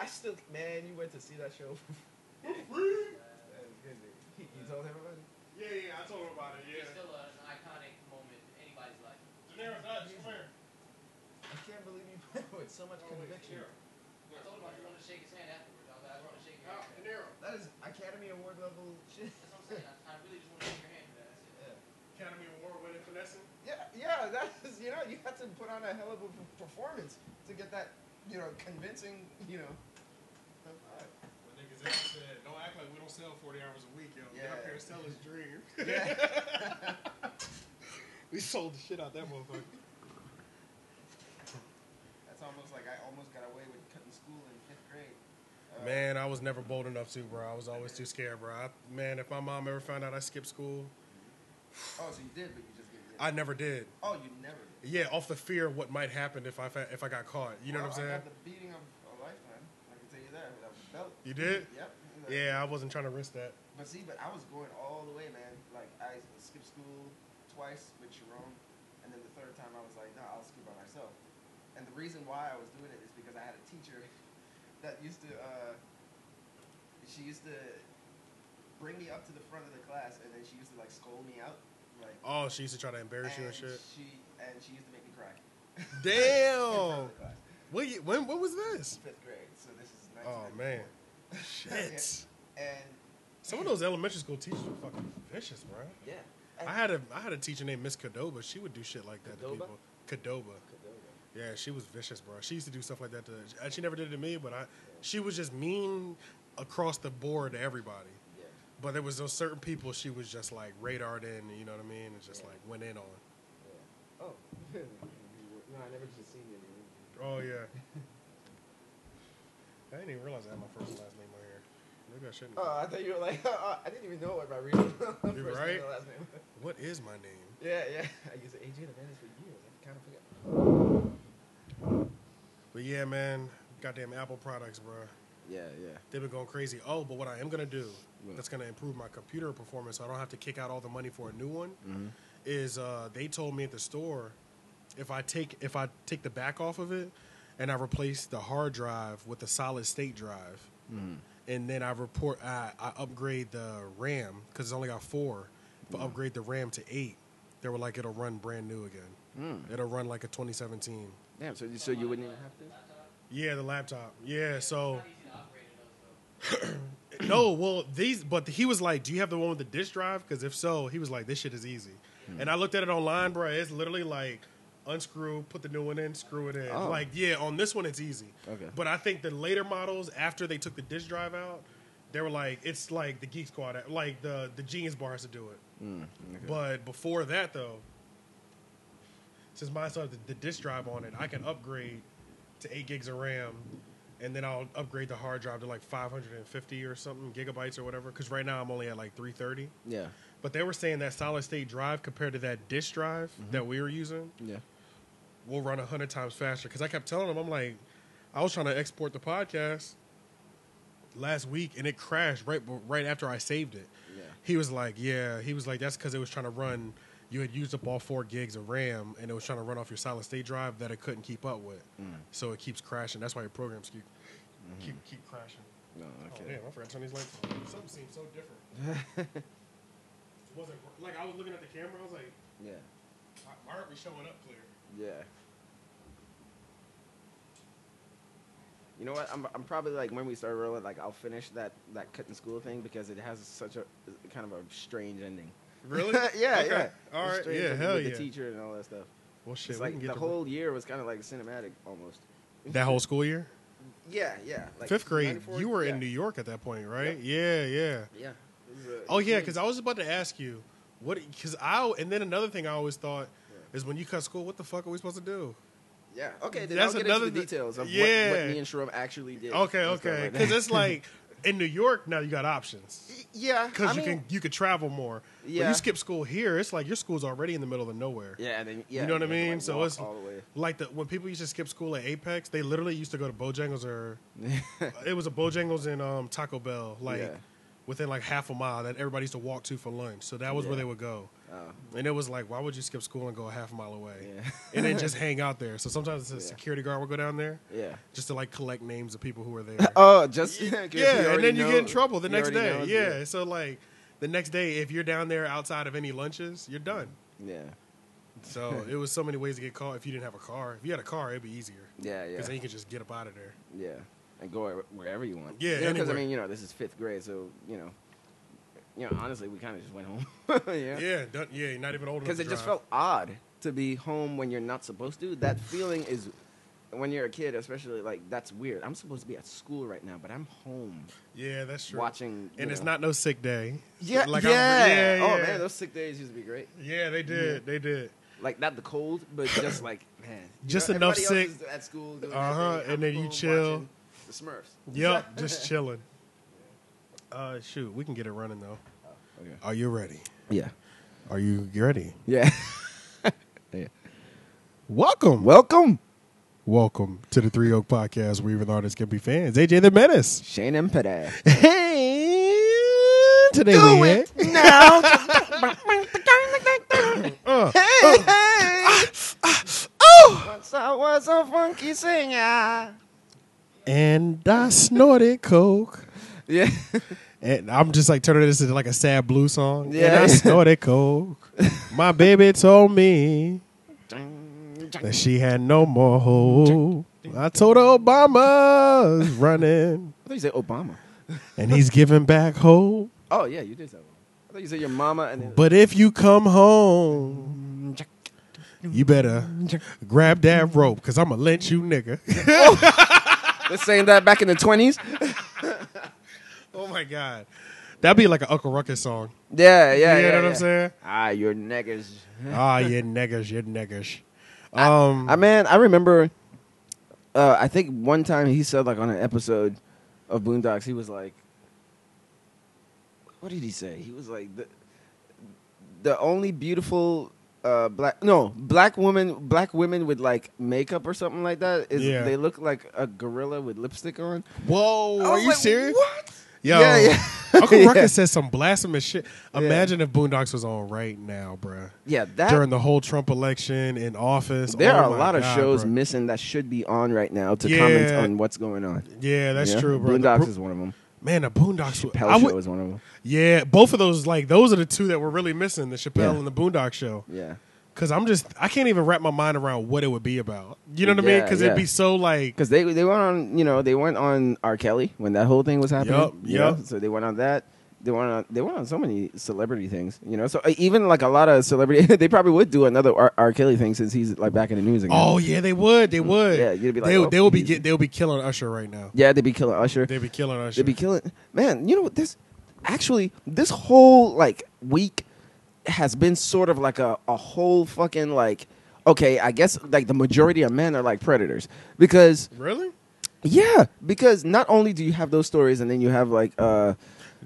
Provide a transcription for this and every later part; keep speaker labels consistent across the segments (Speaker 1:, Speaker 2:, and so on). Speaker 1: I still, man, you went to see that show.
Speaker 2: Really?
Speaker 1: you told everybody.
Speaker 2: Yeah, yeah, I told her about it, yeah.
Speaker 3: It's still an iconic moment in anybody's life.
Speaker 2: Daenerys, Dutch, uh, come here.
Speaker 1: I can't believe you put it with so much conviction.
Speaker 3: I told him I just wanted to shake his hand afterwards. I was like, I want to shake your
Speaker 2: Now,
Speaker 3: hand.
Speaker 2: Daenerys,
Speaker 1: That is Academy Award level shit.
Speaker 3: That's what I'm saying. I, I really just want to shake your hand for that. That's it.
Speaker 2: Academy Award winning finesse.
Speaker 1: Yeah, yeah, that is, you know, you have to put on a hell of a p- performance to get that, you know, convincing, you know. high five.
Speaker 2: My niggas in there said, don't act like we don't sell 40 hours a week, yo. Get
Speaker 1: Yeah.
Speaker 2: up here and sell his dream.
Speaker 1: Yeah.
Speaker 2: we sold the shit out that motherfucker.
Speaker 1: That's almost like I almost got away with cutting school in fifth grade. Uh,
Speaker 4: Man, I was never bold enough to, bro. I was always too scared, bro. I, man, if my mom ever found out I skipped school,
Speaker 1: Oh, so you did, but you just didn't.
Speaker 4: I never did.
Speaker 1: oh, you never did.
Speaker 4: Yeah, off the fear of what might happen if I fa- if I got caught. You know
Speaker 1: Well,
Speaker 4: what I'm saying?
Speaker 1: I got the beating of a lifetime. I can tell you that. That was belt.
Speaker 4: You did?
Speaker 1: Yep.
Speaker 4: Yeah, I wasn't trying to risk that.
Speaker 1: But see, but I was going all the way, man. Like I skipped school twice with Jerome, and then the third time I was like, no, I'll skip by myself. And the reason why I was doing it is because I had a teacher that used to, uh, she used to bring me up to the front of the class, and then she used to like scold me out, like.
Speaker 4: Oh, she used to try to embarrass you and shit. Oh.
Speaker 1: She and she used to make me cry. In front
Speaker 4: Damn.
Speaker 1: of the class.
Speaker 4: What, ye- when what was this?
Speaker 1: Fifth grade, so this is.
Speaker 4: Oh man,
Speaker 1: 1954.
Speaker 4: shit.
Speaker 1: and
Speaker 4: Some of those elementary school teachers were fucking vicious, bro.
Speaker 1: yeah,
Speaker 4: I had a I had a teacher named Miss Cadoba. She would do shit like that
Speaker 1: Cadoba?
Speaker 4: to people. Cadoba. Yeah, she was vicious, bro. She used to do stuff like that to. and She never did it to me, but I. She was just mean across the board to everybody.
Speaker 1: Yeah.
Speaker 4: But there was those certain people she was just like radared in. You know what I mean? And just
Speaker 1: Yeah.
Speaker 4: like went in on.
Speaker 1: Yeah. Oh. no, I never just seen you anymore.
Speaker 4: Oh yeah. I didn't even realize I had my first and last name on here. Maybe I shouldn't.
Speaker 1: Oh, I thought you were like, oh, I didn't even know what my real first name and
Speaker 4: right.
Speaker 1: last name. was.
Speaker 4: what is my name?
Speaker 1: Yeah, yeah. I used AJ Hernandez for years. I kind of forgot.
Speaker 4: But yeah, man, goddamn Apple products, bro.
Speaker 1: Yeah, yeah.
Speaker 4: They've been going crazy. Oh, but what I am gonna do
Speaker 1: What?
Speaker 4: that's gonna improve my computer performance, so I don't have to kick out all the money for a new one,
Speaker 1: Mhm.
Speaker 4: is uh, they told me at the store if I take if I take the back off of it and I replace the hard drive with a solid state drive, and then I report I, I upgrade the RAM because it's only got four. If I upgrade the RAM to eight, they were like it'll run brand new again. It'll run like a 2017.
Speaker 1: Damn. So, so you wouldn't even have to.
Speaker 4: Yeah, the laptop. Yeah, so.
Speaker 3: It's not easy to operate in those, though.
Speaker 4: No, well, these, but he was like, "Do you have the one with the disk drive?" Because if so, he was like, "This shit is easy."
Speaker 1: Hmm.
Speaker 4: And I looked at it online, bro. It's literally like unscrew, put the new one in, screw it in.
Speaker 1: Oh.
Speaker 4: Like, yeah, on this one it's easy.
Speaker 1: Okay.
Speaker 4: But I think the later models, after they took the disk drive out, they were like, it's like the Geek Squad, like the the Genius Bar has to do it.
Speaker 1: Hmm,
Speaker 4: But before that, though, since mine still has the, the disk drive on it, I can upgrade to eight gigs of RAM, and then I'll upgrade the hard drive to like 550 or something gigabytes or whatever. Because right now I'm only at like 330.
Speaker 1: Yeah.
Speaker 4: But they were saying that solid state drive compared to that disk drive that we were using
Speaker 1: Yeah.
Speaker 4: will run 100 times faster. Because I kept telling them, I'm like, I was trying to export the podcast last week and it crashed right right after I saved it.
Speaker 1: Yeah.
Speaker 4: He was like, yeah. He was like, that's because it was trying to run. You had used up all four gigs of RAM, and it was trying to run off your solid state drive that it couldn't keep up with. So it keeps crashing. That's why your programs keep keep, keep crashing.
Speaker 1: No.
Speaker 4: Oh damn! I forgot to turn these lights. on. Something seems so different. it wasn't like I was looking at the camera. I was like,
Speaker 1: Yeah.
Speaker 4: why- why aren't we showing up clear?
Speaker 5: Yeah. You know what? I'm, I'm probably like when we start rolling, like I'll finish that that cutting school thing because it has such a kind of a strange ending.
Speaker 4: Really?
Speaker 5: yeah,
Speaker 4: Okay.
Speaker 5: yeah.
Speaker 4: All
Speaker 5: A
Speaker 4: right.
Speaker 5: strange
Speaker 4: Yeah.
Speaker 5: ending
Speaker 4: Hell
Speaker 5: with
Speaker 4: yeah.
Speaker 5: The teacher and all that stuff.
Speaker 4: Well, shit.
Speaker 5: it's
Speaker 4: we
Speaker 5: like
Speaker 4: can get
Speaker 5: the
Speaker 4: to-
Speaker 5: whole year was kind of like cinematic almost.
Speaker 4: that whole school year,
Speaker 5: Yeah, yeah. Like
Speaker 4: fifth grade.
Speaker 5: 94
Speaker 4: You were
Speaker 5: yeah.
Speaker 4: in New York at that point, right? Yeah, yeah.
Speaker 5: Yeah. It was a-
Speaker 4: Oh yeah, because I was about to ask you what because I and then another thing I always thought is when you cut school, what the fuck are we supposed to do?
Speaker 5: yeah. Okay, then
Speaker 4: That's
Speaker 5: I'll get into
Speaker 4: another
Speaker 5: the
Speaker 4: th-
Speaker 5: details of
Speaker 4: Yeah.
Speaker 5: what, what me and Shrub actually did.
Speaker 4: Okay,
Speaker 5: and stuff
Speaker 4: okay,
Speaker 5: like that.
Speaker 4: because it's like in New York now you got options
Speaker 5: yeah,
Speaker 4: because
Speaker 5: I
Speaker 4: you
Speaker 5: mean-
Speaker 4: can you could travel more. When
Speaker 5: Yeah.
Speaker 4: you skip school here, it's like your school's already in the middle of nowhere.
Speaker 5: Yeah, and then, yeah.
Speaker 4: you know what I
Speaker 5: have to,
Speaker 4: mean?
Speaker 5: like,
Speaker 4: so
Speaker 5: walk
Speaker 4: it's
Speaker 5: all the way.
Speaker 4: like the when people used to skip school at Apex, they literally used to go to Bojangles or it was a Bojangles and um, Taco Bell. Like
Speaker 5: Yeah.
Speaker 4: within like half a mile that everybody used to walk to for lunch. So that was where
Speaker 1: Yeah.
Speaker 4: they would go.
Speaker 1: Oh,
Speaker 4: And it was like, why would you skip school and go a half a mile away?
Speaker 1: yeah.
Speaker 4: And then just hang out there. So sometimes the
Speaker 1: Yeah.
Speaker 4: security guard would go down there
Speaker 1: yeah.
Speaker 4: just to like collect names of people who were there.
Speaker 1: Oh, just
Speaker 4: yeah, and then you get in trouble the next day. yeah, so like the next day, if you're down there outside of any lunches, you're done.
Speaker 1: yeah,
Speaker 4: So it was so many ways to get caught if you didn't have a car. If you had a car, it'd be easier
Speaker 1: yeah,
Speaker 4: because
Speaker 1: yeah,
Speaker 4: then you could just get up out of there.
Speaker 1: yeah, and go where- wherever you want.
Speaker 4: Yeah,
Speaker 1: because I
Speaker 4: anywhere.
Speaker 1: mean, you know, this is fifth grade, so you know, you know, honestly, we kind of just went home. yeah,
Speaker 4: Yeah, done, yeah, you're not even old enough.
Speaker 1: because
Speaker 4: to
Speaker 1: it just
Speaker 4: drive.
Speaker 1: felt odd to be home when you're not supposed to. That feeling is when you're a kid, especially like that's weird. I'm supposed to be at school right now, but I'm home
Speaker 4: Yeah, that's true.
Speaker 1: watching.
Speaker 4: and
Speaker 1: you
Speaker 4: it's
Speaker 1: know.
Speaker 4: not no sick day.
Speaker 1: Yeah,
Speaker 4: Like, I'm-
Speaker 1: yeah.
Speaker 4: yeah,
Speaker 1: Oh
Speaker 4: yeah.
Speaker 1: man, those sick days used to be great.
Speaker 4: Yeah, they did. They did.
Speaker 1: Like not the cold, but just like man, you
Speaker 4: Just
Speaker 1: know,
Speaker 4: enough
Speaker 1: everybody
Speaker 4: sick-
Speaker 1: else is at school. doing their
Speaker 4: Uh-huh,
Speaker 1: thing.
Speaker 4: and
Speaker 1: I'm
Speaker 4: then you
Speaker 1: home
Speaker 4: chill.
Speaker 1: watching The Smurfs.
Speaker 4: Yep, just chilling. Uh, shoot, we can get it running though.
Speaker 1: Okay.
Speaker 4: Are you ready?
Speaker 1: Yeah.
Speaker 4: Are you ready?
Speaker 1: Yeah.
Speaker 4: Welcome,
Speaker 1: Welcome,
Speaker 4: welcome to the Three Oak Podcast, where even artists can be fans. AJ the Menace.
Speaker 1: Shane and Pede.
Speaker 4: Hey, today we had-
Speaker 1: now.
Speaker 4: Uh,
Speaker 1: hey, hey. oh. Once I was a funky singer.
Speaker 4: and I snorted coke.
Speaker 1: Yeah.
Speaker 4: And I'm just like turning this into like a sad blue song. Yeah. And
Speaker 1: Yeah.
Speaker 4: I snorted coke. My baby told me that she had no more hope. I told her Obama's running
Speaker 1: I thought you said Obama.
Speaker 4: and he's giving back hope.
Speaker 1: Oh yeah, you did say Obama. I thought you said your mama and then.
Speaker 4: But if you come home, you better grab that rope because I'm going to lynch you, nigga.
Speaker 1: They're saying that back in the twenties.
Speaker 4: Oh my god, that'd be like an Uncle Ruckus song.
Speaker 1: Yeah, yeah,
Speaker 4: Yeah,
Speaker 1: yeah.
Speaker 4: you know what
Speaker 1: yeah.
Speaker 4: I'm saying?
Speaker 1: Ah, your niggas.
Speaker 4: Ah, you niggas, you niggas. Um,
Speaker 1: I man, I remember. Uh, I think one time he said like on an episode of Boondocks, he was like, "What did he say?" He was like, "the the only beautiful uh, black no black woman black women with like makeup or something like that is
Speaker 4: Yeah.
Speaker 1: they look like a gorilla with lipstick on."
Speaker 4: whoa,
Speaker 1: I
Speaker 4: are
Speaker 1: was
Speaker 4: you
Speaker 1: like,
Speaker 4: serious?
Speaker 1: oh, What?
Speaker 4: Yo,
Speaker 1: Yeah, yeah.
Speaker 4: Uncle
Speaker 1: Yeah.
Speaker 4: Ruckus says some blasphemous shit. Imagine if Boondocks was on right now, bruh.
Speaker 1: Yeah, that
Speaker 4: During the whole Trump election in office,
Speaker 1: there
Speaker 4: Oh
Speaker 1: are a
Speaker 4: my
Speaker 1: lot of
Speaker 4: God,
Speaker 1: shows
Speaker 4: bruh.
Speaker 1: missing that should be on right now to
Speaker 4: Yeah.
Speaker 1: comment on what's going on.
Speaker 4: yeah, that's
Speaker 1: Yeah?
Speaker 4: true, bro.
Speaker 1: Boondocks
Speaker 4: the, Bro-
Speaker 1: is one of them.
Speaker 4: man, the Boondocks. w- I
Speaker 1: Chappelle
Speaker 4: would-
Speaker 1: Show is one of them.
Speaker 4: yeah, both of those, like those are the two that were really missing: the Chappelle
Speaker 1: Yeah.
Speaker 4: and the Boondock Show.
Speaker 1: Yeah.
Speaker 4: Cause I'm just I can't even wrap my mind around what it would be about. You know what I mean?
Speaker 1: Yeah,
Speaker 4: Cause
Speaker 1: yeah.
Speaker 4: it'd be so like
Speaker 1: because they they went on you know they went on R Kelly when that whole thing was happening.
Speaker 4: Yup,
Speaker 1: you know?
Speaker 4: yup.
Speaker 1: So they went on that. They went on they went on so many celebrity things. You know, so uh, even like a lot of celebrity, they probably would do another R, R Kelly thing since he's like back in the news again.
Speaker 4: Oh yeah, they would. They would.
Speaker 1: Mm. Yeah, you'd be like,
Speaker 4: they,
Speaker 1: oh,
Speaker 4: they will be
Speaker 1: he's-
Speaker 4: get, they'll be killing Usher right now.
Speaker 1: yeah, they'd be killing Usher.
Speaker 4: They'd be killing Usher.
Speaker 1: They'd be killing man. You know what? This actually this whole like week has been sort of like a a whole fucking like okay, I guess like the majority of men are like predators because
Speaker 4: really,
Speaker 1: yeah, because not only do you have those stories and then you have like uh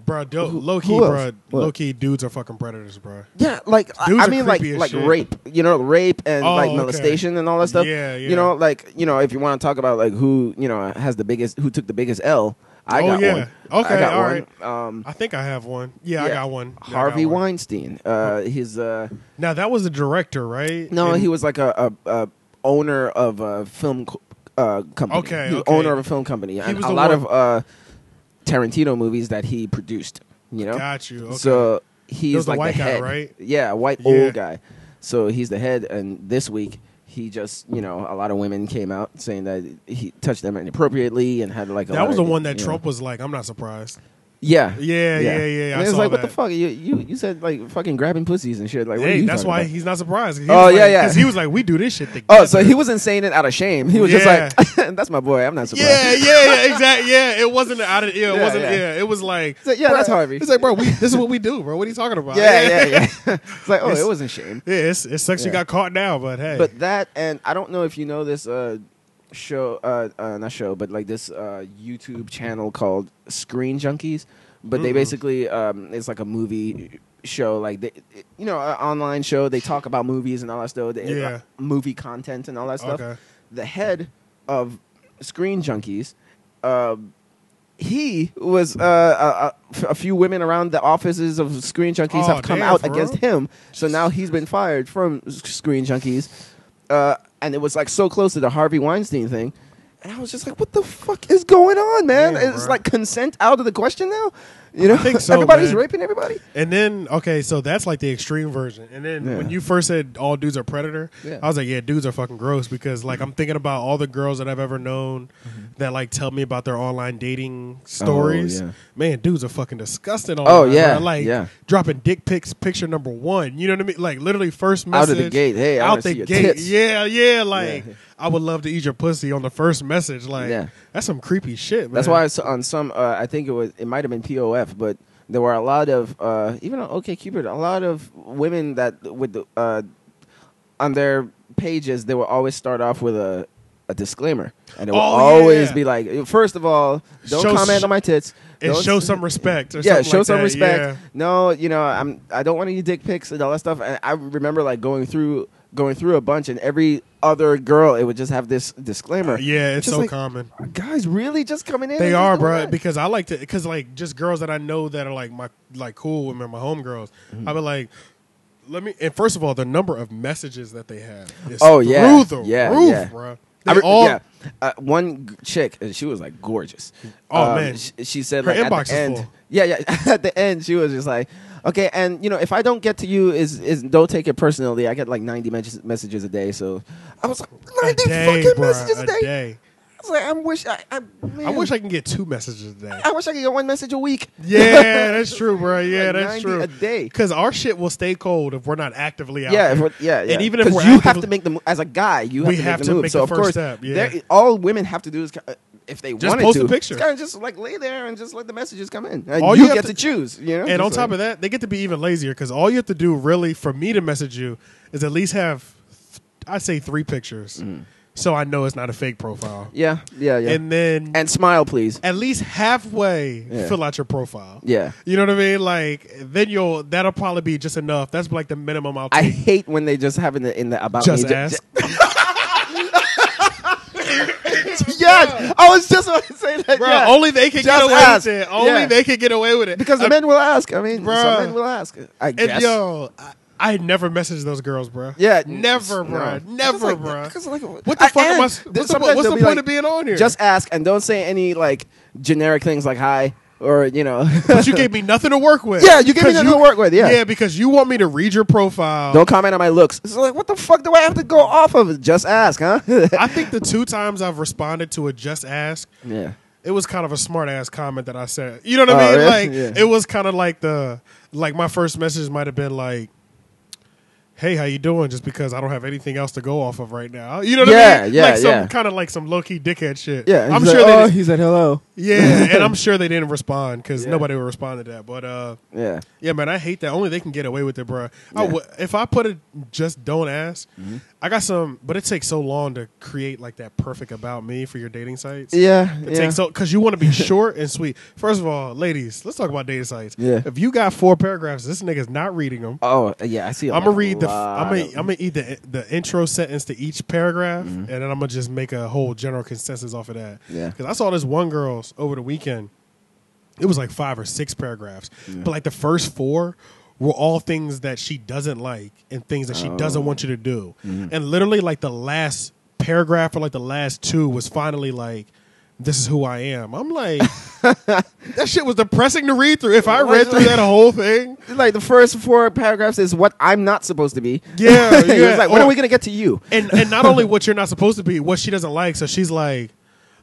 Speaker 4: bro? do-
Speaker 1: Who-
Speaker 4: low key,
Speaker 1: who
Speaker 4: bro.
Speaker 1: else? What?
Speaker 4: Low key, dudes are fucking predators, bro.
Speaker 1: Yeah, like I-
Speaker 4: Dudes
Speaker 1: I
Speaker 4: are
Speaker 1: mean, like
Speaker 4: creepy as
Speaker 1: like
Speaker 4: shit.
Speaker 1: rape, you know, rape and
Speaker 4: Oh,
Speaker 1: like
Speaker 4: okay.
Speaker 1: molestation and all that stuff.
Speaker 4: Yeah, yeah.
Speaker 1: You know, like you know, if you want to talk about like who you know has the biggest, who took the biggest L, I
Speaker 4: Oh,
Speaker 1: got
Speaker 4: yeah.
Speaker 1: one.
Speaker 4: Okay,
Speaker 1: I got
Speaker 4: all
Speaker 1: one.
Speaker 4: right.
Speaker 1: Um,
Speaker 4: I think I have one. Yeah, I
Speaker 1: yeah.
Speaker 4: got one. Yeah, I
Speaker 1: Harvey
Speaker 4: got one.
Speaker 1: Weinstein. Uh, his uh,
Speaker 4: Now that was the director, right?
Speaker 1: no,
Speaker 4: And-
Speaker 1: he was like a, a, a owner of a film co- uh, company.
Speaker 4: Okay,
Speaker 1: he was
Speaker 4: okay.
Speaker 1: owner of a film company, and
Speaker 4: was
Speaker 1: a
Speaker 4: the
Speaker 1: lot
Speaker 4: one-
Speaker 1: of uh, Tarantino movies that he produced. You know,
Speaker 4: Got you. Okay.
Speaker 1: So he's
Speaker 4: That was the
Speaker 1: like
Speaker 4: white
Speaker 1: the
Speaker 4: guy,
Speaker 1: head.
Speaker 4: right?
Speaker 1: Yeah, a white
Speaker 4: Yeah.
Speaker 1: old guy. So he's the head, and this week he just you know a lot of women came out saying that he touched them inappropriately and had like a
Speaker 4: that
Speaker 1: lot
Speaker 4: was the
Speaker 1: of,
Speaker 4: one that
Speaker 1: you know-
Speaker 4: Trump was like, I'm not surprised.
Speaker 1: Yeah,
Speaker 4: Yeah, yeah, yeah, I
Speaker 1: And it's
Speaker 4: saw
Speaker 1: like what the
Speaker 4: that.
Speaker 1: fuck you, you you said like fucking grabbing pussies and shit. Like what are
Speaker 4: hey,
Speaker 1: you
Speaker 4: that's
Speaker 1: talking
Speaker 4: why
Speaker 1: about?
Speaker 4: he's not surprised. 'Cause he
Speaker 1: Oh,
Speaker 4: was
Speaker 1: yeah,
Speaker 4: like-
Speaker 1: yeah.
Speaker 4: Because he was like, we do this shit together.
Speaker 1: Oh, so he wasn't saying it out of shame. He was
Speaker 4: Yeah.
Speaker 1: just like, "That's my boy. I'm not surprised."
Speaker 4: Yeah, yeah, yeah, exactly. Yeah, it wasn't out of. Yeah, it
Speaker 1: Yeah,
Speaker 4: wasn't. Yeah.
Speaker 1: yeah.
Speaker 4: it was like.
Speaker 1: So, yeah, that's
Speaker 4: bruh,
Speaker 1: Harvey.
Speaker 4: It's like, bro, we, this is what we do, bro. What are you talking about?
Speaker 1: yeah, yeah, yeah. it's like, oh,
Speaker 4: It's-
Speaker 1: it wasn't shame.
Speaker 4: Yeah, it's, it sucks you
Speaker 1: Yeah.
Speaker 4: got caught now, but hey.
Speaker 1: But that, and I don't know if you know this uh, show, uh, uh, not show, but like this uh, YouTube channel called Screen Junkies. But they basically, um, it's like a movie show, like they, you know, an online show. They talk about movies and all that stuff. They, uh,
Speaker 4: Yeah.
Speaker 1: movie content and all that stuff.
Speaker 4: Okay.
Speaker 1: The head of Screen Junkies. Uh, he was uh, a- a, a few women around the offices of Screen Junkies
Speaker 4: Oh,
Speaker 1: have come
Speaker 4: damn,
Speaker 1: out
Speaker 4: for
Speaker 1: against him. So now he's been fired from S- Screen Junkies, uh, and it was like so close to the Harvey Weinstein thing. And I was just like, "What the fuck is going on, man?
Speaker 4: Damn,
Speaker 1: it's
Speaker 4: bruh.
Speaker 1: like consent out of the question now. You know,
Speaker 4: think so,
Speaker 1: everybody's
Speaker 4: man.
Speaker 1: raping everybody.
Speaker 4: And then okay, so that's like the extreme version. And then
Speaker 1: Yeah.
Speaker 4: when you first said all dudes are predator,
Speaker 1: Yeah.
Speaker 4: I was like, yeah, dudes are fucking gross because like I'm thinking about all the girls that I've ever known
Speaker 1: Mm-hmm.
Speaker 4: that like tell me about their online dating stories.
Speaker 1: Oh, yeah.
Speaker 4: Man, dudes are fucking disgusting. Online,
Speaker 1: Oh, yeah,
Speaker 4: bruh. like
Speaker 1: yeah.
Speaker 4: dropping dick pics, picture number one. You know what I mean? Like literally first message
Speaker 1: Out of the gate, hey, I wanna
Speaker 4: out the
Speaker 1: see your
Speaker 4: gate.
Speaker 1: tits.
Speaker 4: Yeah, yeah. Like
Speaker 1: Yeah.
Speaker 4: I would love to eat your pussy on the first message. Like
Speaker 1: Yeah.
Speaker 4: that's some creepy shit. Man.
Speaker 1: That's why I saw on some, uh, I think it was, it might have been POF, but there were a lot of, uh, even on OKCupid, a lot of women that with the, uh, on their pages, they will always start off with a, a disclaimer, and it will
Speaker 4: Oh,
Speaker 1: always
Speaker 4: yeah.
Speaker 1: be like, first of all, don't
Speaker 4: Show
Speaker 1: comment
Speaker 4: sh-
Speaker 1: on my tits.
Speaker 4: and
Speaker 1: Don't-
Speaker 4: show some respect. Or
Speaker 1: yeah,
Speaker 4: something
Speaker 1: show
Speaker 4: like
Speaker 1: some
Speaker 4: that.
Speaker 1: respect.
Speaker 4: Yeah.
Speaker 1: No, you know, I'm I don't want any dick pics and all that stuff. And I remember like going through going through a bunch, and every other girl, it would just have this disclaimer.
Speaker 4: Yeah, it's
Speaker 1: Just
Speaker 4: so
Speaker 1: like,
Speaker 4: common.
Speaker 1: Guys, really just coming in?
Speaker 4: They
Speaker 1: and just
Speaker 4: are,
Speaker 1: doing
Speaker 4: bro.
Speaker 1: that?
Speaker 4: Because I like to, because like just girls that I know that are like my like cool women, my homegirls.
Speaker 1: Mm-hmm.
Speaker 4: I be like, let me. And first of all, the number of messages that they have. Is
Speaker 1: Oh, yeah.
Speaker 4: through the
Speaker 1: Yeah,
Speaker 4: roof,
Speaker 1: yeah.
Speaker 4: bro. They
Speaker 1: I re-
Speaker 4: all
Speaker 1: yeah, uh, one g- chick, and she was like gorgeous.
Speaker 4: Oh, man.
Speaker 1: she, she said
Speaker 4: Her
Speaker 1: like at
Speaker 4: inbox
Speaker 1: the
Speaker 4: is
Speaker 1: end,
Speaker 4: full.
Speaker 1: yeah, yeah. At the end, she was just like, okay, and you know, if I don't get to you, is is don't take it personally. I get like ninety mes- messages a day, so I was like
Speaker 4: a
Speaker 1: ninety
Speaker 4: day,
Speaker 1: fucking
Speaker 4: bro.
Speaker 1: messages a
Speaker 4: A
Speaker 1: day.
Speaker 4: day.
Speaker 1: I was like, I wish I, I, man,
Speaker 4: I wish I can get two messages a day.
Speaker 1: I wish I could get one message a week.
Speaker 4: Yeah, that's true, bro. Yeah,
Speaker 1: Like
Speaker 4: that's
Speaker 1: 90
Speaker 4: true.
Speaker 1: a day.
Speaker 4: Because our shit will stay cold if we're not actively out.
Speaker 1: Yeah, if
Speaker 4: there.
Speaker 1: we're, yeah, yeah.
Speaker 4: And even if
Speaker 1: 'Cause
Speaker 4: we're
Speaker 1: you have
Speaker 4: actively-
Speaker 1: to make the mo- as a guy, you have
Speaker 4: We
Speaker 1: to
Speaker 4: have
Speaker 1: make the
Speaker 4: to
Speaker 1: move.
Speaker 4: make
Speaker 1: so
Speaker 4: the
Speaker 1: of
Speaker 4: first
Speaker 1: course,
Speaker 4: step, yeah.
Speaker 1: there- all women have to do is uh, if they
Speaker 4: Just
Speaker 1: wanted
Speaker 4: post
Speaker 1: to,
Speaker 4: a picture.
Speaker 1: Kind of just like lay there and just let the messages come in. And
Speaker 4: All
Speaker 1: you,
Speaker 4: you have
Speaker 1: get to,
Speaker 4: to-
Speaker 1: choose. You know,
Speaker 4: and on
Speaker 1: Just
Speaker 4: top
Speaker 1: like-
Speaker 4: of that, they get to be even lazier because all you have to do, really, for me to message you, is at least have, th- I say, three pictures, so I know it's not a fake profile.
Speaker 1: yeah, Mm-hmm. yeah, yeah, and,
Speaker 4: And then
Speaker 1: smile, please.
Speaker 4: at least halfway
Speaker 1: Yeah.
Speaker 4: fill out your profile.
Speaker 1: yeah,
Speaker 4: You know what I mean? Like then you'll that'll probably be just enough. That's like the minimum I'll
Speaker 1: I
Speaker 4: take.
Speaker 1: hate when they just have in the in the about
Speaker 4: just
Speaker 1: me. ju-
Speaker 4: ask.
Speaker 1: ju- yes, I was just about to say that.
Speaker 4: Bro,
Speaker 1: yeah.
Speaker 4: only they can
Speaker 1: Just
Speaker 4: get away
Speaker 1: ask.
Speaker 4: with it. Only
Speaker 1: Yeah.
Speaker 4: they can get away with it.
Speaker 1: because the
Speaker 4: I-
Speaker 1: men will ask. I mean,
Speaker 4: Bruh.
Speaker 1: some men will ask. I
Speaker 4: and
Speaker 1: guess.
Speaker 4: yo, I, I never messaged those girls, bro.
Speaker 1: Yeah,
Speaker 4: never, bro. Never, bro.
Speaker 1: What
Speaker 4: What the fuck am I? What's the, what's the point of being on here?
Speaker 1: Just ask and don't say any like generic things like hi or you know.
Speaker 4: but you gave me nothing to work with.
Speaker 1: yeah, you gave me
Speaker 4: Because
Speaker 1: nothing to work with. Yeah.
Speaker 4: Yeah, because you want me to read your profile.
Speaker 1: Don't comment on my looks. It's like, what the fuck do I have to go off of? Just ask, huh?
Speaker 4: I think the two times I've responded to a just ask,
Speaker 1: yeah.
Speaker 4: it was kind of a smart ass comment that I said. You know what I
Speaker 1: Oh,
Speaker 4: mean?
Speaker 1: really?
Speaker 4: Like
Speaker 1: Yeah.
Speaker 4: it was kind of like the like my first message might have been like, "Hey, how you doing?" Just because I don't have anything else to go off of right now. You know what
Speaker 1: Yeah,
Speaker 4: I mean?
Speaker 1: yeah,
Speaker 4: like some
Speaker 1: yeah.
Speaker 4: kind of like some low key dickhead shit.
Speaker 1: Yeah. and
Speaker 4: I'm
Speaker 1: he's
Speaker 4: sure
Speaker 1: like,
Speaker 4: they
Speaker 1: oh,
Speaker 4: didn't-
Speaker 1: he said hello.
Speaker 4: yeah, and I'm sure they didn't respond because
Speaker 1: Yeah.
Speaker 4: nobody would respond to that. But uh,
Speaker 1: Yeah.
Speaker 4: yeah, man, I hate that. Only they can get away with it, bro. I
Speaker 1: Yeah. Mm-hmm.
Speaker 4: w- if I put a just don't ask, I got some, but it takes so long to create like that perfect about me for your dating sites.
Speaker 1: Yeah.
Speaker 4: It
Speaker 1: yeah.
Speaker 4: takes so because you want to be short and sweet. First of all, ladies, let's talk about dating sites.
Speaker 1: Yeah.
Speaker 4: If you got four paragraphs, this nigga's not reading them.
Speaker 1: Oh yeah, I see. i
Speaker 4: I'm gonna read the. I'm gonna.
Speaker 1: going
Speaker 4: I'm gonna eat the the intro sentence to each paragraph, and then I'm gonna just make a whole general consensus off of that.
Speaker 1: Mm-hmm. Yeah.
Speaker 4: Because I saw this one girl's over the weekend. It was like five or six paragraphs, but like the first four were all things that she doesn't like and things that she doesn't want
Speaker 1: Oh.
Speaker 4: you to do,
Speaker 1: Mm-hmm.
Speaker 4: and literally like the last paragraph or like the last two was finally like. This is who I am. I'm like, that shit was depressing to read through. If I read through that whole thing,
Speaker 1: like the first four paragraphs is what I'm not supposed to be.
Speaker 4: Yeah,
Speaker 1: It was
Speaker 4: yeah. Oh.
Speaker 1: like, when
Speaker 4: Or-
Speaker 1: are we gonna get to you?
Speaker 4: and and not only what you're not supposed to be, what she doesn't like. So she's like,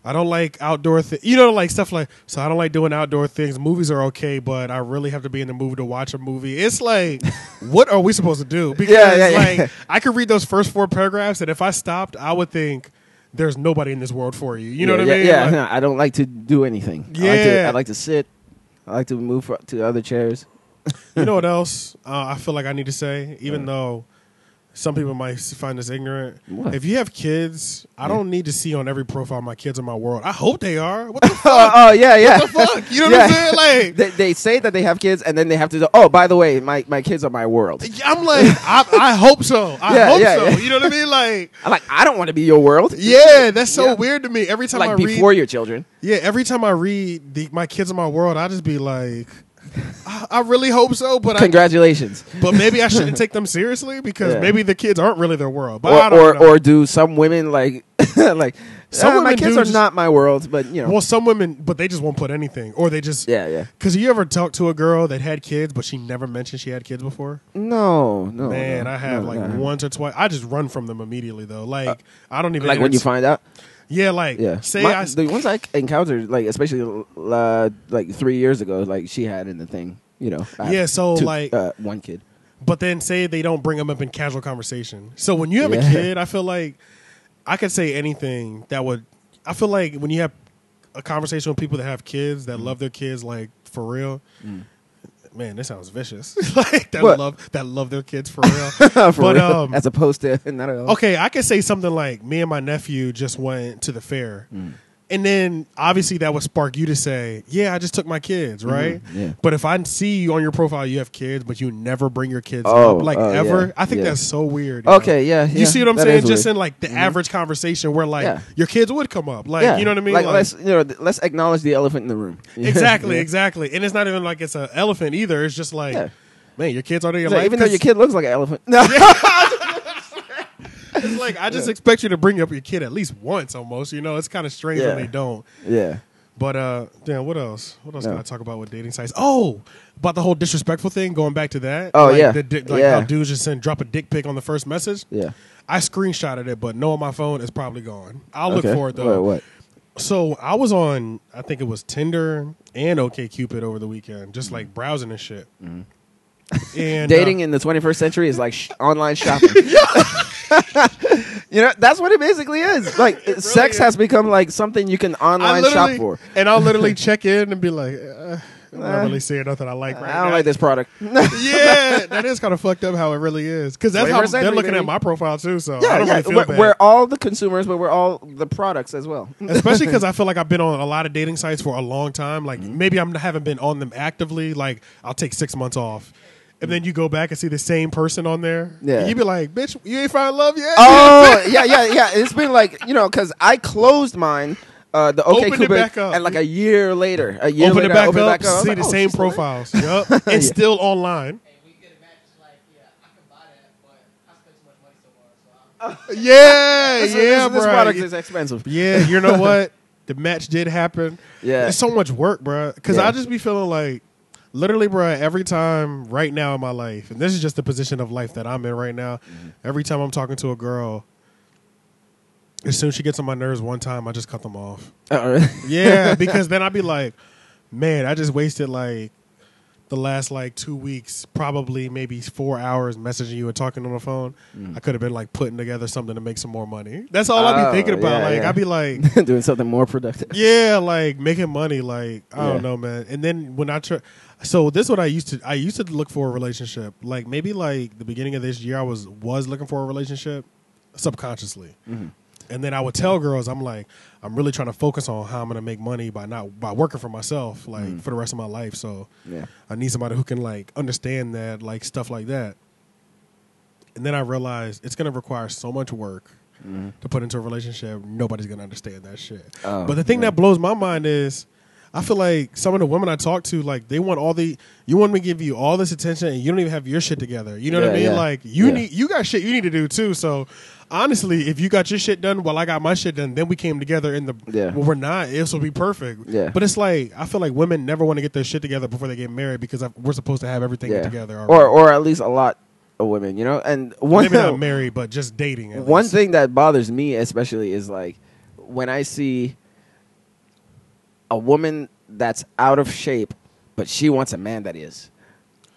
Speaker 4: I don't like outdoor things. You know, like stuff like so. I don't like doing outdoor things. Movies are okay, but I really have to be in the mood to watch a movie. It's like, what are we supposed to do? Because
Speaker 1: yeah, yeah.
Speaker 4: like I could read those first four paragraphs, and if I stopped, I would think there's nobody in this world for you. You know
Speaker 1: yeah,
Speaker 4: what I mean?
Speaker 1: Yeah, yeah,
Speaker 4: Like,
Speaker 1: no, I don't like to do anything. I like to,
Speaker 4: Yeah.
Speaker 1: I like to sit. I like to move fro- to other chairs.
Speaker 4: you know what else? Uh, I feel like I need to say, even though Some people might s- find this ignorant.
Speaker 1: What?
Speaker 4: If you have kids, I don't need to see on every profile my kids in my world. I hope they are. What the
Speaker 1: Oh, oh yeah, yeah.
Speaker 4: fuck? You know what I'm saying? Like,
Speaker 1: They, they say that they have kids, and then they have to. do- Oh, by the way, my, my kids are my world.
Speaker 4: I'm like, I, I hope so. I
Speaker 1: Yeah,
Speaker 4: hope
Speaker 1: yeah,
Speaker 4: so.
Speaker 1: yeah.
Speaker 4: You know what I mean? Like,
Speaker 1: I'm like, I don't want to be your world.
Speaker 4: yeah, that's so
Speaker 1: Yeah.
Speaker 4: weird to me. Every time I
Speaker 1: Like
Speaker 4: read,
Speaker 1: before your children.
Speaker 4: yeah, every time I read the, my kids in my world, I just be like, I, I really hope so, but I
Speaker 1: Congratulations.
Speaker 4: but maybe I shouldn't take them seriously because
Speaker 1: Yeah.
Speaker 4: maybe the kids aren't really their world. But I
Speaker 1: Or
Speaker 4: don't
Speaker 1: or,
Speaker 4: know.
Speaker 1: or do some women like like
Speaker 4: Some
Speaker 1: "Ah, my
Speaker 4: women
Speaker 1: kids
Speaker 4: do
Speaker 1: are
Speaker 4: just-
Speaker 1: not my world, but you know.
Speaker 4: well, some women, but they just won't put anything, or they just
Speaker 1: yeah, yeah.
Speaker 4: Because you ever talk to a girl that had kids, but she never mentioned she had kids before?
Speaker 1: No, Oh, no.
Speaker 4: Man,
Speaker 1: no,
Speaker 4: I have
Speaker 1: no,
Speaker 4: like
Speaker 1: no.
Speaker 4: once or twice. I just run from them immediately though. Like I don't even
Speaker 1: Uh, Like when you
Speaker 4: entertain-
Speaker 1: find out.
Speaker 4: yeah, like
Speaker 1: Yeah.
Speaker 4: say
Speaker 1: My-
Speaker 4: I
Speaker 1: the ones I encountered, like especially uh, like three years ago, like she had in the thing. You know. I have
Speaker 4: Yeah, so,
Speaker 1: two-
Speaker 4: like-
Speaker 1: uh, one kid.
Speaker 4: but then say they don't bring them up in casual conversation. So when you have
Speaker 1: Yeah.
Speaker 4: a kid, I feel like I could say anything that would. I feel like when you have a conversation with people that have kids
Speaker 1: Mm.
Speaker 4: that love their kids, like for real. Man, this sounds vicious. like that
Speaker 1: What?
Speaker 4: love that love their kids for real.
Speaker 1: For
Speaker 4: but
Speaker 1: real,
Speaker 4: um,
Speaker 1: as opposed to not at all.
Speaker 4: okay, I could say something like, "Me and my nephew just went to the fair,"
Speaker 1: Mm.
Speaker 4: and then obviously that would spark you to say, "Yeah, I just took my kids," right?
Speaker 1: Mm-hmm. yeah.
Speaker 4: But if I see you on your profile, you have kids, but you never bring your kids
Speaker 1: Oh,
Speaker 4: up, like
Speaker 1: oh,
Speaker 4: ever.
Speaker 1: yeah,
Speaker 4: I think
Speaker 1: yeah.
Speaker 4: that's so weird. you know?
Speaker 1: Okay, yeah, yeah.
Speaker 4: You see what I'm
Speaker 1: that
Speaker 4: saying?
Speaker 1: is
Speaker 4: Just
Speaker 1: weird. Mm-hmm.
Speaker 4: in like the average conversation, where like
Speaker 1: Yeah.
Speaker 4: your kids would come up, like
Speaker 1: Yeah.
Speaker 4: you know what I mean?
Speaker 1: Like,
Speaker 4: Like-
Speaker 1: let's you know, th- let's acknowledge the elephant in the room.
Speaker 4: exactly, exactly. And it's not even like it's an elephant either. It's just like,
Speaker 1: Yeah.
Speaker 4: man, your kids aren't in your
Speaker 1: It's like,
Speaker 4: life.
Speaker 1: even though
Speaker 4: 'cause-
Speaker 1: your kid looks like an elephant. No.
Speaker 4: It's like I just expect you to bring up your kid at least once, almost. You know, it's kind of strange
Speaker 1: Yeah.
Speaker 4: when they don't.
Speaker 1: yeah.
Speaker 4: But uh, damn, what else? What else
Speaker 1: No.
Speaker 4: can I talk about with dating sites? Oh, about the whole disrespectful thing. Going back to that.
Speaker 1: Oh,
Speaker 4: like
Speaker 1: yeah.
Speaker 4: the di- like
Speaker 1: Yeah.
Speaker 4: how dudes just send drop a dick pic on the first message.
Speaker 1: Yeah.
Speaker 4: I screenshotted it, but no, on my phone it's probably gone. I'll
Speaker 1: Okay.
Speaker 4: look for it though.
Speaker 1: What, what?
Speaker 4: So I was on, I think it was Tinder and OKCupid over the weekend, just like browsing and shit. And uh,
Speaker 1: Mm-hmm. Dating in the 21st century is like sh- online shopping. you know, that's what it basically is. Like, sex
Speaker 4: is.
Speaker 1: has become like something you can
Speaker 4: I
Speaker 1: online shop
Speaker 4: literally-
Speaker 1: for.
Speaker 4: And I'll literally check in and be like, uh, I'm
Speaker 1: Uh,
Speaker 4: not really seeing nothing I like right
Speaker 1: I don't
Speaker 4: now.
Speaker 1: like this product.
Speaker 4: yeah, that is kind of fucked up how it really is. Because that's how
Speaker 1: 21st
Speaker 4: they're
Speaker 1: century,
Speaker 4: looking at
Speaker 1: baby.
Speaker 4: my profile too. So I
Speaker 1: yeah,
Speaker 4: don't
Speaker 1: yeah.
Speaker 4: really feel
Speaker 1: we're,
Speaker 4: bad.
Speaker 1: we're all the consumers, but we're all the products as well.
Speaker 4: Especially because I feel like I've been on a lot of dating sites for a long time. Like
Speaker 1: Mm-hmm.
Speaker 4: maybe I'm- I haven't been on them actively. Like I'll take six months off. And then you go back and see the same person on there.
Speaker 1: Yeah.
Speaker 4: And you be like, bitch, you ain't found love yet?
Speaker 1: Oh, yeah, yeah, yeah. It's been like you know, because I closed mine, uh, the OK
Speaker 4: Opened it back up.
Speaker 1: and like a year later, a year
Speaker 4: Open
Speaker 1: later,
Speaker 4: it
Speaker 1: I
Speaker 4: back up,
Speaker 1: opened it back up. I was
Speaker 4: see
Speaker 1: like,
Speaker 4: the
Speaker 1: oh,
Speaker 4: same
Speaker 1: she's still there?
Speaker 4: profiles. Yup. It's still online.
Speaker 6: And we get a match, it's like, yeah, I can buy that, but I spent too much money so far, so I'm.
Speaker 3: Uh.
Speaker 4: Yeah,
Speaker 1: This,
Speaker 4: yeah,
Speaker 1: this, this
Speaker 4: bruh.
Speaker 1: product is expensive.
Speaker 4: Yeah, you know what? The match did happen.
Speaker 1: Yeah.
Speaker 4: It's so much work, bro. Because
Speaker 1: Yeah.
Speaker 4: I just be feeling like, literally, bro, every time right now in my life, and this is just the position of life that I'm in right now,
Speaker 1: Mm-hmm.
Speaker 4: every time I'm talking to a girl, as soon as she gets on my nerves one time, I just cut them off.
Speaker 1: Oh, really?
Speaker 4: Yeah, because then I'd be like, man, I just wasted like the last like two weeks, probably maybe four hours messaging you and talking on the phone. I could have been like putting together something to make some more money. That's all I'd
Speaker 1: Mm. Oh,
Speaker 4: be thinking about.
Speaker 1: yeah,
Speaker 4: like
Speaker 1: yeah.
Speaker 4: I'd be like,
Speaker 1: Doing something more productive.
Speaker 4: yeah, like making money. Like I
Speaker 1: Yeah.
Speaker 4: don't know, man. And then when I try, so this is what I used to. I used to look for a relationship. Like maybe like the beginning of this year, I was was looking for a relationship subconsciously.
Speaker 1: Mm-hmm.
Speaker 4: And then I would tell girls, I'm like, I'm really trying to focus on how I'm gonna make money by not by working for myself, like for the rest of my life. So
Speaker 1: Yeah.
Speaker 4: I need somebody who can like understand that, like stuff like that. And then I realized it's gonna require so much work to put into a relationship. Nobody's gonna understand that shit.
Speaker 1: Oh,
Speaker 4: but the thing
Speaker 1: yeah.
Speaker 4: that blows my mind is I feel like some of the women I talk to, like they want all the you want me to give you all this attention and you don't even have your shit together. You know what I
Speaker 1: Yeah,
Speaker 4: mean?
Speaker 1: yeah.
Speaker 4: Like you
Speaker 1: Yeah.
Speaker 4: need you got shit you need to do too. So honestly, if you got your shit done while I got my shit done, then we came together in the
Speaker 1: Yeah.
Speaker 4: well, we're not, this will be perfect.
Speaker 1: Yeah.
Speaker 4: But it's like I feel like women never want to get their shit together before they get married because I, we're supposed to have everything
Speaker 1: yeah.
Speaker 4: together. already.
Speaker 1: or or at least a lot of women, you know. And one
Speaker 4: maybe not married, but just dating. at
Speaker 1: one
Speaker 4: least.
Speaker 1: thing that bothers me especially is like when I see a woman that's out of shape, but she wants a man that is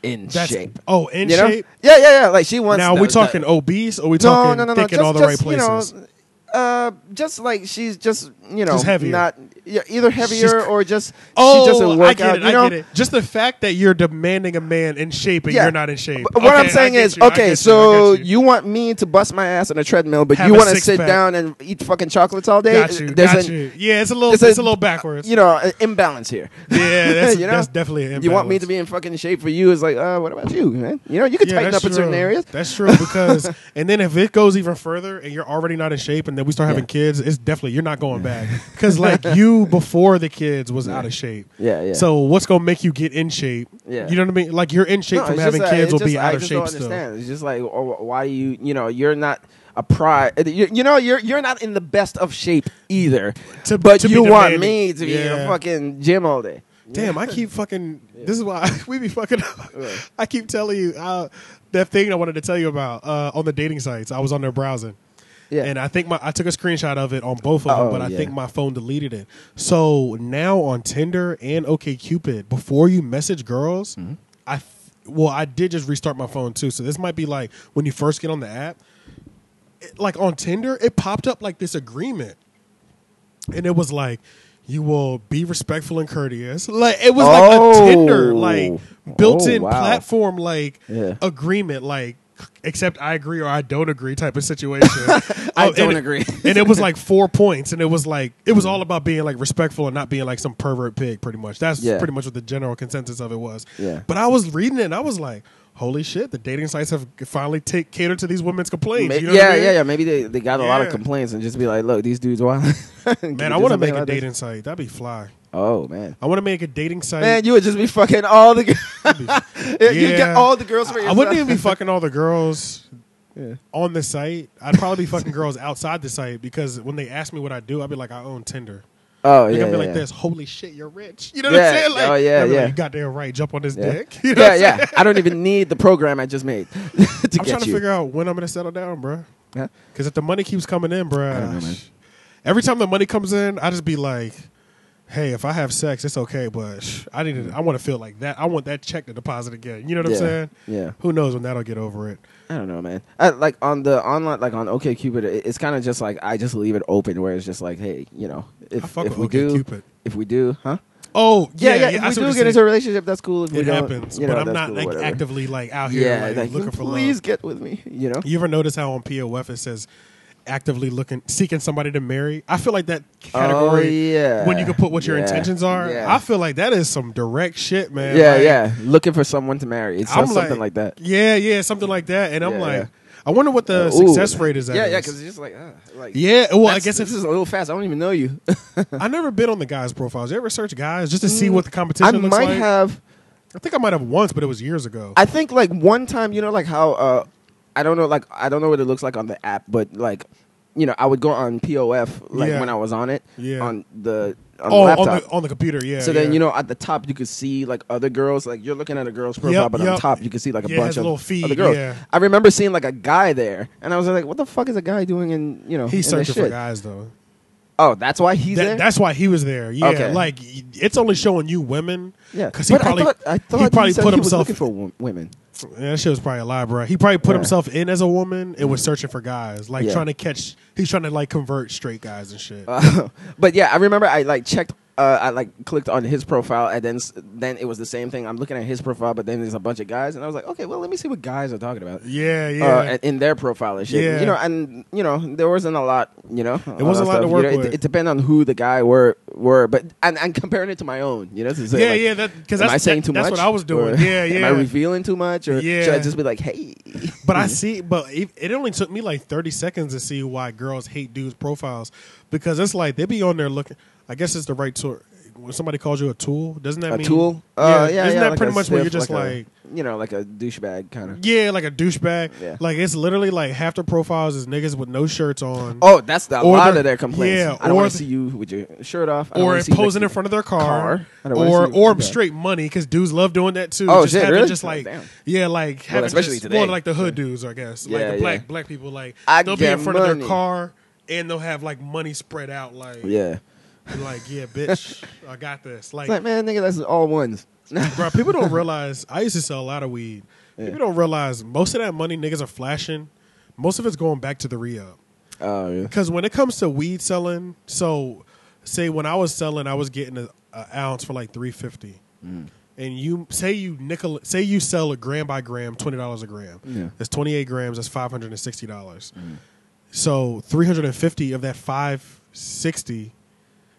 Speaker 1: in
Speaker 4: That's-
Speaker 1: shape.
Speaker 4: Oh, in
Speaker 1: You know?
Speaker 4: shape.
Speaker 1: Yeah, yeah, yeah. Like she wants.
Speaker 4: Now
Speaker 1: the-
Speaker 4: we
Speaker 1: the-
Speaker 4: talking obese or we talking thick in all the right places?
Speaker 1: You know, uh, just like she's just you know
Speaker 4: Just heavier.
Speaker 1: not yeah, either heavier
Speaker 4: cr-
Speaker 1: or just
Speaker 4: Oh,
Speaker 1: she doesn't work
Speaker 4: I get
Speaker 1: out.
Speaker 4: it.
Speaker 1: you know,
Speaker 4: I get it. Just the fact that you're demanding a man in shape and
Speaker 1: Yeah.
Speaker 4: you're not in shape.
Speaker 1: But what
Speaker 4: Okay,
Speaker 1: I'm saying
Speaker 4: I get
Speaker 1: is,
Speaker 4: you, I get
Speaker 1: okay,
Speaker 4: you, I
Speaker 1: so
Speaker 4: get
Speaker 1: you. want me to bust my ass on a treadmill, but
Speaker 4: Have
Speaker 1: you
Speaker 4: a
Speaker 1: want to sit
Speaker 4: six-pack.
Speaker 1: down and eat fucking chocolates all day?
Speaker 4: got you,
Speaker 1: There's
Speaker 4: got
Speaker 1: an-
Speaker 4: you. Yeah, it's a little,
Speaker 1: there's
Speaker 4: it's
Speaker 1: a-
Speaker 4: a, little backwards.
Speaker 1: You know, an imbalance here.
Speaker 4: yeah, that's,
Speaker 1: you know?
Speaker 4: that's definitely. An
Speaker 1: You want me
Speaker 4: imbalance.
Speaker 1: to be in fucking shape for you? It's like, uh, what about you, man? You know, you can
Speaker 4: Yeah,
Speaker 1: tighten up
Speaker 4: that's
Speaker 1: in certain
Speaker 4: true.
Speaker 1: areas.
Speaker 4: That's true because, and then if it goes even further, and you're already not in shape, and then we start having
Speaker 1: Yeah.
Speaker 4: kids, it's definitely you're not going back because like you before the kids was out of shape.
Speaker 1: Yeah, yeah.
Speaker 4: So what's gonna make you get in shape?
Speaker 1: Yeah.
Speaker 4: you know what I mean. Like you're in shape
Speaker 1: No,
Speaker 4: from
Speaker 1: it's
Speaker 4: having
Speaker 1: just, uh,
Speaker 4: kids
Speaker 1: it's
Speaker 4: will
Speaker 1: just-
Speaker 4: be
Speaker 1: I
Speaker 4: out of
Speaker 1: just
Speaker 4: shape
Speaker 1: don't
Speaker 4: still.
Speaker 1: understand. It's just like, oh, why do you? You know, you're not a pride. You, you know, you're you're not in the best of shape either.
Speaker 4: To-
Speaker 1: but
Speaker 4: to be
Speaker 1: you want
Speaker 4: demanding.
Speaker 1: me to be in a
Speaker 4: Yeah.
Speaker 1: fucking gym all day.
Speaker 4: Damn, I keep fucking. This is why we be fucking. up. I keep telling you uh, that thing I wanted to tell you about uh, on the dating sites. I was on there browsing.
Speaker 1: Yeah.
Speaker 4: And I think my I took a screenshot of it on both of
Speaker 1: Oh,
Speaker 4: them, but I
Speaker 1: yeah.
Speaker 4: think my phone deleted it. So now on Tinder and OKCupid, before you message girls,
Speaker 1: Mm-hmm.
Speaker 4: I f I well I did just restart my phone too. So this might be like when you first get on the app, it- like on Tinder, it popped up like this agreement, and it was like, you will be respectful and courteous. Like it was
Speaker 1: Oh.
Speaker 4: like a Tinder, like built-in
Speaker 1: Oh, wow.
Speaker 4: platform, like
Speaker 1: Yeah.
Speaker 4: agreement, like except I agree or I don't agree type of situation.
Speaker 1: I
Speaker 4: Oh,
Speaker 1: don't
Speaker 4: and-
Speaker 1: agree. Mm.
Speaker 4: and it was like four points, and it was like it was all about being like respectful and not being like some pervert pig. Pretty much, that's
Speaker 1: Yeah.
Speaker 4: pretty much what the general consensus of it was.
Speaker 1: Yeah.
Speaker 4: But I was reading it, and I was like. Holy shit! The dating sites have finally take catered to these women's complaints.
Speaker 1: Ma-
Speaker 4: you know what
Speaker 1: yeah,
Speaker 4: I mean?
Speaker 1: yeah, yeah. Maybe they, they got a lot of
Speaker 4: Yeah.
Speaker 1: complaints and just be like, look, these dudes wild.
Speaker 4: Man, I want to make a dating site. That'd be fly.
Speaker 1: Oh man,
Speaker 4: I want to make a dating site.
Speaker 1: man, you would just be fucking all the. You
Speaker 4: Yeah.
Speaker 1: get all the girls for
Speaker 4: I-
Speaker 1: yourself.
Speaker 4: I wouldn't even be fucking all the girls
Speaker 1: Yeah.
Speaker 4: on the site. I'd probably be fucking girls outside the site because when they ask me what I do, I'd be like, I own Tinder.
Speaker 1: Oh
Speaker 4: They're
Speaker 1: yeah,
Speaker 4: gonna be
Speaker 1: yeah,
Speaker 4: like
Speaker 1: yeah.
Speaker 4: this. Holy shit, you're rich. You know
Speaker 1: Yeah.
Speaker 4: what I'm saying? Like,
Speaker 1: Oh, yeah,
Speaker 4: I'd be like,
Speaker 1: yeah.
Speaker 4: you got there right. Jump on this
Speaker 1: Yeah.
Speaker 4: dick. You know what
Speaker 1: yeah,
Speaker 4: I'm
Speaker 1: yeah.
Speaker 4: saying?
Speaker 1: I don't even need the program I just made to
Speaker 4: I'm
Speaker 1: get
Speaker 4: trying to
Speaker 1: you.
Speaker 4: figure out when I'm gonna settle down, bruh.
Speaker 1: Huh?
Speaker 4: Because if the money keeps coming in, bruh,
Speaker 1: know, man.
Speaker 4: every time the money comes in, I just be like, "Hey, if I have sex, it's okay, but sh- I need to. I want to feel like that. I want that check to deposit again. You know what
Speaker 1: Yeah,
Speaker 4: I'm saying?
Speaker 1: yeah.
Speaker 4: Who knows when that'll get over it?
Speaker 1: I don't know, man. I, like on the online, like on OKCupid, it, it's kind of just like I just leave it open, where it's just like, hey, you know,
Speaker 4: I
Speaker 1: if
Speaker 4: fuck
Speaker 1: if
Speaker 4: with
Speaker 1: we do,
Speaker 4: OkCupid.
Speaker 1: if we do, huh?
Speaker 4: Oh
Speaker 1: Yeah,
Speaker 4: yeah,
Speaker 1: yeah.
Speaker 4: I
Speaker 1: if
Speaker 4: see
Speaker 1: we
Speaker 4: what
Speaker 1: do
Speaker 4: you're
Speaker 1: get into a
Speaker 4: saying.
Speaker 1: relationship, that's cool. If we
Speaker 4: it
Speaker 1: don't,
Speaker 4: happens,
Speaker 1: you know,
Speaker 4: but I'm
Speaker 1: that's
Speaker 4: not
Speaker 1: cool,
Speaker 4: like
Speaker 1: whatever.
Speaker 4: actively like out here
Speaker 1: Yeah,
Speaker 4: like,
Speaker 1: like,
Speaker 4: looking for
Speaker 1: please
Speaker 4: love.
Speaker 1: get with me. You know,
Speaker 4: You ever notice how on POF it says actively looking seeking somebody to marry? I feel like that
Speaker 1: Oh,
Speaker 4: category
Speaker 1: yeah.
Speaker 4: when you can put what your
Speaker 1: Yeah,
Speaker 4: intentions are.
Speaker 1: yeah.
Speaker 4: I feel like that is some direct shit, man.
Speaker 1: yeah,
Speaker 4: Like,
Speaker 1: yeah. Looking for someone to marry. It's
Speaker 4: I'm
Speaker 1: something like, that.
Speaker 4: Yeah, yeah, something like that. And I'm
Speaker 1: Yeah,
Speaker 4: like,
Speaker 1: yeah.
Speaker 4: I wonder what the
Speaker 1: Ooh.
Speaker 4: success rate is. At
Speaker 1: yeah,
Speaker 4: is.
Speaker 1: yeah. Because it's just like, uh, like
Speaker 4: yeah. Well, I
Speaker 1: that's-
Speaker 4: guess
Speaker 1: this
Speaker 4: if
Speaker 1: is a little fast. I don't even know you.
Speaker 4: I've never been on the guys' profiles. You ever search guys just to see what the
Speaker 1: Mm, I
Speaker 4: competition
Speaker 1: might
Speaker 4: looks like?
Speaker 1: have.
Speaker 4: I think I might have once, but it was years ago.
Speaker 1: I think like one time, you know, like how uh, I don't know, like I don't know what it looks like on the app, but like you know, I would go on POF like
Speaker 4: Yeah.
Speaker 1: when I was on it
Speaker 4: Yeah.
Speaker 1: on the on
Speaker 4: oh,
Speaker 1: the
Speaker 4: on
Speaker 1: laptop.
Speaker 4: the on the computer. Yeah.
Speaker 1: so then
Speaker 4: yeah.
Speaker 1: you know at the top you could see like other girls like you're looking at a girl's profile
Speaker 4: Yep,
Speaker 1: but on
Speaker 4: yep.
Speaker 1: top you could see like a
Speaker 4: Yeah, it
Speaker 1: bunch
Speaker 4: has a
Speaker 1: of
Speaker 4: little feed,
Speaker 1: other girls.
Speaker 4: yeah.
Speaker 1: I remember seeing like a guy there and I was like what the fuck is a guy doing in you know
Speaker 4: he's
Speaker 1: in this
Speaker 4: searching for
Speaker 1: shit?
Speaker 4: guys though.
Speaker 1: Oh, that's why he's
Speaker 4: That-
Speaker 1: there.
Speaker 4: That's why he was there. Yeah,
Speaker 1: Okay.
Speaker 4: like y- it's only showing you women.
Speaker 1: yeah,
Speaker 4: because he
Speaker 1: But
Speaker 4: probably
Speaker 1: I thought, I thought
Speaker 4: he probably
Speaker 1: said
Speaker 4: put
Speaker 1: he
Speaker 4: himself.
Speaker 1: was looking for wo- women.
Speaker 4: Yeah, that shit was probably a lie, bro. He probably put
Speaker 1: Yeah. Mm.
Speaker 4: himself in as a woman and was searching for guys, like
Speaker 1: Yeah.
Speaker 4: trying to catch. He's trying to like convert straight guys and shit.
Speaker 1: Uh, but yeah, I remember I like checked. Uh, I like clicked on his profile, and then s- then it was the same thing. I'm looking at his profile, but then there's a bunch of guys, and I was like, okay, well, let me see what guys are talking about.
Speaker 4: yeah, yeah.
Speaker 1: Uh, and in their profile and shit,
Speaker 4: Yeah.
Speaker 1: you know, and you know, there wasn't a lot, you know, it
Speaker 4: wasn't a lot to work
Speaker 1: It,
Speaker 4: with.
Speaker 1: it depended on who the guy were, were, but and, and comparing it to my own, you know, to say,
Speaker 4: yeah,
Speaker 1: like,
Speaker 4: yeah, that because
Speaker 1: am
Speaker 4: that's
Speaker 1: I saying too
Speaker 4: that's
Speaker 1: much?
Speaker 4: what I was doing.
Speaker 1: Or
Speaker 4: yeah, yeah.
Speaker 1: Am I revealing too much, or should I
Speaker 4: Yeah.
Speaker 1: just be like, hey?
Speaker 4: But I see, but it, it only took me like 30 seconds to see why girls hate dudes' profiles because it's like they be on there looking. I guess it's the right tool. When somebody calls you a tool, doesn't that
Speaker 1: a
Speaker 4: mean
Speaker 1: tool? Uh, yeah, yeah.
Speaker 4: isn't that
Speaker 1: like
Speaker 4: pretty
Speaker 1: a
Speaker 4: much where you're
Speaker 1: stiff,
Speaker 4: just
Speaker 1: like,
Speaker 4: like,
Speaker 1: a- you know, like a douchebag kind of.
Speaker 4: yeah, like a douchebag?
Speaker 1: Yeah.
Speaker 4: Like it's literally like half the profiles is niggas with no shirts on.
Speaker 1: Oh, that's the, a
Speaker 4: Or
Speaker 1: lot
Speaker 4: the-
Speaker 1: of their complaints.
Speaker 4: yeah,
Speaker 1: I don't
Speaker 4: or
Speaker 1: want to
Speaker 4: the-
Speaker 1: see you with your shirt off. I don't
Speaker 4: or
Speaker 1: wanna
Speaker 4: it
Speaker 1: see you,
Speaker 4: posing
Speaker 1: like,
Speaker 4: in front of their car,
Speaker 1: car. I don't wanna
Speaker 4: or
Speaker 1: see you
Speaker 4: or
Speaker 1: do that.
Speaker 4: straight money because dudes love doing that too.
Speaker 1: Oh,
Speaker 4: just
Speaker 1: shit,
Speaker 4: having
Speaker 1: really?
Speaker 4: Just like
Speaker 1: Damn.
Speaker 4: yeah, like having
Speaker 1: especially
Speaker 4: just,
Speaker 1: today.
Speaker 4: Well, like the hood dudes, I guess.
Speaker 1: Yeah,
Speaker 4: like
Speaker 1: yeah.
Speaker 4: the black black people, like
Speaker 1: I
Speaker 4: they'll be
Speaker 1: get
Speaker 4: in front of
Speaker 1: money.
Speaker 4: their car and they'll have like money spread out, like
Speaker 1: Yeah.
Speaker 4: like yeah, bitch, I got this. Like,
Speaker 1: It's like, man, nigga, that's all ones.
Speaker 4: bro, people don't realize. I used to sell a lot of weed. People don't realize most of that money niggas are flashing. Most of it's going back to the re up.
Speaker 1: Oh, yeah.
Speaker 4: Because when it comes to weed selling, so say when I was selling, I was getting an ounce for like three fifty,
Speaker 1: Mm.
Speaker 4: and you say you nickel, say you sell a gram by gram, twenty dollars a gram.
Speaker 1: Yeah. Mm.
Speaker 4: That's twenty eight grams. That's five hundred and sixty dollars. So three hundred and fifty of that five sixty,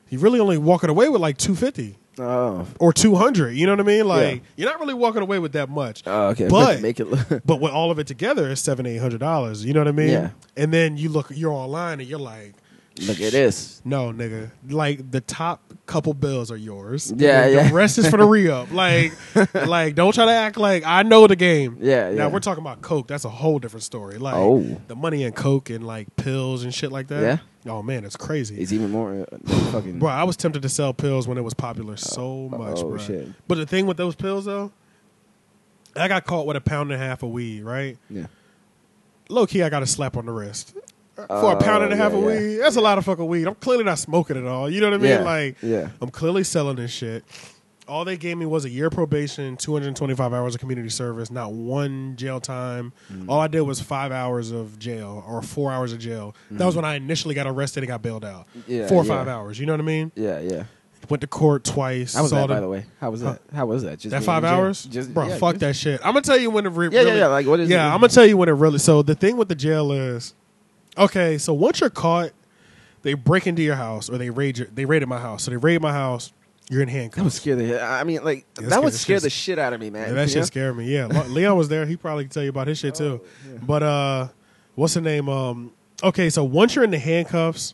Speaker 4: you really only walking away with like two fifty
Speaker 1: Oh,
Speaker 4: or two hundred. You know what I mean? Like
Speaker 1: Yeah.
Speaker 4: you're not really walking away with that much.
Speaker 1: oh, okay.
Speaker 4: But-
Speaker 1: make it look.
Speaker 4: But with all of it together, it's seven eight hundred dollars. You know what I mean?
Speaker 1: Yeah.
Speaker 4: And then you look, you're online, and you're like,
Speaker 1: Look at this.
Speaker 4: no, nigga. Like the top couple bills are yours.
Speaker 1: Yeah,
Speaker 4: And
Speaker 1: yeah.
Speaker 4: The rest is for the re up. Like, like don't try to act like I know the game.
Speaker 1: Yeah, yeah.
Speaker 4: Now we're talking about coke. That's a whole different story. Like
Speaker 1: Oh.
Speaker 4: the money in coke and like pills and shit like that. Yeah. Oh man, it's crazy.
Speaker 1: It's even more uh, fucking.
Speaker 4: Bro, I was tempted to sell pills when it was popular so much,
Speaker 1: oh,
Speaker 4: bro.
Speaker 1: shit.
Speaker 4: But the thing with those pills though, I got caught with a pound and a half of weed, right?
Speaker 1: Yeah.
Speaker 4: Low key, I got a slap on the wrist. For a pound and a
Speaker 1: Oh,
Speaker 4: half
Speaker 1: yeah,
Speaker 4: of
Speaker 1: yeah.
Speaker 4: weed, that's a lot of fucking weed. I'm clearly not smoking at all. You know what I mean?
Speaker 1: Yeah,
Speaker 4: Like,
Speaker 1: yeah.
Speaker 4: I'm clearly selling this shit. All they gave me was a year probation, 225 hours of community service, not one jail time.
Speaker 1: Mm.
Speaker 4: All I did was five hours of jail or four hours of jail. That was when I initially got arrested and got bailed out.
Speaker 1: Mm. Yeah,
Speaker 4: four or
Speaker 1: yeah.
Speaker 4: five hours. You know what I mean?
Speaker 1: Yeah, yeah.
Speaker 4: Went to court twice.
Speaker 1: How was
Speaker 4: saw
Speaker 1: that,
Speaker 4: the-
Speaker 1: by the way? How was that? How was that? Just
Speaker 4: that
Speaker 1: being
Speaker 4: five
Speaker 1: in jail?
Speaker 4: hours,
Speaker 1: Just,
Speaker 4: bro.
Speaker 1: yeah,
Speaker 4: fuck
Speaker 1: just-
Speaker 4: that shit. I'm gonna tell you when it re-
Speaker 1: Yeah,
Speaker 4: really,
Speaker 1: yeah, yeah. Like, what is?
Speaker 4: yeah,
Speaker 1: it?
Speaker 4: I'm gonna tell you when it really. So the thing with the jail is, okay, so once you're caught, they break into your house or they raid your, they raided my house. So they raid my house. You're in
Speaker 1: That would
Speaker 4: handcuffs.
Speaker 1: scare the. I mean, like
Speaker 4: Yeah,
Speaker 1: that would scare
Speaker 4: scare
Speaker 1: the
Speaker 4: the
Speaker 1: shit out of me, man.
Speaker 4: Yeah, that
Speaker 1: You
Speaker 4: shit
Speaker 1: know?
Speaker 4: scared me. Yeah, Le- Leon was there. He probably could tell you about his shit too.
Speaker 1: Oh,
Speaker 4: But uh, what's the name? Um, okay, so once you're in the handcuffs,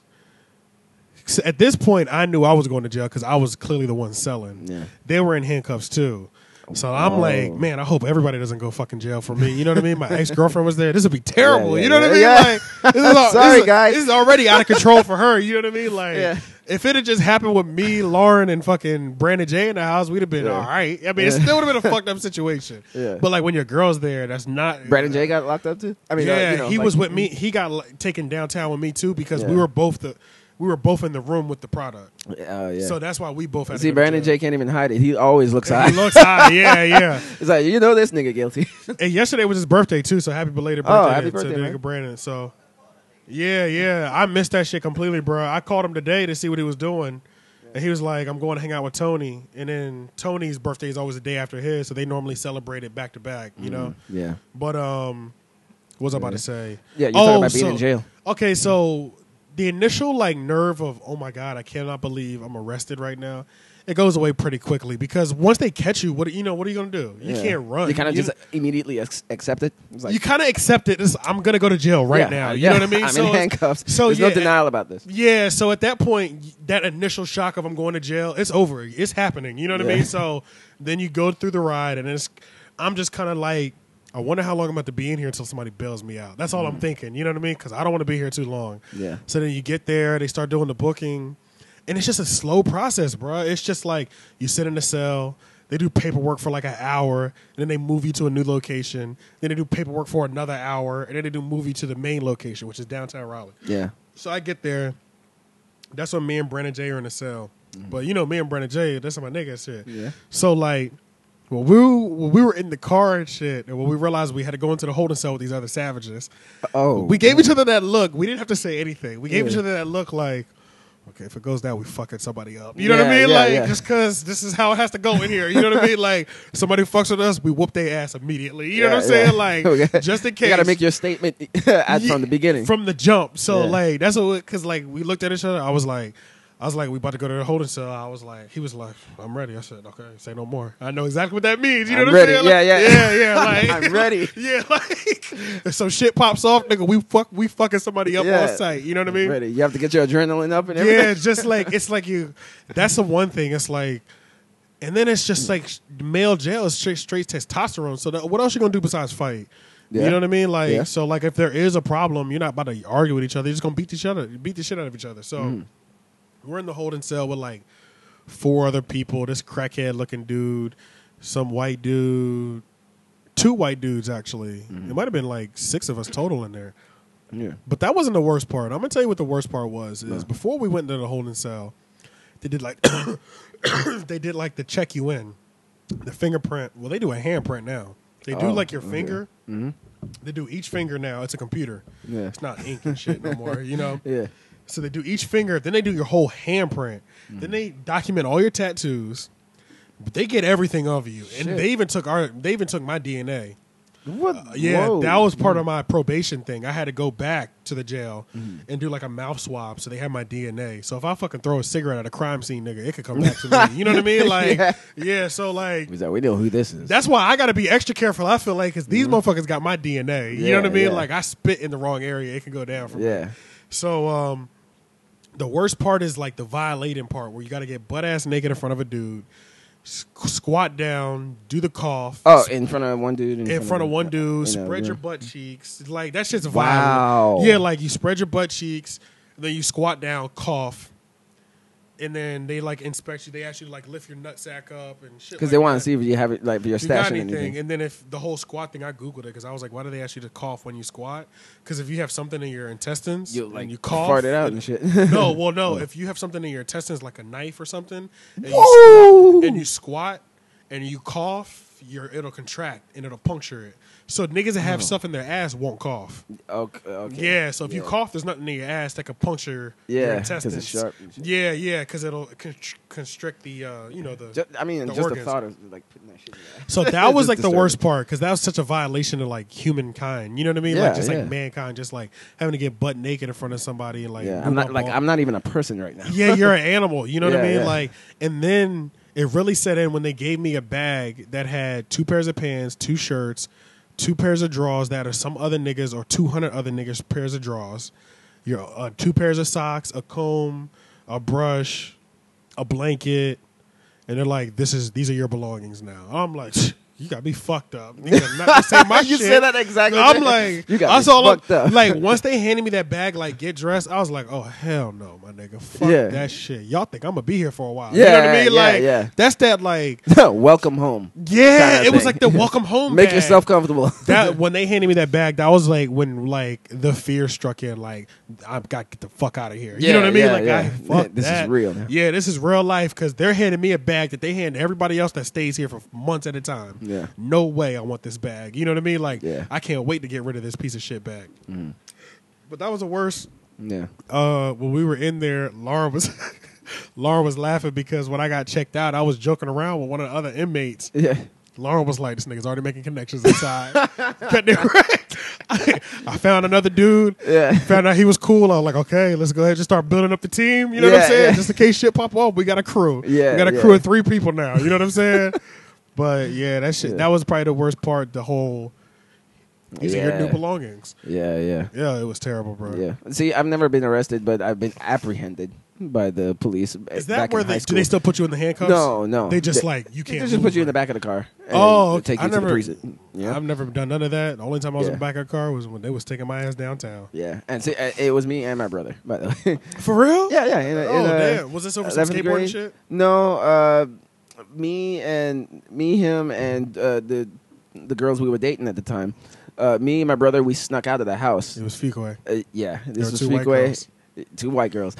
Speaker 4: s- at this point, I knew I was going to jail because I was clearly the one selling.
Speaker 1: Yeah.
Speaker 4: They were in handcuffs too. So I'm like,
Speaker 1: Oh.
Speaker 4: man, I hope everybody doesn't go fucking jail for me. You know what I mean? My ex girlfriend was there. This would be terrible.
Speaker 1: Yeah, yeah,
Speaker 4: you know what I mean?
Speaker 1: yeah.
Speaker 4: Like, this is all,
Speaker 1: Sorry,
Speaker 4: this is,
Speaker 1: guys.
Speaker 4: This is already out of control for her. You know what I mean? Like,
Speaker 1: Yeah.
Speaker 4: if it had just happened with me, Lauren, and fucking Brandon J in the house, we'd have been
Speaker 1: Yeah.
Speaker 4: all right. I mean, it still would have been a fucked up situation.
Speaker 1: Yeah.
Speaker 4: But like when your girl's there, that's not
Speaker 1: Brandon Jay got locked up too. I mean, uh,
Speaker 4: yeah,
Speaker 1: you know,
Speaker 4: he
Speaker 1: like-
Speaker 4: was with me. He got like, taken downtown with me too because
Speaker 1: Yeah.
Speaker 4: we were both the we were both in the room with the product.
Speaker 1: Oh yeah.
Speaker 4: So that's why we both had.
Speaker 1: See,
Speaker 4: to go to
Speaker 1: Brandon
Speaker 4: jail.
Speaker 1: Jay can't even hide it. He always looks high.
Speaker 4: He looks high. Yeah, yeah.
Speaker 1: it's like you know this nigga guilty.
Speaker 4: And yesterday was his birthday too, so happy belated
Speaker 1: Oh,
Speaker 4: birthday,
Speaker 1: happy
Speaker 4: to
Speaker 1: birthday,
Speaker 4: the
Speaker 1: man.
Speaker 4: nigga Brandon. So yeah, yeah, I missed that shit completely, bro. I called him today to see what he was doing, and he was like, "I'm going to hang out with Tony." And then Tony's birthday is always the day after his, so they normally celebrate it back to back, you know.
Speaker 1: yeah.
Speaker 4: But um, what was I about to say?
Speaker 1: Yeah, you talking
Speaker 4: Oh,
Speaker 1: about being in
Speaker 4: so-
Speaker 1: jail.
Speaker 4: Okay, so the initial like nerve of oh my god, I cannot believe I'm arrested right now. It goes away pretty quickly because once they catch you, what you know, what are you gonna do? You
Speaker 1: Yeah.
Speaker 4: can't run.
Speaker 1: You kind of
Speaker 4: You-
Speaker 1: just immediately ex- accept it. It's like,
Speaker 4: you kind of accept it. As, I'm gonna go to jail right
Speaker 1: yeah, uh,
Speaker 4: now. You
Speaker 1: yeah,
Speaker 4: know what I mean?
Speaker 1: I'm
Speaker 4: so
Speaker 1: in
Speaker 4: it's-
Speaker 1: handcuffs.
Speaker 4: So
Speaker 1: there's
Speaker 4: yeah,
Speaker 1: no denial about this.
Speaker 4: Yeah. So at that point, that initial shock of I'm going to jail, it's over. It's happening. You know what
Speaker 1: Yeah.
Speaker 4: I mean? So then you go through the ride, and it's I'm just kind of like. I wonder how long I'm about to be in here until somebody bails me out. That's all I'm thinking. You know what I mean? Because I don't want to be here too long.
Speaker 1: Mm. Yeah.
Speaker 4: So then you get there, they start doing the booking, and it's just a slow process, bro. It's just like you sit in the cell, they do paperwork for like an hour, and then they move you to a new location, then they do paperwork for another hour, and then they do move you to the main location, which is downtown Raleigh.
Speaker 1: Yeah.
Speaker 4: So I get there. That's when me and Brandon J are in the cell. But you know, me and Brandon J, that's my nigga and shit.
Speaker 1: Mm-hmm. Yeah.
Speaker 4: So like, when we when we were in the car and shit, and when we realized we had to go into the holding cell with these other savages,
Speaker 1: Oh,
Speaker 4: we gave each other that look. We didn't have to say anything. We gave
Speaker 1: Yeah.
Speaker 4: each other that look like, okay, if it goes down, we fucking somebody up. You know what
Speaker 1: Yeah,
Speaker 4: I mean?
Speaker 1: yeah,
Speaker 4: like
Speaker 1: yeah.
Speaker 4: just because this is how it has to go in here. You know what I mean? Like somebody fucks with us, we whoop their ass immediately. You know what I'm
Speaker 1: Yeah, yeah.
Speaker 4: saying? Like
Speaker 1: Okay.
Speaker 4: just in case
Speaker 1: You got to make your statement at,
Speaker 4: yeah,
Speaker 1: from the beginning.
Speaker 4: from the jump. So
Speaker 1: Yeah.
Speaker 4: like that's what because like we looked at each other. I was like, I was like, we about to go to the holding cell. I was like, he was like, I'm ready. I said, okay, say no more. I know exactly what that means. You know
Speaker 1: I'm
Speaker 4: what
Speaker 1: ready.
Speaker 4: I'm saying?
Speaker 1: Yeah,
Speaker 4: Like,
Speaker 1: yeah.
Speaker 4: yeah, yeah. Like
Speaker 1: I'm ready.
Speaker 4: Yeah, like if some shit pops off, nigga. We fuck, we fucking somebody up
Speaker 1: Yeah.
Speaker 4: on site. You know what I mean?
Speaker 1: Ready. You have to get your adrenaline up and everything.
Speaker 4: Yeah, it's just like it's like you. That's the one thing. It's like, and then it's just like sh- male jail is straight, straight testosterone. So that, what else you gonna do besides fight?
Speaker 1: Yeah.
Speaker 4: You know what I mean? Like
Speaker 1: Yeah.
Speaker 4: so, like if there is a problem, you're not about to argue with each other. You're just gonna beat each other, beat the shit out of each other. So
Speaker 1: Mm.
Speaker 4: we're in the holding cell with like four other people. This crackhead looking dude, some white dude, two white dudes actually.
Speaker 1: Mm-hmm.
Speaker 4: It might have been like six of us total in there.
Speaker 1: Yeah.
Speaker 4: But that wasn't the worst part. I'm gonna tell you what the worst part was. Is before we went into the holding cell, they did like they did like the check you in, the fingerprint. Well, they do a handprint now. They do
Speaker 1: Oh,
Speaker 4: like your
Speaker 1: okay.
Speaker 4: finger They do each finger now. It's a computer.
Speaker 1: Yeah.
Speaker 4: It's not ink and shit no more. You know.
Speaker 1: Yeah.
Speaker 4: So they do each finger. Then they do your whole handprint.
Speaker 1: Mm.
Speaker 4: Then they document all your tattoos. But they get everything of you,
Speaker 1: Shit.
Speaker 4: and they even took our. They even took my DNA.
Speaker 1: What?
Speaker 4: Uh, Yeah,
Speaker 1: Whoa.
Speaker 4: that was part of my probation thing. I had to go back to the jail and do like a mouth swab, so they had my DNA. So if I fucking throw a cigarette at a crime scene, nigga, it could come back to me. You know what I mean? Like,
Speaker 1: Yeah.
Speaker 4: yeah. so like.
Speaker 1: He's like, we know who this is.
Speaker 4: That's why I got to be extra careful. I feel like because these motherfuckers got my DNA. You
Speaker 1: Mm-hmm. Yeah,
Speaker 4: know what I mean?
Speaker 1: yeah.
Speaker 4: Like I spit in the wrong area, it can go down from
Speaker 1: yeah.
Speaker 4: so um the worst part is like the violating part where you got to get butt ass naked in front of a dude, s- squat down, do the cough.
Speaker 1: Oh,
Speaker 4: s-
Speaker 1: in front of one dude. In,
Speaker 4: in front of one dude,
Speaker 1: you know,
Speaker 4: spread
Speaker 1: yeah.
Speaker 4: your butt cheeks. Like that shit's violent.
Speaker 1: Wow.
Speaker 4: Yeah, like you spread your butt cheeks, then you squat down, cough, and then they like inspect you. They actually like lift your nutsack up and shit.
Speaker 1: Because
Speaker 4: like
Speaker 1: they want
Speaker 4: that.
Speaker 1: to see if you have it, like if you're
Speaker 4: If you got
Speaker 1: stashing
Speaker 4: anything.
Speaker 1: anything.
Speaker 4: And then if the whole squat thing, I googled it because I was like, why do they ask you to cough when you squat? Because if you have something in your intestines,
Speaker 1: You
Speaker 4: and
Speaker 1: like
Speaker 4: you cough
Speaker 1: fart it out and shit.
Speaker 4: no, well, no. If you have something in your intestines, like a knife or something, and you,
Speaker 1: Whoa!
Speaker 4: squat, and you squat and you cough, your it'll contract and it'll puncture it. So niggas that have
Speaker 1: Oh.
Speaker 4: stuff in their ass won't cough.
Speaker 1: okay, okay.
Speaker 4: Yeah. So if you
Speaker 1: Yeah.
Speaker 4: cough, there's nothing in your ass that could puncture your
Speaker 1: Yeah, 'cause it's
Speaker 4: intestines.
Speaker 1: sharp and shit.
Speaker 4: Yeah, yeah, because it'll constr- constrict the uh, you know the
Speaker 1: Ju- I mean,
Speaker 4: The
Speaker 1: just
Speaker 4: organs.
Speaker 1: the thought of like putting that shit. In there.
Speaker 4: so that was
Speaker 1: It's
Speaker 4: like the
Speaker 1: disturbing.
Speaker 4: worst part because that was such a violation of like humankind. You know what I mean?
Speaker 1: Yeah,
Speaker 4: like just
Speaker 1: yeah.
Speaker 4: like mankind, just like having to get butt naked in front of somebody and like
Speaker 1: Yeah,
Speaker 4: move
Speaker 1: I'm not
Speaker 4: up
Speaker 1: like
Speaker 4: all-
Speaker 1: I'm not even a person right now.
Speaker 4: yeah, you're an animal. You know what I
Speaker 1: Yeah,
Speaker 4: mean?
Speaker 1: yeah.
Speaker 4: Like, and then it really set in when they gave me a bag that had two pairs of pants, two shirts, two pairs of drawers that are some other niggas or 200 other niggas pairs of drawers, your uh, two pairs of socks, a comb, a brush, a blanket, and they're like, "This is these are your belongings now." I'm like. You gotta be fucked up. You gotta not to say my
Speaker 1: You
Speaker 4: shit.
Speaker 1: said that exactly.
Speaker 4: I'm like,
Speaker 1: You gotta
Speaker 4: you got I
Speaker 1: be
Speaker 4: saw
Speaker 1: fucked up.
Speaker 4: Like once they handed me that bag, like get dressed, I was like, oh hell no, my nigga, fuck
Speaker 1: Yeah.
Speaker 4: that shit. Y'all think I'm gonna be here for a while? you
Speaker 1: Yeah,
Speaker 4: know what I mean?
Speaker 1: yeah,
Speaker 4: like
Speaker 1: yeah.
Speaker 4: that's that like
Speaker 1: Welcome home.
Speaker 4: yeah.
Speaker 1: Kinda
Speaker 4: it was
Speaker 1: thing.
Speaker 4: like the welcome home.
Speaker 1: Make
Speaker 4: bag.
Speaker 1: yourself comfortable.
Speaker 4: That when they handed me that bag, that was like when like the fear struck in. Like I've got to get the fuck out of here.
Speaker 1: Yeah,
Speaker 4: you know what I mean?
Speaker 1: yeah,
Speaker 4: like
Speaker 1: yeah.
Speaker 4: I fuck
Speaker 1: This is
Speaker 4: that.
Speaker 1: real.
Speaker 4: Yeah, this is real life because they're handing me a bag that they hand to everybody else that stays here for months at a time.
Speaker 1: Yeah.
Speaker 4: no way I want this bag. You know what I mean? Like
Speaker 1: Yeah. Mm.
Speaker 4: I can't wait to get rid of this piece of shit bag. But that was the worst
Speaker 1: yeah.
Speaker 4: uh when we were in there, Laura was Laura was laughing because when I got checked out, I was joking around with one of the other inmates.
Speaker 1: Yeah.
Speaker 4: Laura was like, "This nigga's already making connections inside." Cut it right. I, I found another dude.
Speaker 1: Yeah.
Speaker 4: Found out he was cool. I was like, "Okay, let's go ahead and just start building up the team." You know what
Speaker 1: Yeah,
Speaker 4: I'm saying?
Speaker 1: yeah.
Speaker 4: Just in case shit pop up, we got a crew.
Speaker 1: Yeah,
Speaker 4: we got a
Speaker 1: yeah.
Speaker 4: crew of three people now. You know what I'm saying? but yeah, that shit.
Speaker 1: Yeah.
Speaker 4: That was probably the worst part. The whole these are your new
Speaker 1: Yeah.
Speaker 4: belongings.
Speaker 1: Yeah. Yeah.
Speaker 4: Yeah, it was terrible, bro.
Speaker 1: Yeah. See, I've never been arrested, but I've been apprehended by the police.
Speaker 4: Is that
Speaker 1: back
Speaker 4: where
Speaker 1: in
Speaker 4: they
Speaker 1: high
Speaker 4: do
Speaker 1: school.
Speaker 4: they still put you in the handcuffs?
Speaker 1: No, no.
Speaker 4: They just
Speaker 1: They-
Speaker 4: like you
Speaker 1: They
Speaker 4: can't.
Speaker 1: just put
Speaker 4: move.
Speaker 1: you in the back of the car. and
Speaker 4: Oh,
Speaker 1: take you
Speaker 4: I
Speaker 1: to
Speaker 4: never-
Speaker 1: the prison. Yeah.
Speaker 4: I've never done none of that. The only time I was in
Speaker 1: Yeah.
Speaker 4: the back of a car was when they was taking my ass downtown.
Speaker 1: yeah. And see, uh, it was me and my brother, by the way.
Speaker 4: For real?
Speaker 1: yeah, yeah. In a, in
Speaker 4: oh
Speaker 1: a-
Speaker 4: damn! Was this over some
Speaker 1: 11th
Speaker 4: skateboarding
Speaker 1: grade?
Speaker 4: shit?
Speaker 1: No, uh, me and me, him, and uh, the the girls we were dating at the time. Uh, me and my brother, we snuck out of the house.
Speaker 4: It was Fikoi.
Speaker 1: Uh, yeah, this
Speaker 4: were
Speaker 1: was
Speaker 4: two
Speaker 1: Freakway.
Speaker 4: white girls.
Speaker 1: Two white girls.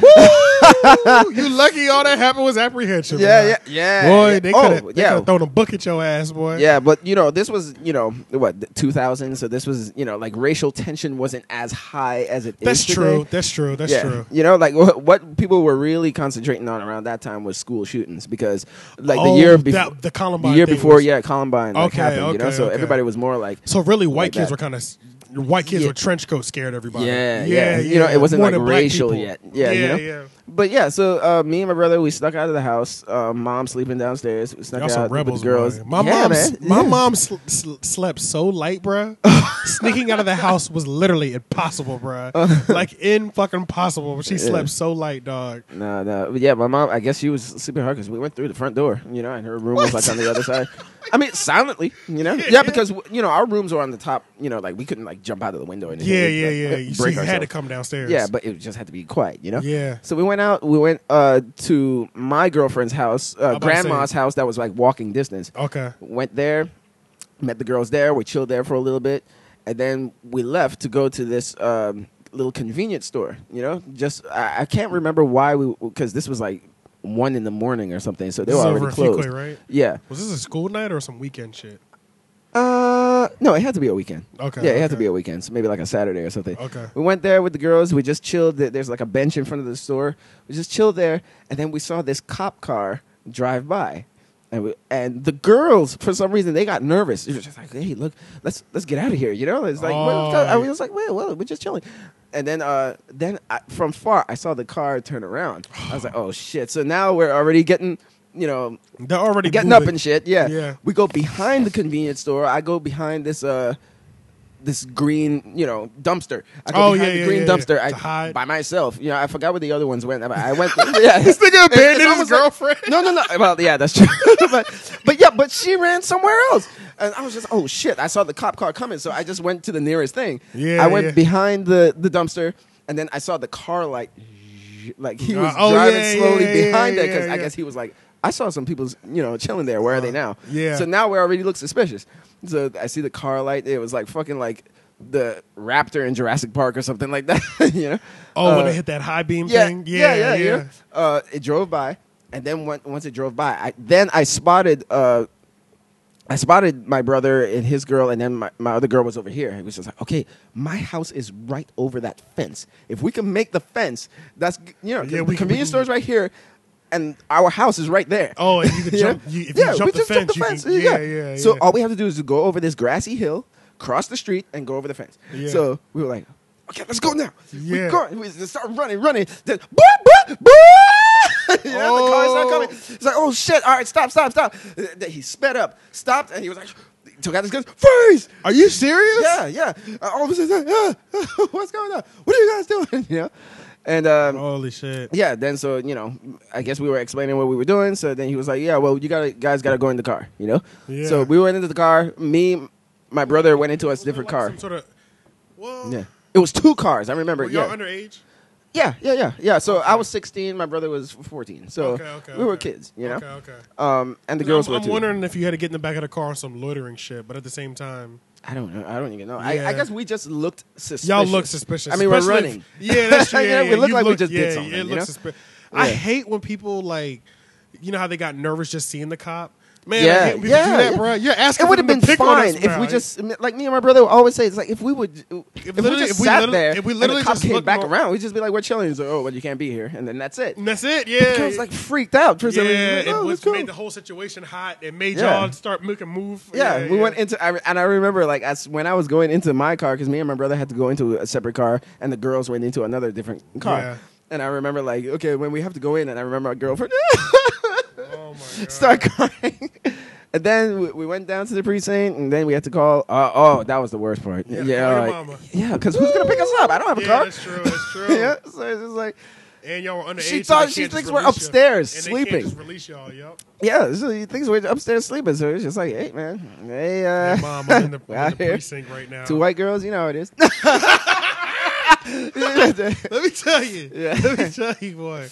Speaker 4: you lucky all that happened was apprehension.
Speaker 1: yeah,
Speaker 4: bro.
Speaker 1: yeah, yeah.
Speaker 4: Boy,
Speaker 1: yeah.
Speaker 4: they
Speaker 1: Oh,
Speaker 4: could have
Speaker 1: yeah.
Speaker 4: thrown a book at your ass, boy.
Speaker 1: Yeah, but you know, this was you know what 2000, so this was you know like racial tension wasn't as high as it is.
Speaker 4: that's
Speaker 1: today.
Speaker 4: true. That's true. That's
Speaker 1: yeah.
Speaker 4: true.
Speaker 1: You know, like what, what people were really concentrating on around that time was school shootings because, like, the
Speaker 4: Oh,
Speaker 1: year before,
Speaker 4: that- the Columbine
Speaker 1: the year
Speaker 4: thing
Speaker 1: before,
Speaker 4: was-
Speaker 1: yeah, Columbine like,
Speaker 4: Okay,
Speaker 1: happened. you know,
Speaker 4: okay,
Speaker 1: so
Speaker 4: okay.
Speaker 1: everybody was more like,
Speaker 4: So really, white
Speaker 1: Like
Speaker 4: kids
Speaker 1: that.
Speaker 4: were kind of white kids
Speaker 1: Yeah.
Speaker 4: were trench coat scared everybody.
Speaker 1: yeah, yeah, You know, it wasn't
Speaker 4: More
Speaker 1: like
Speaker 4: than black
Speaker 1: racial
Speaker 4: people.
Speaker 1: yet. Yeah,
Speaker 4: yeah,
Speaker 1: you know?
Speaker 4: yeah.
Speaker 1: But yeah, so uh, me and my brother we snuck out of the house. Uh, mom sleeping downstairs. We snuck
Speaker 4: Y'all
Speaker 1: out
Speaker 4: some
Speaker 1: with
Speaker 4: rebels,
Speaker 1: the girls.
Speaker 4: bro. My
Speaker 1: yeah,
Speaker 4: mom,
Speaker 1: man.
Speaker 4: my
Speaker 1: Yeah.
Speaker 4: mom sl- sl- slept so light, bruh. Sneaking out of the house was literally impossible, bruh.
Speaker 1: Uh-huh.
Speaker 4: like in fucking possible. She slept so light, dog.
Speaker 1: No, no. But yeah, my mom, I guess she was sleeping hard because we went through the front door, you know, and her room was like on the other side. I mean, silently, you know? Yeah, because, you know, our rooms were on the top, you know, like we couldn't like jump out of the window and
Speaker 4: Yeah, yeah, yeah. You so
Speaker 1: break
Speaker 4: you had to
Speaker 1: ourselves.
Speaker 4: come downstairs.
Speaker 1: Yeah, but it just had to be quiet, you know?
Speaker 4: Yeah.
Speaker 1: So we went out, we went uh, to my girlfriend's house, uh,
Speaker 4: about to say- Oh,
Speaker 1: grandma's house that was like walking distance.
Speaker 4: okay.
Speaker 1: Went there, met the girls there. We chilled there for a little bit, and then we left to go to this um, little convenience store. You know, just I, I can't remember why we because this was like one in the morning or something, so they
Speaker 4: This
Speaker 1: were
Speaker 4: is
Speaker 1: already
Speaker 4: over at Fuquay,
Speaker 1: closed.
Speaker 4: right?
Speaker 1: Yeah.
Speaker 4: Was this a school night or some weekend shit?
Speaker 1: Uh, No, it had to be a weekend.
Speaker 4: Okay.
Speaker 1: yeah, it had
Speaker 4: okay.
Speaker 1: to be a weekend, so maybe like a Saturday or something.
Speaker 4: Okay.
Speaker 1: We went there with the girls. We just chilled. There- There's like a bench in front of the store. We just chilled there, and then we saw this cop car drive by, and we, and the girls for some reason they got nervous. They were just like, "Hey, look, let's let's get out of here," you know? It's like, well,
Speaker 4: Oh.
Speaker 1: I was like, "Well, well, we're just chilling." And then, uh, then I, from far, I saw the car turn around. I was like, "Oh shit!" So now we're already getting, you know,
Speaker 4: They're already
Speaker 1: getting up
Speaker 4: moving.
Speaker 1: and shit. Yeah.
Speaker 4: Yeah.
Speaker 1: We go behind the convenience store. I go behind this uh this green, you know, dumpster. I go
Speaker 4: Oh,
Speaker 1: behind
Speaker 4: yeah,
Speaker 1: the
Speaker 4: yeah,
Speaker 1: green
Speaker 4: yeah, yeah.
Speaker 1: dumpster I,
Speaker 4: To hide.
Speaker 1: by myself. You know, I forgot where the other ones went. I I went yeah, this
Speaker 4: Nigga abandoned his
Speaker 1: girlfriend. no, no, no. Well, yeah, that's true. but but yeah, but she ran somewhere else. And I was just, oh shit, I saw the cop car coming, so I just went to the nearest thing.
Speaker 4: Yeah,
Speaker 1: I went
Speaker 4: yeah.
Speaker 1: behind the, the dumpster and then I saw the car like like he was
Speaker 4: Uh, oh,
Speaker 1: driving
Speaker 4: yeah,
Speaker 1: slowly
Speaker 4: yeah, yeah,
Speaker 1: behind it
Speaker 4: yeah,
Speaker 1: because I
Speaker 4: yeah.
Speaker 1: guess he was like, I saw some people, you know, chilling there. Where are they now?
Speaker 4: Uh, yeah.
Speaker 1: So now we already look suspicious. So I see the car light. It was like fucking like the raptor in Jurassic Park or something like that. you know?
Speaker 4: Oh, when
Speaker 1: Uh,
Speaker 4: they hit that high beam
Speaker 1: yeah,
Speaker 4: thing.
Speaker 1: yeah, yeah, yeah. Uh, it drove by, and then when, once it drove by, I, then I spotted. Uh, I spotted my brother and his girl, and then my, my other girl was over here. It was just like, okay, my house is right over that fence. If we can make the fence, that's g- you know, 'cause
Speaker 4: Yeah,
Speaker 1: the
Speaker 4: we can- we
Speaker 1: convenience
Speaker 4: can-
Speaker 1: store's right here, and our house is right there.
Speaker 4: Oh, and you could
Speaker 1: Yeah.
Speaker 4: jump. You, if
Speaker 1: yeah,
Speaker 4: you jump
Speaker 1: we
Speaker 4: the
Speaker 1: just
Speaker 4: fence,
Speaker 1: jumped the
Speaker 4: you
Speaker 1: fence.
Speaker 4: Can,
Speaker 1: yeah.
Speaker 4: yeah.
Speaker 1: So
Speaker 4: yeah.
Speaker 1: all we have to do is to go over this grassy hill, cross the street, and go over the fence.
Speaker 4: Yeah.
Speaker 1: So we were like, okay, let's go now.
Speaker 4: Yeah.
Speaker 1: We go. We just start running, running. Then, boop, boop, boop! you know, the car's not coming. It's like, oh shit! All right, stop, stop, stop. Uh, Then he sped up, stopped, and he was like, took out his guns, freeze.
Speaker 4: are you serious?
Speaker 1: Yeah, yeah. Uh, all of a sudden, uh, what's going on? What are you guys doing? you know, and um,
Speaker 4: Holy shit.
Speaker 1: yeah, then so you know, I guess we were explaining what we were doing. So then he was like, "Yeah, well, you gotta guys gotta go in the car," you know.
Speaker 4: Yeah.
Speaker 1: So we went into the car. Me, my brother went into a
Speaker 4: Wasn't it
Speaker 1: different
Speaker 4: like
Speaker 1: car.
Speaker 4: Some sort of. Well,
Speaker 1: Yeah, it was two cars. I remember.
Speaker 4: Were y'all
Speaker 1: yeah.
Speaker 4: underage?
Speaker 1: yeah, yeah, yeah, yeah. So I was sixteen. My brother was fourteen. So
Speaker 4: Okay, okay,
Speaker 1: we were
Speaker 4: okay.
Speaker 1: kids, you know.
Speaker 4: Okay, okay.
Speaker 1: Um, and the girls
Speaker 4: I'm,
Speaker 1: were
Speaker 4: I'm
Speaker 1: too.
Speaker 4: wondering if you had to get in the back of the car on some loitering shit, but at the same time,
Speaker 1: I don't know. I don't even know. I,
Speaker 4: Yeah.
Speaker 1: I guess we just looked suspicious.
Speaker 4: y'all look suspicious.
Speaker 1: I mean, we're
Speaker 4: especially if-
Speaker 1: running.
Speaker 4: yeah, that's true.
Speaker 1: You
Speaker 4: Yeah,
Speaker 1: know, we
Speaker 4: yeah,
Speaker 1: look
Speaker 4: you
Speaker 1: like we just did
Speaker 4: yeah,
Speaker 1: something,
Speaker 4: It
Speaker 1: you
Speaker 4: looks
Speaker 1: know?
Speaker 4: suspi- I
Speaker 1: Yeah.
Speaker 4: hate when people like, you know how they got nervous just seeing the cop. Man,
Speaker 1: Yeah,
Speaker 4: I hate when people
Speaker 1: yeah,
Speaker 4: do that,
Speaker 1: yeah.
Speaker 4: bro. You're asking.
Speaker 1: it would have been fine
Speaker 4: fine
Speaker 1: if we just like me and my brother would always say it's like if we would if, we
Speaker 4: literally-
Speaker 1: just
Speaker 4: if we
Speaker 1: sat
Speaker 4: literally-
Speaker 1: there
Speaker 4: if we
Speaker 1: and the
Speaker 4: literally
Speaker 1: cop
Speaker 4: just
Speaker 1: came
Speaker 4: looked
Speaker 1: back
Speaker 4: more-
Speaker 1: around we'd just be like we're chilling he's like oh well you can't be here and then that's it
Speaker 4: That's it.
Speaker 1: the
Speaker 4: Yeah.
Speaker 1: girls like freaked out for some reason
Speaker 4: yeah,
Speaker 1: Like,
Speaker 4: it
Speaker 1: "No,
Speaker 4: was,
Speaker 1: let's go."
Speaker 4: made the whole situation hot. It made
Speaker 1: Yeah.
Speaker 4: y'all start making move.
Speaker 1: yeah, we went into I, and I remember like as when I was going into my car because me and my brother had to go into a separate car and the girls went into another different car
Speaker 4: Yeah.
Speaker 1: and I remember like okay when we have to go in and I remember our girlfriend
Speaker 4: Oh my god!
Speaker 1: start crying. And then we, we went down to the precinct, and then we had to call. Uh, oh, that was the worst part. Yeah,
Speaker 4: call your
Speaker 1: like-
Speaker 4: mama.
Speaker 1: yeah, because who's gonna pick us up? I don't have a
Speaker 4: yeah,
Speaker 1: car.
Speaker 4: that's true. That's true.
Speaker 1: yeah, so it's just like,
Speaker 4: And y'all were underage.
Speaker 1: She
Speaker 4: so they
Speaker 1: thought-
Speaker 4: can't
Speaker 1: she
Speaker 4: just
Speaker 1: thinks we're
Speaker 4: release ya.
Speaker 1: upstairs
Speaker 4: and They
Speaker 1: sleeping.
Speaker 4: can't just release y'all. Yep.
Speaker 1: yeah, so he thinks we're upstairs sleeping. So it's just like, hey, man, hey, uh,
Speaker 4: Hey, mom, I'm in the,
Speaker 1: we're
Speaker 4: I'm in
Speaker 1: out
Speaker 4: the
Speaker 1: here.
Speaker 4: precinct right now.
Speaker 1: two white girls, you know how it is.
Speaker 4: Let me tell you.
Speaker 1: Yeah.
Speaker 4: Let me tell you, boy.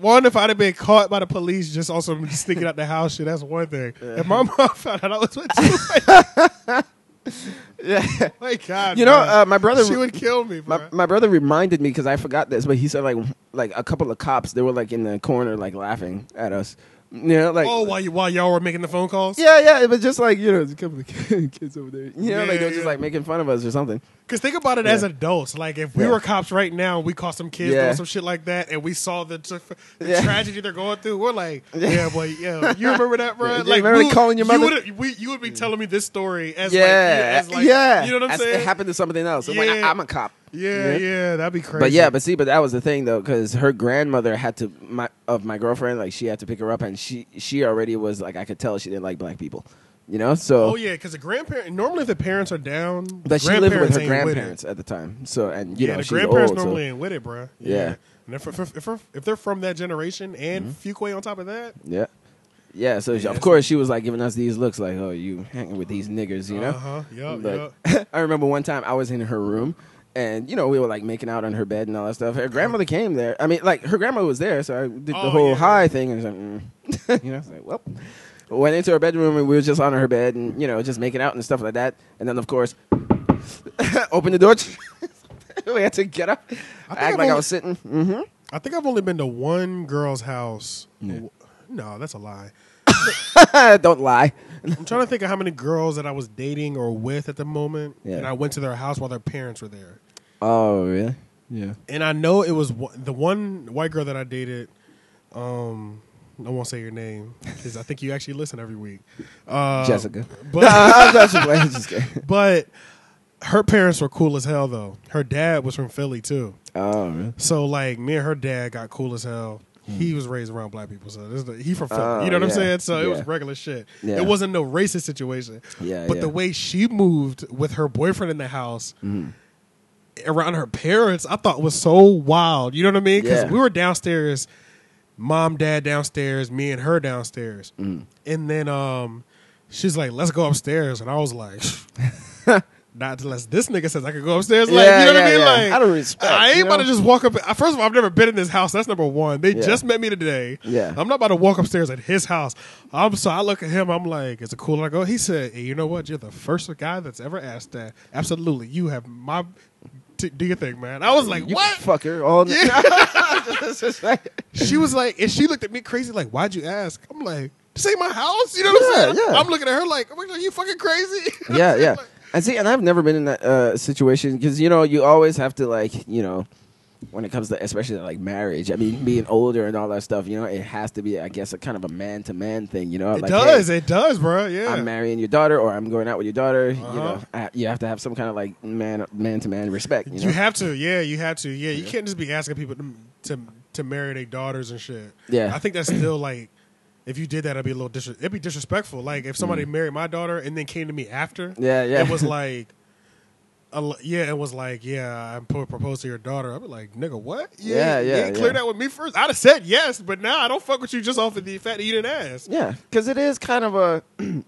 Speaker 4: One, if I'd have been caught by the police just also sneaking out the house, shit, that's one thing. If my mom found out I was with you,
Speaker 1: yeah,
Speaker 4: my God,
Speaker 1: you know,
Speaker 4: bro.
Speaker 1: uh, my brother.
Speaker 4: she would kill me, bro.
Speaker 1: my, my brother reminded me because I forgot this, but he said like like a couple of cops they were like in the corner like laughing at us, you know like
Speaker 4: oh, while you while y'all were making the phone calls,
Speaker 1: Yeah, yeah, it was just like you know, there's a couple of kids over there. You know, like they
Speaker 4: Yeah,
Speaker 1: were just
Speaker 4: yeah.
Speaker 1: like making fun of us or something.
Speaker 4: Because think about it as adults. Like if we
Speaker 1: Yeah.
Speaker 4: were cops right now, and we caught some kids
Speaker 1: Yeah.
Speaker 4: doing some shit like that, and we saw the, tr- the
Speaker 1: Yeah.
Speaker 4: tragedy they're going through. We're like, yeah, boy, yeah, you remember that, bro?
Speaker 1: Yeah, you
Speaker 4: like
Speaker 1: remember
Speaker 4: we-
Speaker 1: calling your mother? Mm.
Speaker 4: You would, we, you would be telling me this story as like,
Speaker 1: yeah,
Speaker 4: as like,
Speaker 1: yeah.
Speaker 4: you know what I'm
Speaker 1: As
Speaker 4: saying?
Speaker 1: It happened to something else. I'm like, I,
Speaker 4: Yeah.
Speaker 1: I'm a cop.
Speaker 4: yeah, yeah, that'd be crazy.
Speaker 1: But yeah, but see, but that was the thing though, because her grandmother had to my of my girlfriend, like she had to pick her up, and she she already was like, I could tell she didn't like black people, you know. So,
Speaker 4: oh yeah, because the grandparent normally if the parents are down, the
Speaker 1: but she lived with
Speaker 4: grandparents
Speaker 1: her
Speaker 4: ain't it.
Speaker 1: grandparents at the time. So and you
Speaker 4: yeah,
Speaker 1: know
Speaker 4: the
Speaker 1: she's
Speaker 4: grandparents
Speaker 1: old, so-
Speaker 4: normally ain't with it, bro.
Speaker 1: Yeah.
Speaker 4: And if, if, if, if they're from that generation and
Speaker 1: Mm-hmm.
Speaker 4: Fuquay on top of that,
Speaker 1: Yeah. Yeah, so she- of course she was like giving us these looks like, oh, you hanging with these niggers, you know?
Speaker 4: Uh-huh. Yup,
Speaker 1: But I remember one time I was in her room and, you know, we were like making out on her bed and all that stuff. Her grandmother came there. I mean, like, her grandmother was there, so I did the
Speaker 4: Oh,
Speaker 1: whole
Speaker 4: yeah.
Speaker 1: hi thing and I was like, mm. you know, I was like, well. Went into her bedroom and we were just on her bed and, you know, just making out and stuff like that. And then, of course, open the door. we had to get up.
Speaker 4: I think
Speaker 1: act
Speaker 4: I've
Speaker 1: like I
Speaker 4: only-
Speaker 1: was sitting. Mm-hmm.
Speaker 4: I think I've only been to one girl's house. No, that's a lie.
Speaker 1: Don't lie.
Speaker 4: I'm trying to think of how many girls that I was dating or with at the moment,
Speaker 1: Yeah.
Speaker 4: and I went to their house while their parents were there.
Speaker 1: Oh, really? Yeah.
Speaker 4: And I know it was one, the one white girl that I dated. Um, I won't say your name because I think you actually listen every week. Uh,
Speaker 1: Jessica.
Speaker 4: but
Speaker 1: I'm not just playing, just kidding.
Speaker 4: but her parents were cool as hell though. Her dad was from Philly too.
Speaker 1: Oh, really?
Speaker 4: So like me and her dad got cool as hell. He was raised around black people, so this is the, he from Philly.
Speaker 1: Oh,
Speaker 4: you know what I'm
Speaker 1: yeah.
Speaker 4: saying? So it
Speaker 1: Yeah.
Speaker 4: was regular shit.
Speaker 1: Yeah.
Speaker 4: It wasn't no racist situation.
Speaker 1: Yeah,
Speaker 4: But
Speaker 1: yeah. Mm-hmm.
Speaker 4: the way she moved with her boyfriend in the house around her parents, I thought was so wild. You know what I mean? Because
Speaker 1: Yeah.
Speaker 4: we were downstairs, mom, dad downstairs, me and her downstairs,
Speaker 1: Mm.
Speaker 4: and then um, she's like, "Let's go upstairs," and I was like. Not unless this nigga says I could go upstairs. Like,
Speaker 1: Yeah,
Speaker 4: you know what
Speaker 1: yeah,
Speaker 4: I mean?
Speaker 1: yeah.
Speaker 4: Like,
Speaker 1: I don't respect,
Speaker 4: I ain't
Speaker 1: you
Speaker 4: about to
Speaker 1: know?
Speaker 4: just walk up. I- First of all, I've never been in this house. That's number one. They
Speaker 1: Yeah.
Speaker 4: just met me today.
Speaker 1: Yeah.
Speaker 4: I'm not about to walk upstairs at his house. I'm so I look at him. I'm like, is it cool? And I go. He said, hey, you know what? You're the first guy that's ever asked that. Absolutely, you have my. T- do your thing, man. I was like,
Speaker 1: You
Speaker 4: what?
Speaker 1: fucker. All yeah.
Speaker 4: she was like, and she looked at me crazy, like, why'd you ask? I'm like, this ain't my house. You know what I'm
Speaker 1: Yeah,
Speaker 4: saying?
Speaker 1: yeah.
Speaker 4: I'm looking at her like, are you fucking crazy?
Speaker 1: yeah, yeah. And see, and I've never been in that uh, situation because you know you always have to like you know when it comes to especially like marriage. I mean, being older and all that stuff. You know, it has to be, I guess, a kind of a man to man thing. You know,
Speaker 4: It
Speaker 1: like,
Speaker 4: does.
Speaker 1: hey,
Speaker 4: It does, bro. Yeah.
Speaker 1: I'm marrying your daughter, or I'm going out with your daughter.
Speaker 4: Uh-huh.
Speaker 1: You know, I, you have to have some kind of like man man to man respect. You know,
Speaker 4: You have to, yeah. You have to, yeah. You can't just be asking people to to, to marry their daughters and shit.
Speaker 1: Yeah.
Speaker 4: I think that's still like, if you did that, it'd be a little dis- it'd be disrespectful. Like if somebody married my daughter and then came to me after,
Speaker 1: Mm. Yeah, yeah.
Speaker 4: it was like. a l- Yeah, it was like, yeah, I pro- proposed to your daughter. I'd be like, nigga, what? You
Speaker 1: Yeah,
Speaker 4: ain't- You
Speaker 1: yeah,
Speaker 4: ain't clear
Speaker 1: yeah.
Speaker 4: that with me first. I'd have said yes, but now I don't fuck with you just off of the fact that you didn't ask.
Speaker 1: Yeah, because it is kind of a, you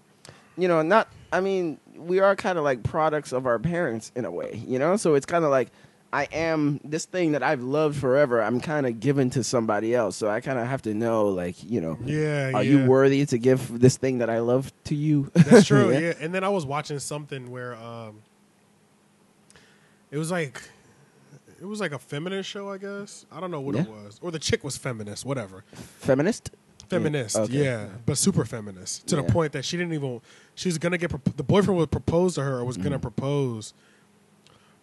Speaker 1: know, not. I mean, we are kind of like products of our parents in a way, you know. So it's kind of like I am this thing that I've loved forever. I'm kind of given to somebody else, so I kind of have to know, like, you know,
Speaker 4: Yeah,
Speaker 1: are
Speaker 4: yeah.
Speaker 1: you worthy to give this thing that I love to you?
Speaker 4: That's true. yeah. And then I was watching something where um, it was like it was like a feminist show, I guess. I don't know what it
Speaker 1: Yeah.
Speaker 4: was, or the chick was feminist, whatever.
Speaker 1: Feminist.
Speaker 4: Feminist,
Speaker 1: Okay.
Speaker 4: yeah, but super feminist to
Speaker 1: Yeah.
Speaker 4: the point that she didn't even. She was gonna get prop- the boyfriend would propose to her, or was
Speaker 1: Mm-hmm.
Speaker 4: gonna propose,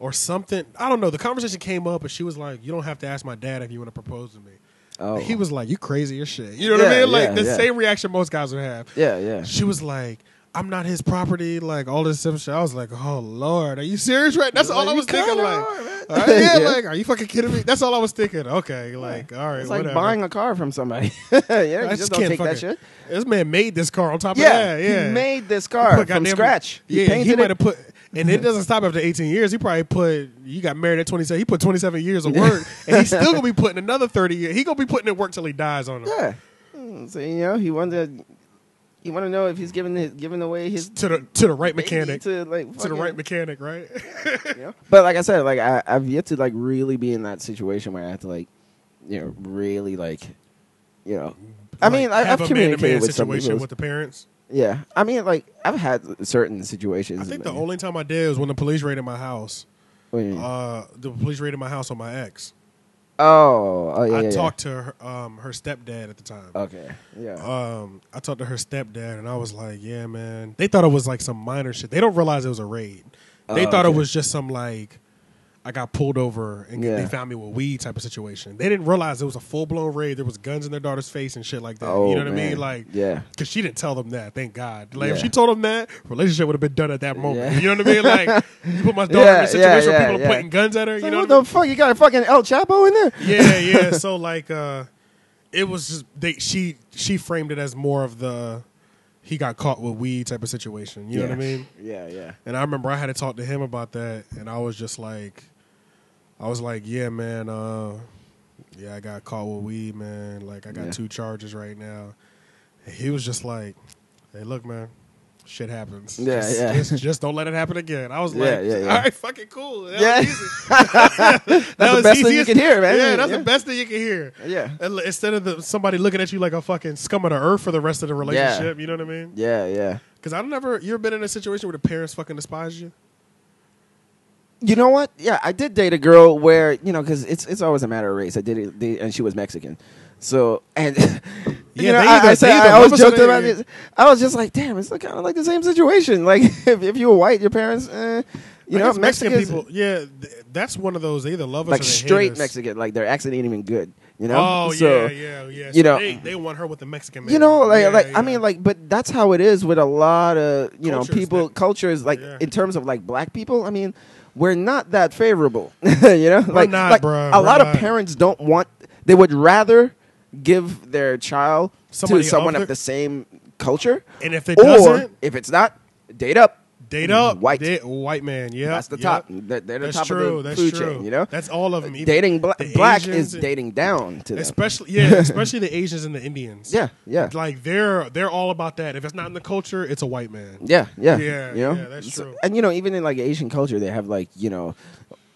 Speaker 4: or something. I don't know. The conversation came up, and she was like, "You don't have to ask my dad if you want to propose to me."
Speaker 1: Oh,
Speaker 4: He was like, "You crazy as shit." You know what
Speaker 1: Yeah,
Speaker 4: I mean? Like
Speaker 1: yeah,
Speaker 4: the
Speaker 1: yeah.
Speaker 4: same reaction most guys would have
Speaker 1: Yeah, yeah.
Speaker 4: she was like, I'm not his property, like all this stuff. shit. I was like, oh Lord, are you serious? Right? That's all I
Speaker 1: You
Speaker 4: was thinking.
Speaker 1: kinda
Speaker 4: Like,
Speaker 1: are, man.
Speaker 4: all right, yeah,
Speaker 1: Yeah.
Speaker 4: like, are you fucking kidding me? That's all I was thinking. Okay, like, all right,
Speaker 1: It's like
Speaker 4: whatever.
Speaker 1: buying a car from somebody. yeah, you
Speaker 4: I
Speaker 1: just, don't take that
Speaker 4: fucking-
Speaker 1: shit.
Speaker 4: This man made this car on top
Speaker 1: Yeah,
Speaker 4: of that. Yeah,
Speaker 1: he made this
Speaker 4: Put
Speaker 1: car from
Speaker 4: goddamn-
Speaker 1: scratch. He
Speaker 4: yeah, he
Speaker 1: painted
Speaker 4: might
Speaker 1: it.
Speaker 4: have put, and it doesn't stop after 18 years. He probably put. You got married at 27. He put 27 years of work, and he's still gonna be putting another 30 years. He gonna be putting in work till he dies on it.
Speaker 1: Yeah. Mm, So you know, he wanted to, he want to know if he's giving his, giving away his
Speaker 4: To the to the right
Speaker 1: baby
Speaker 4: mechanic.
Speaker 1: to like
Speaker 4: to the right
Speaker 1: fucking,
Speaker 4: mechanic, right?
Speaker 1: you know? But like I said, like I, I've yet to like really be in that situation where I have to like, you know, really like, you know. I
Speaker 4: Like,
Speaker 1: mean, I,
Speaker 4: have
Speaker 1: I've
Speaker 4: a
Speaker 1: communicated
Speaker 4: man-to-man
Speaker 1: with some
Speaker 4: situation
Speaker 1: people.
Speaker 4: with the parents.
Speaker 1: yeah, I mean, like I've had certain situations.
Speaker 4: I think the
Speaker 1: but-
Speaker 4: only time I did was when the police raided my house.
Speaker 1: What do you mean?
Speaker 4: Uh, the police raided my house on my ex.
Speaker 1: oh, oh yeah,
Speaker 4: I
Speaker 1: yeah, yeah.
Speaker 4: talked to her, um, her stepdad at the time.
Speaker 1: Okay, yeah,
Speaker 4: Um, I talked to her stepdad, and I was like, "Yeah, man." They thought it was like some minor shit. They don't realize it was a raid. They
Speaker 1: Oh,
Speaker 4: thought
Speaker 1: okay.
Speaker 4: it was just some like I got pulled over and
Speaker 1: Yeah.
Speaker 4: they found me with weed type of situation. They didn't realize it was a full blown raid. There was guns in their daughter's face and shit like that.
Speaker 1: Oh,
Speaker 4: you know what I
Speaker 1: man.
Speaker 4: mean? Like,
Speaker 1: Yeah.
Speaker 4: because she didn't tell them that. Thank God. Like, if
Speaker 1: Yeah.
Speaker 4: she told them that, relationship would have been done at that moment.
Speaker 1: Yeah.
Speaker 4: You know what I mean? Like, you put my daughter in
Speaker 1: Yeah,
Speaker 4: a situation
Speaker 1: yeah,
Speaker 4: where
Speaker 1: yeah,
Speaker 4: people
Speaker 1: yeah.
Speaker 4: are pointing guns at her.
Speaker 1: So
Speaker 4: you know
Speaker 1: what
Speaker 4: what I
Speaker 1: the
Speaker 4: mean?
Speaker 1: fuck? You got a fucking El Chapo in there?
Speaker 4: yeah, yeah. So like, uh, it was just they. She she framed it as more of the he got caught with weed type of situation. You know what I mean?
Speaker 1: Yeah, yeah.
Speaker 4: And I remember I had to talk to him about that, and I was just like, I was like, yeah, man, uh, yeah, I got caught with weed, man. Like, I got
Speaker 1: Yeah.
Speaker 4: two charges right now. And he was just like, hey, look, man. Shit happens.
Speaker 1: Yeah,
Speaker 4: just,
Speaker 1: yeah.
Speaker 4: Just, just don't let it happen again. I was
Speaker 1: Yeah,
Speaker 4: like,
Speaker 1: yeah, yeah.
Speaker 4: all right, fucking cool. That
Speaker 1: Yeah.
Speaker 4: was easy.
Speaker 1: That's
Speaker 4: That
Speaker 1: the
Speaker 4: was
Speaker 1: best thing you
Speaker 4: easiest-
Speaker 1: can hear, man.
Speaker 4: Yeah, that's the best thing you can hear.
Speaker 1: Yeah.
Speaker 4: And li- Instead of the, somebody looking at you like a fucking scum of the earth for the rest of the relationship, you know what I mean?
Speaker 1: Yeah, yeah.
Speaker 4: Because I've never, you ever been in a situation where the parents fucking despise you?
Speaker 1: You know what? Yeah, I did date a girl where you know because it's it's always a matter of race. I did it, and she was Mexican, so and
Speaker 4: Yeah,
Speaker 1: you know,
Speaker 4: they
Speaker 1: I,
Speaker 4: either-
Speaker 1: I, said,
Speaker 4: they either
Speaker 1: I always
Speaker 4: love us or
Speaker 1: joked
Speaker 4: they-
Speaker 1: about this. I was just like, damn, it's kind of like the same situation. Like, if, if you were white, your parents, uh, you
Speaker 4: I
Speaker 1: know,
Speaker 4: guess Mexican
Speaker 1: Mexicans,
Speaker 4: people. Yeah, th- that's one of those. They either love us
Speaker 1: like
Speaker 4: or they hate
Speaker 1: straight
Speaker 4: us.
Speaker 1: Mexican, like their accent ain't even good. You know,
Speaker 4: Oh
Speaker 1: so,
Speaker 4: yeah, yeah, yeah. So
Speaker 1: you know-
Speaker 4: they, they want her with the Mexican man.
Speaker 1: You know, like,
Speaker 4: Yeah,
Speaker 1: like
Speaker 4: yeah.
Speaker 1: I mean, like, but that's how it is with a lot of you
Speaker 4: Cultures
Speaker 1: know people
Speaker 4: that-
Speaker 1: cultures. Like
Speaker 4: Yeah.
Speaker 1: in terms of like black people, I mean, we're not that favorable. you know, like,
Speaker 4: not,
Speaker 1: like,
Speaker 4: bruh.
Speaker 1: a
Speaker 4: We're
Speaker 1: lot
Speaker 4: not.
Speaker 1: of parents don't want. They would rather give their child
Speaker 4: Somebody
Speaker 1: to someone
Speaker 4: of
Speaker 1: of
Speaker 4: their-
Speaker 1: the same culture,
Speaker 4: and if it
Speaker 1: or
Speaker 4: doesn't,
Speaker 1: if it's not, date up.
Speaker 4: date up
Speaker 1: white.
Speaker 4: Date- white man. Yeah,
Speaker 1: that's the
Speaker 4: yep.
Speaker 1: top. They're, they're the
Speaker 4: That's
Speaker 1: top
Speaker 4: true.
Speaker 1: of the
Speaker 4: that's
Speaker 1: food
Speaker 4: true.
Speaker 1: chain. You know,
Speaker 4: that's all of them. Even-
Speaker 1: dating bla-
Speaker 4: the
Speaker 1: black
Speaker 4: Asians
Speaker 1: is
Speaker 4: and-
Speaker 1: dating down to them.
Speaker 4: especially yeah, especially the Asians and the Indians.
Speaker 1: yeah, yeah,
Speaker 4: like they're they're all about that. If it's not in the culture, it's a white man.
Speaker 1: yeah, yeah.
Speaker 4: Yeah,
Speaker 1: you know,
Speaker 4: yeah, that's
Speaker 1: So-
Speaker 4: true.
Speaker 1: and you know, even in like Asian culture, they have like you know,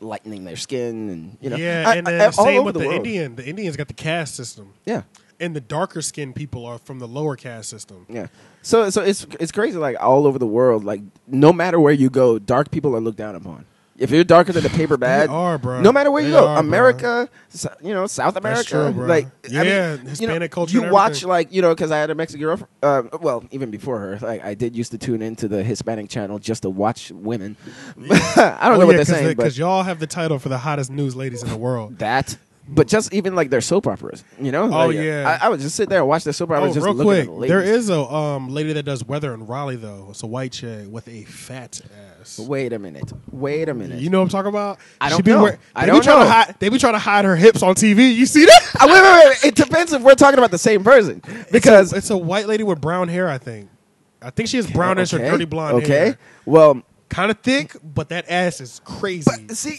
Speaker 1: lightening their skin and you know,
Speaker 4: yeah,
Speaker 1: I-
Speaker 4: and
Speaker 1: I-
Speaker 4: then
Speaker 1: all
Speaker 4: same
Speaker 1: over
Speaker 4: with the,
Speaker 1: world.
Speaker 4: Indian. The Indians got the caste system,
Speaker 1: Yeah,
Speaker 4: and the darker skinned people are from the lower caste system.
Speaker 1: yeah. So so it's it's crazy. Like all over the world, like no matter where you go, dark people are looked down upon. If you're darker than the paper bag,
Speaker 4: are, bro.
Speaker 1: no matter where you
Speaker 4: They
Speaker 1: go,
Speaker 4: are, bro.
Speaker 1: America, so- you know, South America,
Speaker 4: true, bro.
Speaker 1: like I
Speaker 4: Yeah,
Speaker 1: mean, you know,
Speaker 4: Hispanic culture
Speaker 1: You
Speaker 4: and
Speaker 1: watch
Speaker 4: everything.
Speaker 1: like you know, because I had a Mexican girlfriend. Uh, well, even before her, like I did used to tune into the Hispanic channel just to watch women. I
Speaker 4: Oh,
Speaker 1: don't know what they're saying, but
Speaker 4: because y'all have the title for the hottest news ladies in the world.
Speaker 1: that. But just even like their soap operas, you know?
Speaker 4: Oh,
Speaker 1: Like,
Speaker 4: yeah.
Speaker 1: I, I would just sit there and watch their soap operas.
Speaker 4: Oh,
Speaker 1: just
Speaker 4: real
Speaker 1: looking at
Speaker 4: quick,
Speaker 1: the
Speaker 4: there
Speaker 1: ladies.
Speaker 4: is a um, lady that does weather in Raleigh though. It's a white chick with a fat ass.
Speaker 1: Wait a minute. Wait a minute.
Speaker 4: You know what I'm talking about?
Speaker 1: I
Speaker 4: She
Speaker 1: don't
Speaker 4: be
Speaker 1: know.
Speaker 4: wear-
Speaker 1: I
Speaker 4: they
Speaker 1: don't
Speaker 4: be trying
Speaker 1: know.
Speaker 4: To hide, they be trying to hide her hips on TV. You see that?
Speaker 1: Ah, wait, wait, wait. It depends if we're talking about the same person because
Speaker 4: It's a white lady with brown hair. I think. I think she has brownish
Speaker 1: okay,
Speaker 4: or dirty blonde
Speaker 1: Okay.
Speaker 4: hair.
Speaker 1: Well,
Speaker 4: Kind of thick, but that ass is crazy.
Speaker 1: see,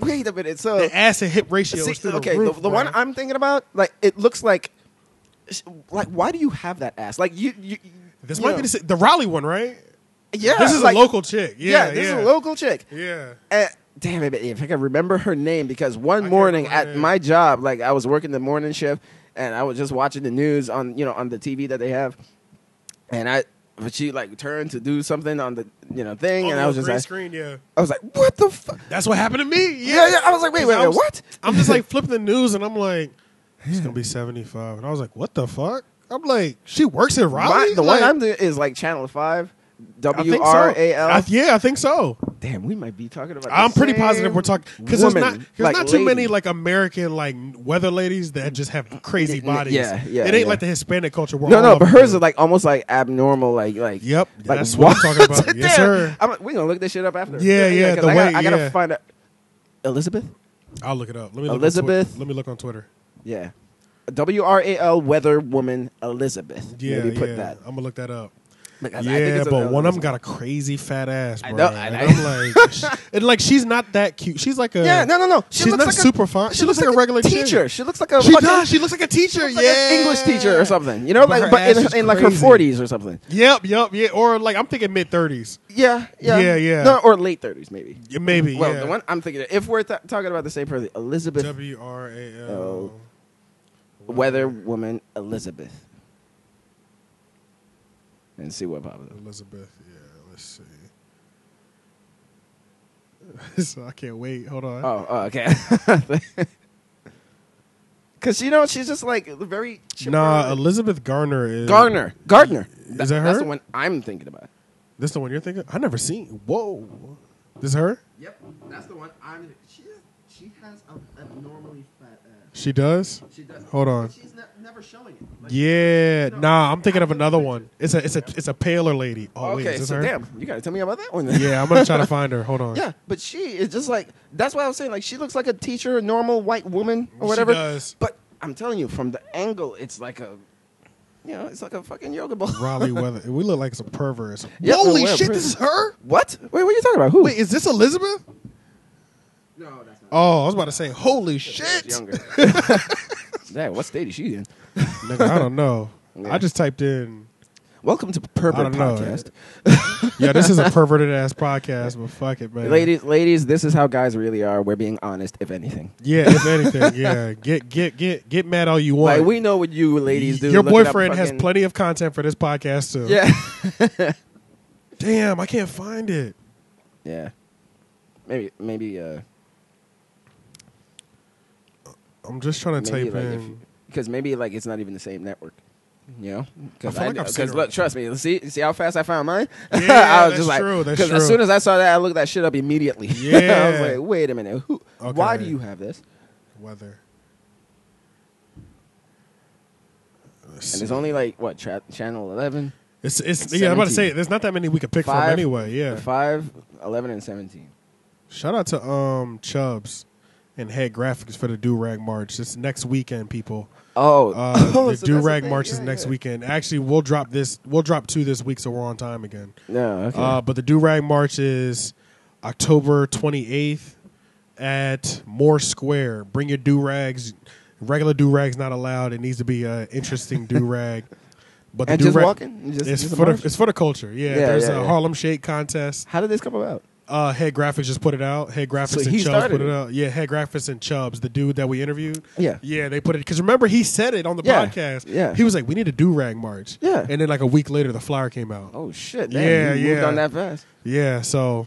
Speaker 1: wait a minute. So
Speaker 4: the ass to hip ratio
Speaker 1: see,
Speaker 4: is through
Speaker 1: okay,
Speaker 4: the roof.
Speaker 1: the, one
Speaker 4: bruh.
Speaker 1: I'm thinking about, like it looks like, sh- like why do you have that ass? Like you, you
Speaker 4: this
Speaker 1: you
Speaker 4: might
Speaker 1: know.
Speaker 4: be the, si- the Raleigh one, right?
Speaker 1: yeah.
Speaker 4: this is
Speaker 1: like-
Speaker 4: a local chick. Yeah,
Speaker 1: Yeah, this is a local chick.
Speaker 4: Yeah.
Speaker 1: Uh, damn it, if I can remember her name, because one
Speaker 4: can't
Speaker 1: morning
Speaker 4: remember her
Speaker 1: at
Speaker 4: name.
Speaker 1: my job, like I was working the morning shift, and I was just watching the news on you know on the TV that they have, and I. But she like turned to do something on the you know thing,
Speaker 4: On
Speaker 1: and
Speaker 4: the
Speaker 1: I was just
Speaker 4: green
Speaker 1: like,
Speaker 4: screen, Oh, yeah.
Speaker 1: I was like, what the fuck?
Speaker 4: That's what happened to me.
Speaker 1: Yeah, yeah. I was like, wait, wait,
Speaker 4: I
Speaker 1: wait,
Speaker 4: was-
Speaker 1: what?
Speaker 4: I'm just like flipping the news and I'm like, it's gonna be 75, and I was like, what the fuck? I'm like, she works in Raleigh.
Speaker 1: My- the
Speaker 4: like,
Speaker 1: one I'm doing is like Channel Five,
Speaker 4: I
Speaker 1: W
Speaker 4: think so.
Speaker 1: R A L.
Speaker 4: I- Yeah, I think so.
Speaker 1: Damn, we might be talking about. the
Speaker 4: I'm pretty positive
Speaker 1: same
Speaker 4: we're talking because there's
Speaker 1: woman,
Speaker 4: not there's
Speaker 1: like,
Speaker 4: not too many
Speaker 1: lady.
Speaker 4: like American like weather ladies that just have crazy
Speaker 1: N- n-
Speaker 4: bodies.
Speaker 1: yeah, yeah,
Speaker 4: It ain't
Speaker 1: yeah.
Speaker 4: like the Hispanic culture. Where
Speaker 1: No,
Speaker 4: all
Speaker 1: no,
Speaker 4: of
Speaker 1: but
Speaker 4: them
Speaker 1: hers
Speaker 4: do.
Speaker 1: is like almost like abnormal, like like.
Speaker 4: Yep,
Speaker 1: like,
Speaker 4: that's what I'm talking about. Yes,
Speaker 1: Damn.
Speaker 4: sir.
Speaker 1: I'm, we gonna look this shit up after.
Speaker 4: Yeah, yeah,
Speaker 1: 'cause
Speaker 4: the
Speaker 1: I gotta,
Speaker 4: way-
Speaker 1: I gotta
Speaker 4: yeah.
Speaker 1: find out. Elizabeth.
Speaker 4: I'll look it up. Let me look on Twi-
Speaker 1: Elizabeth.
Speaker 4: Let me look on Twitter.
Speaker 1: Yeah. W R A L weather woman Elizabeth.
Speaker 4: Yeah,
Speaker 1: Maybe put
Speaker 4: yeah.
Speaker 1: that.
Speaker 4: I'm gonna look that up.
Speaker 1: Like, I- I think
Speaker 4: Yeah,
Speaker 1: it's
Speaker 4: but one of
Speaker 1: Elizabeth.
Speaker 4: them got a crazy fat ass, bro.
Speaker 1: I know, I
Speaker 4: and
Speaker 1: know.
Speaker 4: I'm like, sh- and like she's not that cute. She's like a
Speaker 1: Yeah, no, no, no. She
Speaker 4: she's
Speaker 1: looks
Speaker 4: not
Speaker 1: like a-
Speaker 4: super fine. She, looks, like, a regular chick.
Speaker 1: teacher. She looks like a.
Speaker 4: She
Speaker 1: fucking-
Speaker 4: does. She looks like a teacher.
Speaker 1: looks like
Speaker 4: yeah,
Speaker 1: an English teacher or something. You know,
Speaker 4: But her
Speaker 1: like but
Speaker 4: ass
Speaker 1: in,
Speaker 4: is
Speaker 1: in like her
Speaker 4: crazy.
Speaker 1: forties or something.
Speaker 4: Yep, yep, yeah. Or like I'm thinking mid thirties,
Speaker 1: Yeah, yeah,
Speaker 4: Yeah, yeah.
Speaker 1: No, or late thirties maybe.
Speaker 4: Yeah, maybe.
Speaker 1: Well,
Speaker 4: yeah.
Speaker 1: the one I'm thinking, if we're th- talking about the same person, Elizabeth
Speaker 4: W R A L.
Speaker 1: Oh. Weather Woman Elizabeth. And see what pops up.
Speaker 4: Elizabeth. Yeah, let's see. so I can't wait. Hold on.
Speaker 1: Oh, oh okay. Because, you know, she's just like very.
Speaker 4: nah, Elizabeth Garner is
Speaker 1: Garner. Gardner.
Speaker 4: Is that her?
Speaker 1: That's the one I'm thinking about.
Speaker 4: This the one you're thinking? I never seen. Whoa, this her?
Speaker 7: Yep, that's the one. I'm. She is, she has an abnormally fat ass.
Speaker 4: She does.
Speaker 7: She does.
Speaker 4: Hold on.
Speaker 7: But She's ne- never showing it. Like,
Speaker 4: Yeah,
Speaker 7: No.
Speaker 4: nah, I'm thinking of another one. It's a it's a it's a paler lady. Oh wait,
Speaker 1: okay,
Speaker 4: is this
Speaker 1: so
Speaker 4: her?
Speaker 1: damn. You got to tell me about that one then.
Speaker 4: Yeah, I'm gonna try to find her. Hold on.
Speaker 1: Yeah, but she is just like that's why I was saying like she looks like a teacher, a normal white woman or
Speaker 4: She
Speaker 1: whatever.
Speaker 4: does.
Speaker 1: But I'm telling you, from the angle, it's like a, you know, it's like a fucking yoga ball.
Speaker 4: Raleigh Weather. We look like some perverts.
Speaker 1: Yeah,
Speaker 4: Holy
Speaker 1: we're
Speaker 4: shit,
Speaker 1: pretty-
Speaker 4: this is her.
Speaker 1: What? Wait, what are you talking about? Who?
Speaker 4: Wait, is this Elizabeth?
Speaker 7: No, that's not.
Speaker 4: Oh, I was about to say, holy
Speaker 1: She's
Speaker 4: shit.
Speaker 1: younger. Dang, what state is she in?
Speaker 4: Nigga, I don't know.
Speaker 1: Yeah.
Speaker 4: I just typed in.
Speaker 1: Welcome to
Speaker 4: I
Speaker 1: Pervert
Speaker 4: don't know.
Speaker 1: Podcast,
Speaker 4: Yeah, this is a perverted ass podcast, but fuck it, man.
Speaker 1: ladies. Ladies, this is how guys really are. We're being honest, if anything.
Speaker 4: Yeah, if anything, yeah. Get get get get mad all you want.
Speaker 1: Like we know what you ladies do.
Speaker 4: Your
Speaker 1: looking up
Speaker 4: boyfriend has
Speaker 1: fucking-
Speaker 4: plenty of content for this podcast too.
Speaker 1: Yeah,
Speaker 4: Damn, I can't find it.
Speaker 1: yeah. Maybe, maybe, uh,
Speaker 4: I'm just trying to
Speaker 1: maybe
Speaker 4: type
Speaker 1: like
Speaker 4: in.
Speaker 1: if because maybe like it's not even the same network. You know, because
Speaker 4: I feel like I've seen her.
Speaker 1: look, trust me, see, see how fast I found mine.
Speaker 4: Yeah, that's true, that's
Speaker 1: as
Speaker 4: true.
Speaker 1: soon as I saw that, I looked that shit up immediately. I was
Speaker 4: Yeah.
Speaker 1: like, wait a minute, who? Why
Speaker 4: Okay.
Speaker 1: do you have this?
Speaker 4: Weather.
Speaker 1: And it's only like what tra- channel 11,
Speaker 4: It's it's yeah. I'm about to say
Speaker 1: 17.
Speaker 4: there's not that many we could pick
Speaker 1: Five.
Speaker 4: from anyway. Yeah.
Speaker 1: 5, 11, and seventeen.
Speaker 4: Shout out to um Chubbs and head graphics for the Do Rag March. It's next weekend, people.
Speaker 1: Oh,
Speaker 4: Uh,
Speaker 1: so
Speaker 4: the
Speaker 1: that's
Speaker 4: Do Rag
Speaker 1: thing.
Speaker 4: March is
Speaker 1: Yeah,
Speaker 4: next
Speaker 1: yeah.
Speaker 4: weekend. Actually, we'll drop this. We'll drop two this week, so we're on time again.
Speaker 1: No, okay.
Speaker 4: Uh, but the Do Rag March is October 28th at Moore Square. Bring your do rags. Regular do rags not allowed. It needs to be an interesting do rag. But
Speaker 1: and just
Speaker 4: do-rag-
Speaker 1: walking. Just,
Speaker 4: It's
Speaker 1: just a
Speaker 4: for
Speaker 1: march?
Speaker 4: the, it's for the culture. Yeah,
Speaker 1: Yeah,
Speaker 4: there's
Speaker 1: yeah,
Speaker 4: a
Speaker 1: yeah.
Speaker 4: Harlem Shake contest.
Speaker 1: How did this come about?
Speaker 4: Uh, Head Graphics just put it out. Head Graphics
Speaker 1: So
Speaker 4: and
Speaker 1: he
Speaker 4: Chubbs
Speaker 1: started
Speaker 4: put it
Speaker 1: it.
Speaker 4: out. Yeah, Head Graphics and Chubbs, the dude that we interviewed.
Speaker 1: Yeah.
Speaker 4: Yeah, they put it because remember he said it on the
Speaker 1: Yeah,
Speaker 4: podcast.
Speaker 1: yeah.
Speaker 4: he was like, "We need a do rag march."
Speaker 1: Yeah.
Speaker 4: and then like a week later, the flyer came out.
Speaker 1: Oh shit!
Speaker 4: Yeah,
Speaker 1: Damn, you Moved
Speaker 4: yeah.
Speaker 1: on that fast.
Speaker 4: Yeah, so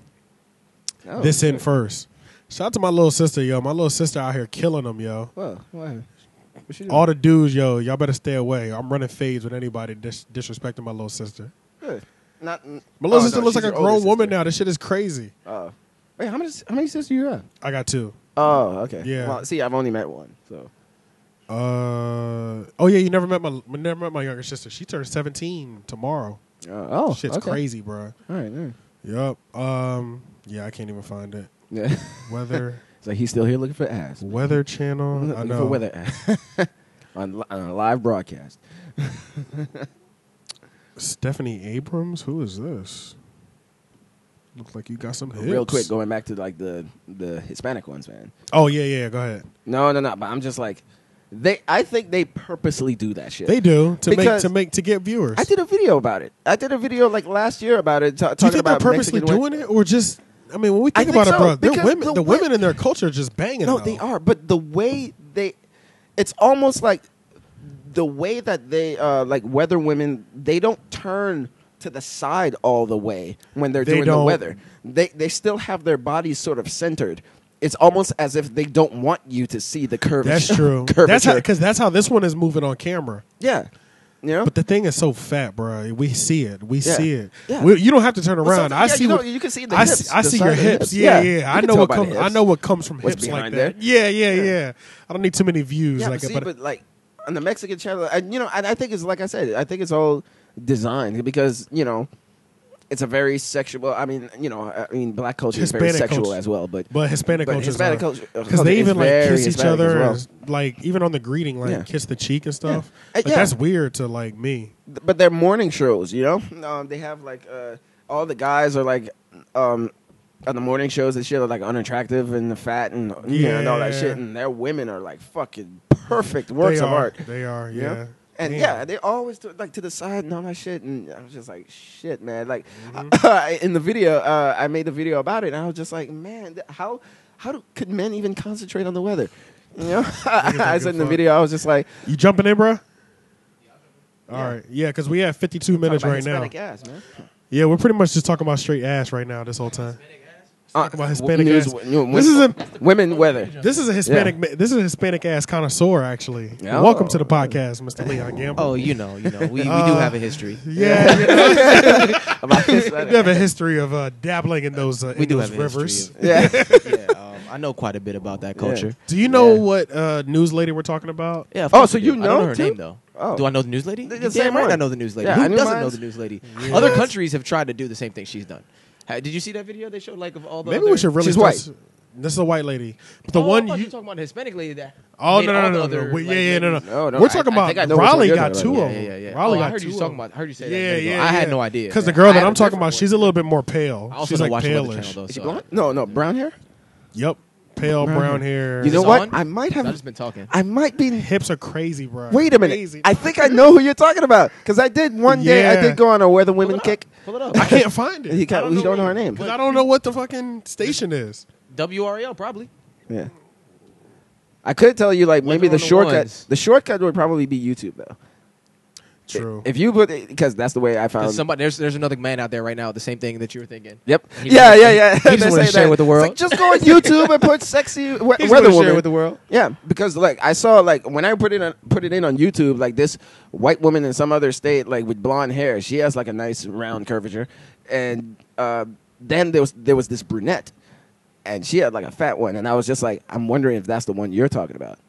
Speaker 1: Oh,
Speaker 4: this in
Speaker 1: shit.
Speaker 4: first. Shout out to my little sister, yo. My little sister out here killing them, yo.
Speaker 1: Whoa, what happened? What she doing?
Speaker 4: All the dudes, yo, y'all better stay away. I'm running fades with anybody dis- disrespecting my little sister.
Speaker 1: Good. Not.
Speaker 4: My little
Speaker 1: oh,
Speaker 4: sister
Speaker 1: no,
Speaker 4: looks
Speaker 1: she's
Speaker 4: like a
Speaker 1: your older
Speaker 4: grown woman
Speaker 1: sister.
Speaker 4: now. This shit is crazy.
Speaker 1: Oh. Wait, how many how many sisters you have?
Speaker 4: I got two.
Speaker 1: Oh, okay.
Speaker 4: Yeah.
Speaker 1: Well, see, I've only met one, so
Speaker 4: Uh oh yeah, you never met my never met my younger sister. She turned 17 tomorrow.
Speaker 1: uh, oh,
Speaker 4: Shit's
Speaker 1: okay.
Speaker 4: crazy, bro.
Speaker 1: All right, all right.
Speaker 4: Yup. Um yeah, I can't even find it.
Speaker 1: Yeah.
Speaker 4: Weather
Speaker 1: it's like he's still here looking for ass.
Speaker 4: Weather Channel. I
Speaker 1: Looking
Speaker 4: know.
Speaker 1: for weather ass on, li- on a live broadcast.
Speaker 4: Stephanie Abrams, who is this? Looks like you got some hips.
Speaker 1: Real quick, going back to like the the Hispanic ones, man.
Speaker 4: Oh yeah, yeah, go ahead.
Speaker 1: No, no, no. But I'm just like, they. I think they purposely do that shit.
Speaker 4: They do to make
Speaker 1: Because-
Speaker 4: to make to get viewers.
Speaker 1: I did a video about it. I did a video like last year about it, ta-
Speaker 4: do you
Speaker 1: talking
Speaker 4: think
Speaker 1: about
Speaker 4: they're purposely
Speaker 1: Mexican
Speaker 4: doing it or just? I mean, when we
Speaker 1: I
Speaker 4: think,
Speaker 1: think
Speaker 4: about
Speaker 1: so,
Speaker 4: it, bro, they're
Speaker 1: because
Speaker 4: women. The,
Speaker 1: the wo-
Speaker 4: women in their culture are just banging.
Speaker 1: No,
Speaker 4: though.
Speaker 1: they are. But the way they, it's almost like the way that they, uh, like weather women, they don't turn to the side all the way when they're
Speaker 4: They
Speaker 1: doing the
Speaker 4: don't.
Speaker 1: weather. They they still have their bodies sort of centered. It's almost as if they don't want you to see the curvature.
Speaker 4: That's true.
Speaker 1: curvature.
Speaker 4: that's because that's how this one is moving on camera.
Speaker 1: yeah, you know.
Speaker 4: But the thing is so fat, bro. We see it. We
Speaker 1: Yeah.
Speaker 4: see it.
Speaker 1: Yeah.
Speaker 4: We- you don't have to turn
Speaker 1: Well,
Speaker 4: around.
Speaker 1: sometimes-
Speaker 4: I
Speaker 1: yeah,
Speaker 4: see.
Speaker 1: you know,
Speaker 4: what,
Speaker 1: you can see the
Speaker 4: I
Speaker 1: hips,
Speaker 4: see, I
Speaker 1: the
Speaker 4: see
Speaker 1: side
Speaker 4: your
Speaker 1: of the
Speaker 4: hips.
Speaker 1: hips. Yeah.
Speaker 4: Yeah, yeah.
Speaker 1: You
Speaker 4: I
Speaker 1: can
Speaker 4: know
Speaker 1: tell
Speaker 4: what
Speaker 1: by the
Speaker 4: comes. I
Speaker 1: hips.
Speaker 4: know what comes from
Speaker 1: What's
Speaker 4: hips like
Speaker 1: behind
Speaker 4: that.
Speaker 1: there.
Speaker 4: Yeah, yeah, yeah, I don't need too many views.
Speaker 1: Yeah,
Speaker 4: like,
Speaker 1: but see,
Speaker 4: but,
Speaker 1: but like on the Mexican channel, and you know, and I think it's like I said, I think it's all designed because you know, it's a very sexual. I mean, you know, I mean, black culture is
Speaker 4: Hispanic
Speaker 1: very sexual
Speaker 4: culture.
Speaker 1: as well, but
Speaker 4: but Hispanic
Speaker 1: but
Speaker 4: culture,
Speaker 1: Hispanic culture-
Speaker 4: because
Speaker 1: culture
Speaker 4: they
Speaker 1: is
Speaker 4: even like
Speaker 1: very
Speaker 4: kiss each
Speaker 1: Hispanic as
Speaker 4: other,
Speaker 1: well.
Speaker 4: as- like even on the greeting, like
Speaker 1: Yeah.
Speaker 4: kiss the cheek and stuff.
Speaker 1: Uh,
Speaker 4: Like,
Speaker 1: yeah.
Speaker 4: that's weird to like me.
Speaker 1: but they're morning shows, you know. Um, they have like uh, all the guys are like um, on the morning shows and shit are like unattractive and fat and you know and all that
Speaker 4: Yeah.
Speaker 1: shit, and their women are like fucking perfect works
Speaker 4: they
Speaker 1: of
Speaker 4: are,
Speaker 1: art.
Speaker 4: They are,
Speaker 1: you
Speaker 4: yeah.
Speaker 1: know? And
Speaker 4: Damn.
Speaker 1: yeah, they always do it, like to the side and all that shit. And I was just like, shit, man. Like
Speaker 4: Mm-hmm.
Speaker 1: in the video, uh, I made the video about it, and I was just like, man, th- how how do, could men even concentrate on the weather? You know, I said in the
Speaker 4: fuck.
Speaker 1: video, I was just like,
Speaker 4: you jumping in, bro? All
Speaker 1: Yeah.
Speaker 4: right, yeah, because we have 52
Speaker 1: talking
Speaker 4: minutes
Speaker 1: about
Speaker 4: right now.
Speaker 1: Hispanic ass, man.
Speaker 4: Yeah, we're pretty much just talking about straight ass right now this whole time.
Speaker 6: Hispanic ass?
Speaker 1: Uh,
Speaker 4: about Hispanic
Speaker 1: news-
Speaker 4: ass.
Speaker 1: w-
Speaker 4: This is a
Speaker 1: women weather.
Speaker 4: this is a Hispanic ma- this is a Hispanic ass connoisseur actually.
Speaker 1: Oh.
Speaker 4: Welcome to the podcast, Mr. Leon Gamble.
Speaker 3: Oh, you know, you know, we, we do
Speaker 4: Uh,
Speaker 3: have a history.
Speaker 4: yeah, you know,
Speaker 1: About
Speaker 4: we
Speaker 1: Hispanic.
Speaker 4: have a history of uh, dabbling in those uh,
Speaker 3: We
Speaker 4: in
Speaker 3: do
Speaker 4: those
Speaker 3: have a history
Speaker 4: rivers.
Speaker 3: of-
Speaker 1: yeah.
Speaker 3: yeah, um, I know quite a bit about that culture.
Speaker 4: Do you know
Speaker 1: Yeah.
Speaker 4: what uh, news lady we're talking about?
Speaker 3: Yeah. of
Speaker 1: Oh,
Speaker 3: course
Speaker 1: so
Speaker 3: I
Speaker 1: you
Speaker 3: do. I don't
Speaker 1: know
Speaker 3: her
Speaker 1: too?
Speaker 3: name though?
Speaker 1: Oh.
Speaker 3: Do I know the news lady?
Speaker 1: The- the
Speaker 3: You
Speaker 1: same
Speaker 3: damn right
Speaker 1: one.
Speaker 3: I know the news lady.
Speaker 1: Yeah,
Speaker 3: Who
Speaker 1: I knew
Speaker 3: doesn't
Speaker 1: mine.
Speaker 3: know the news lady? Other countries have tried to do the same thing she's done. Ha- Did you see that video they showed like of all the
Speaker 4: Maybe
Speaker 3: other-
Speaker 4: we should really
Speaker 1: She's
Speaker 4: start
Speaker 1: white.
Speaker 4: s- This is a white lady. But the
Speaker 3: Oh, I
Speaker 4: one
Speaker 3: thought you
Speaker 4: you
Speaker 3: were talking about the Hispanic lady that
Speaker 4: Oh
Speaker 3: made
Speaker 4: no no
Speaker 3: all the
Speaker 4: no, no,
Speaker 3: other,
Speaker 4: no. We-
Speaker 3: like,
Speaker 4: yeah yeah no no.
Speaker 3: ladies- Oh,
Speaker 1: No, no,
Speaker 4: we're
Speaker 1: I-
Speaker 4: talking
Speaker 1: I
Speaker 4: about
Speaker 1: think I know which one
Speaker 4: Raleigh
Speaker 1: you're
Speaker 4: got
Speaker 1: talking
Speaker 4: two
Speaker 1: about.
Speaker 4: of
Speaker 3: Yeah,
Speaker 4: them.
Speaker 3: yeah, yeah.
Speaker 4: Raleigh
Speaker 3: oh,
Speaker 4: got
Speaker 3: I heard
Speaker 4: two
Speaker 3: you
Speaker 4: of
Speaker 3: talking
Speaker 4: them.
Speaker 3: about. I heard you say
Speaker 4: Yeah,
Speaker 3: that.
Speaker 4: yeah,
Speaker 3: I had
Speaker 4: yeah.
Speaker 3: no idea.
Speaker 4: Because the
Speaker 3: Yeah.
Speaker 4: girl
Speaker 1: I
Speaker 4: that
Speaker 1: had
Speaker 4: I'm
Speaker 1: a
Speaker 4: talking about,
Speaker 1: different
Speaker 4: she's a little bit more pale.
Speaker 3: I also
Speaker 4: she's
Speaker 3: don't
Speaker 4: like
Speaker 3: watch the Weather
Speaker 4: palish.
Speaker 3: Channel though.
Speaker 1: Is she
Speaker 3: so
Speaker 1: blonde? No, no, brown hair.
Speaker 4: Yep,
Speaker 3: Mm.
Speaker 4: pale
Speaker 1: Brown
Speaker 4: brown
Speaker 1: hair.
Speaker 4: hair.
Speaker 1: You know
Speaker 3: Is it
Speaker 1: what?
Speaker 3: on?
Speaker 1: I might
Speaker 3: I've
Speaker 1: have.
Speaker 3: just been talking.
Speaker 1: I might be
Speaker 4: hips are crazy, bro.
Speaker 1: Wait a minute.
Speaker 4: Crazy.
Speaker 1: I think I know who you're talking about because I did one day. I
Speaker 4: Yeah.
Speaker 1: did go on a Weather
Speaker 3: Pull it
Speaker 1: Women
Speaker 3: up.
Speaker 1: kick.
Speaker 3: Pull it up.
Speaker 4: I can't find it.
Speaker 1: You can't-
Speaker 4: I
Speaker 1: you don't know
Speaker 4: what-
Speaker 1: her name.
Speaker 4: 'cause I don't know what the fucking station is.
Speaker 3: WRL probably.
Speaker 1: Yeah. I could tell you like
Speaker 3: Women
Speaker 1: maybe the
Speaker 3: on the
Speaker 1: shortcut.
Speaker 3: ones.
Speaker 1: The shortcut would probably be YouTube though.
Speaker 4: True.
Speaker 1: If you put because that's the way I found.
Speaker 3: There's somebody there's there's another man out there right now with the same thing that you were thinking.
Speaker 1: Yep.
Speaker 3: He
Speaker 1: yeah,
Speaker 3: just-
Speaker 1: yeah, yeah.
Speaker 3: he just
Speaker 1: They
Speaker 3: wanna
Speaker 1: say
Speaker 3: share
Speaker 1: that.
Speaker 3: with the
Speaker 1: It's
Speaker 3: world.
Speaker 1: like, just go on YouTube and put sexy we-
Speaker 3: He's
Speaker 1: weather
Speaker 3: gonna share
Speaker 1: woman.
Speaker 3: with the world.
Speaker 1: Yeah, because like I saw like when I put it on, put it in on YouTube, like this white woman in some other state, like with blonde hair, she has like a nice round curvature, and uh, then there was there was this brunette, and she had like a fat one, and I was just like, I'm wondering if that's the one you're talking about,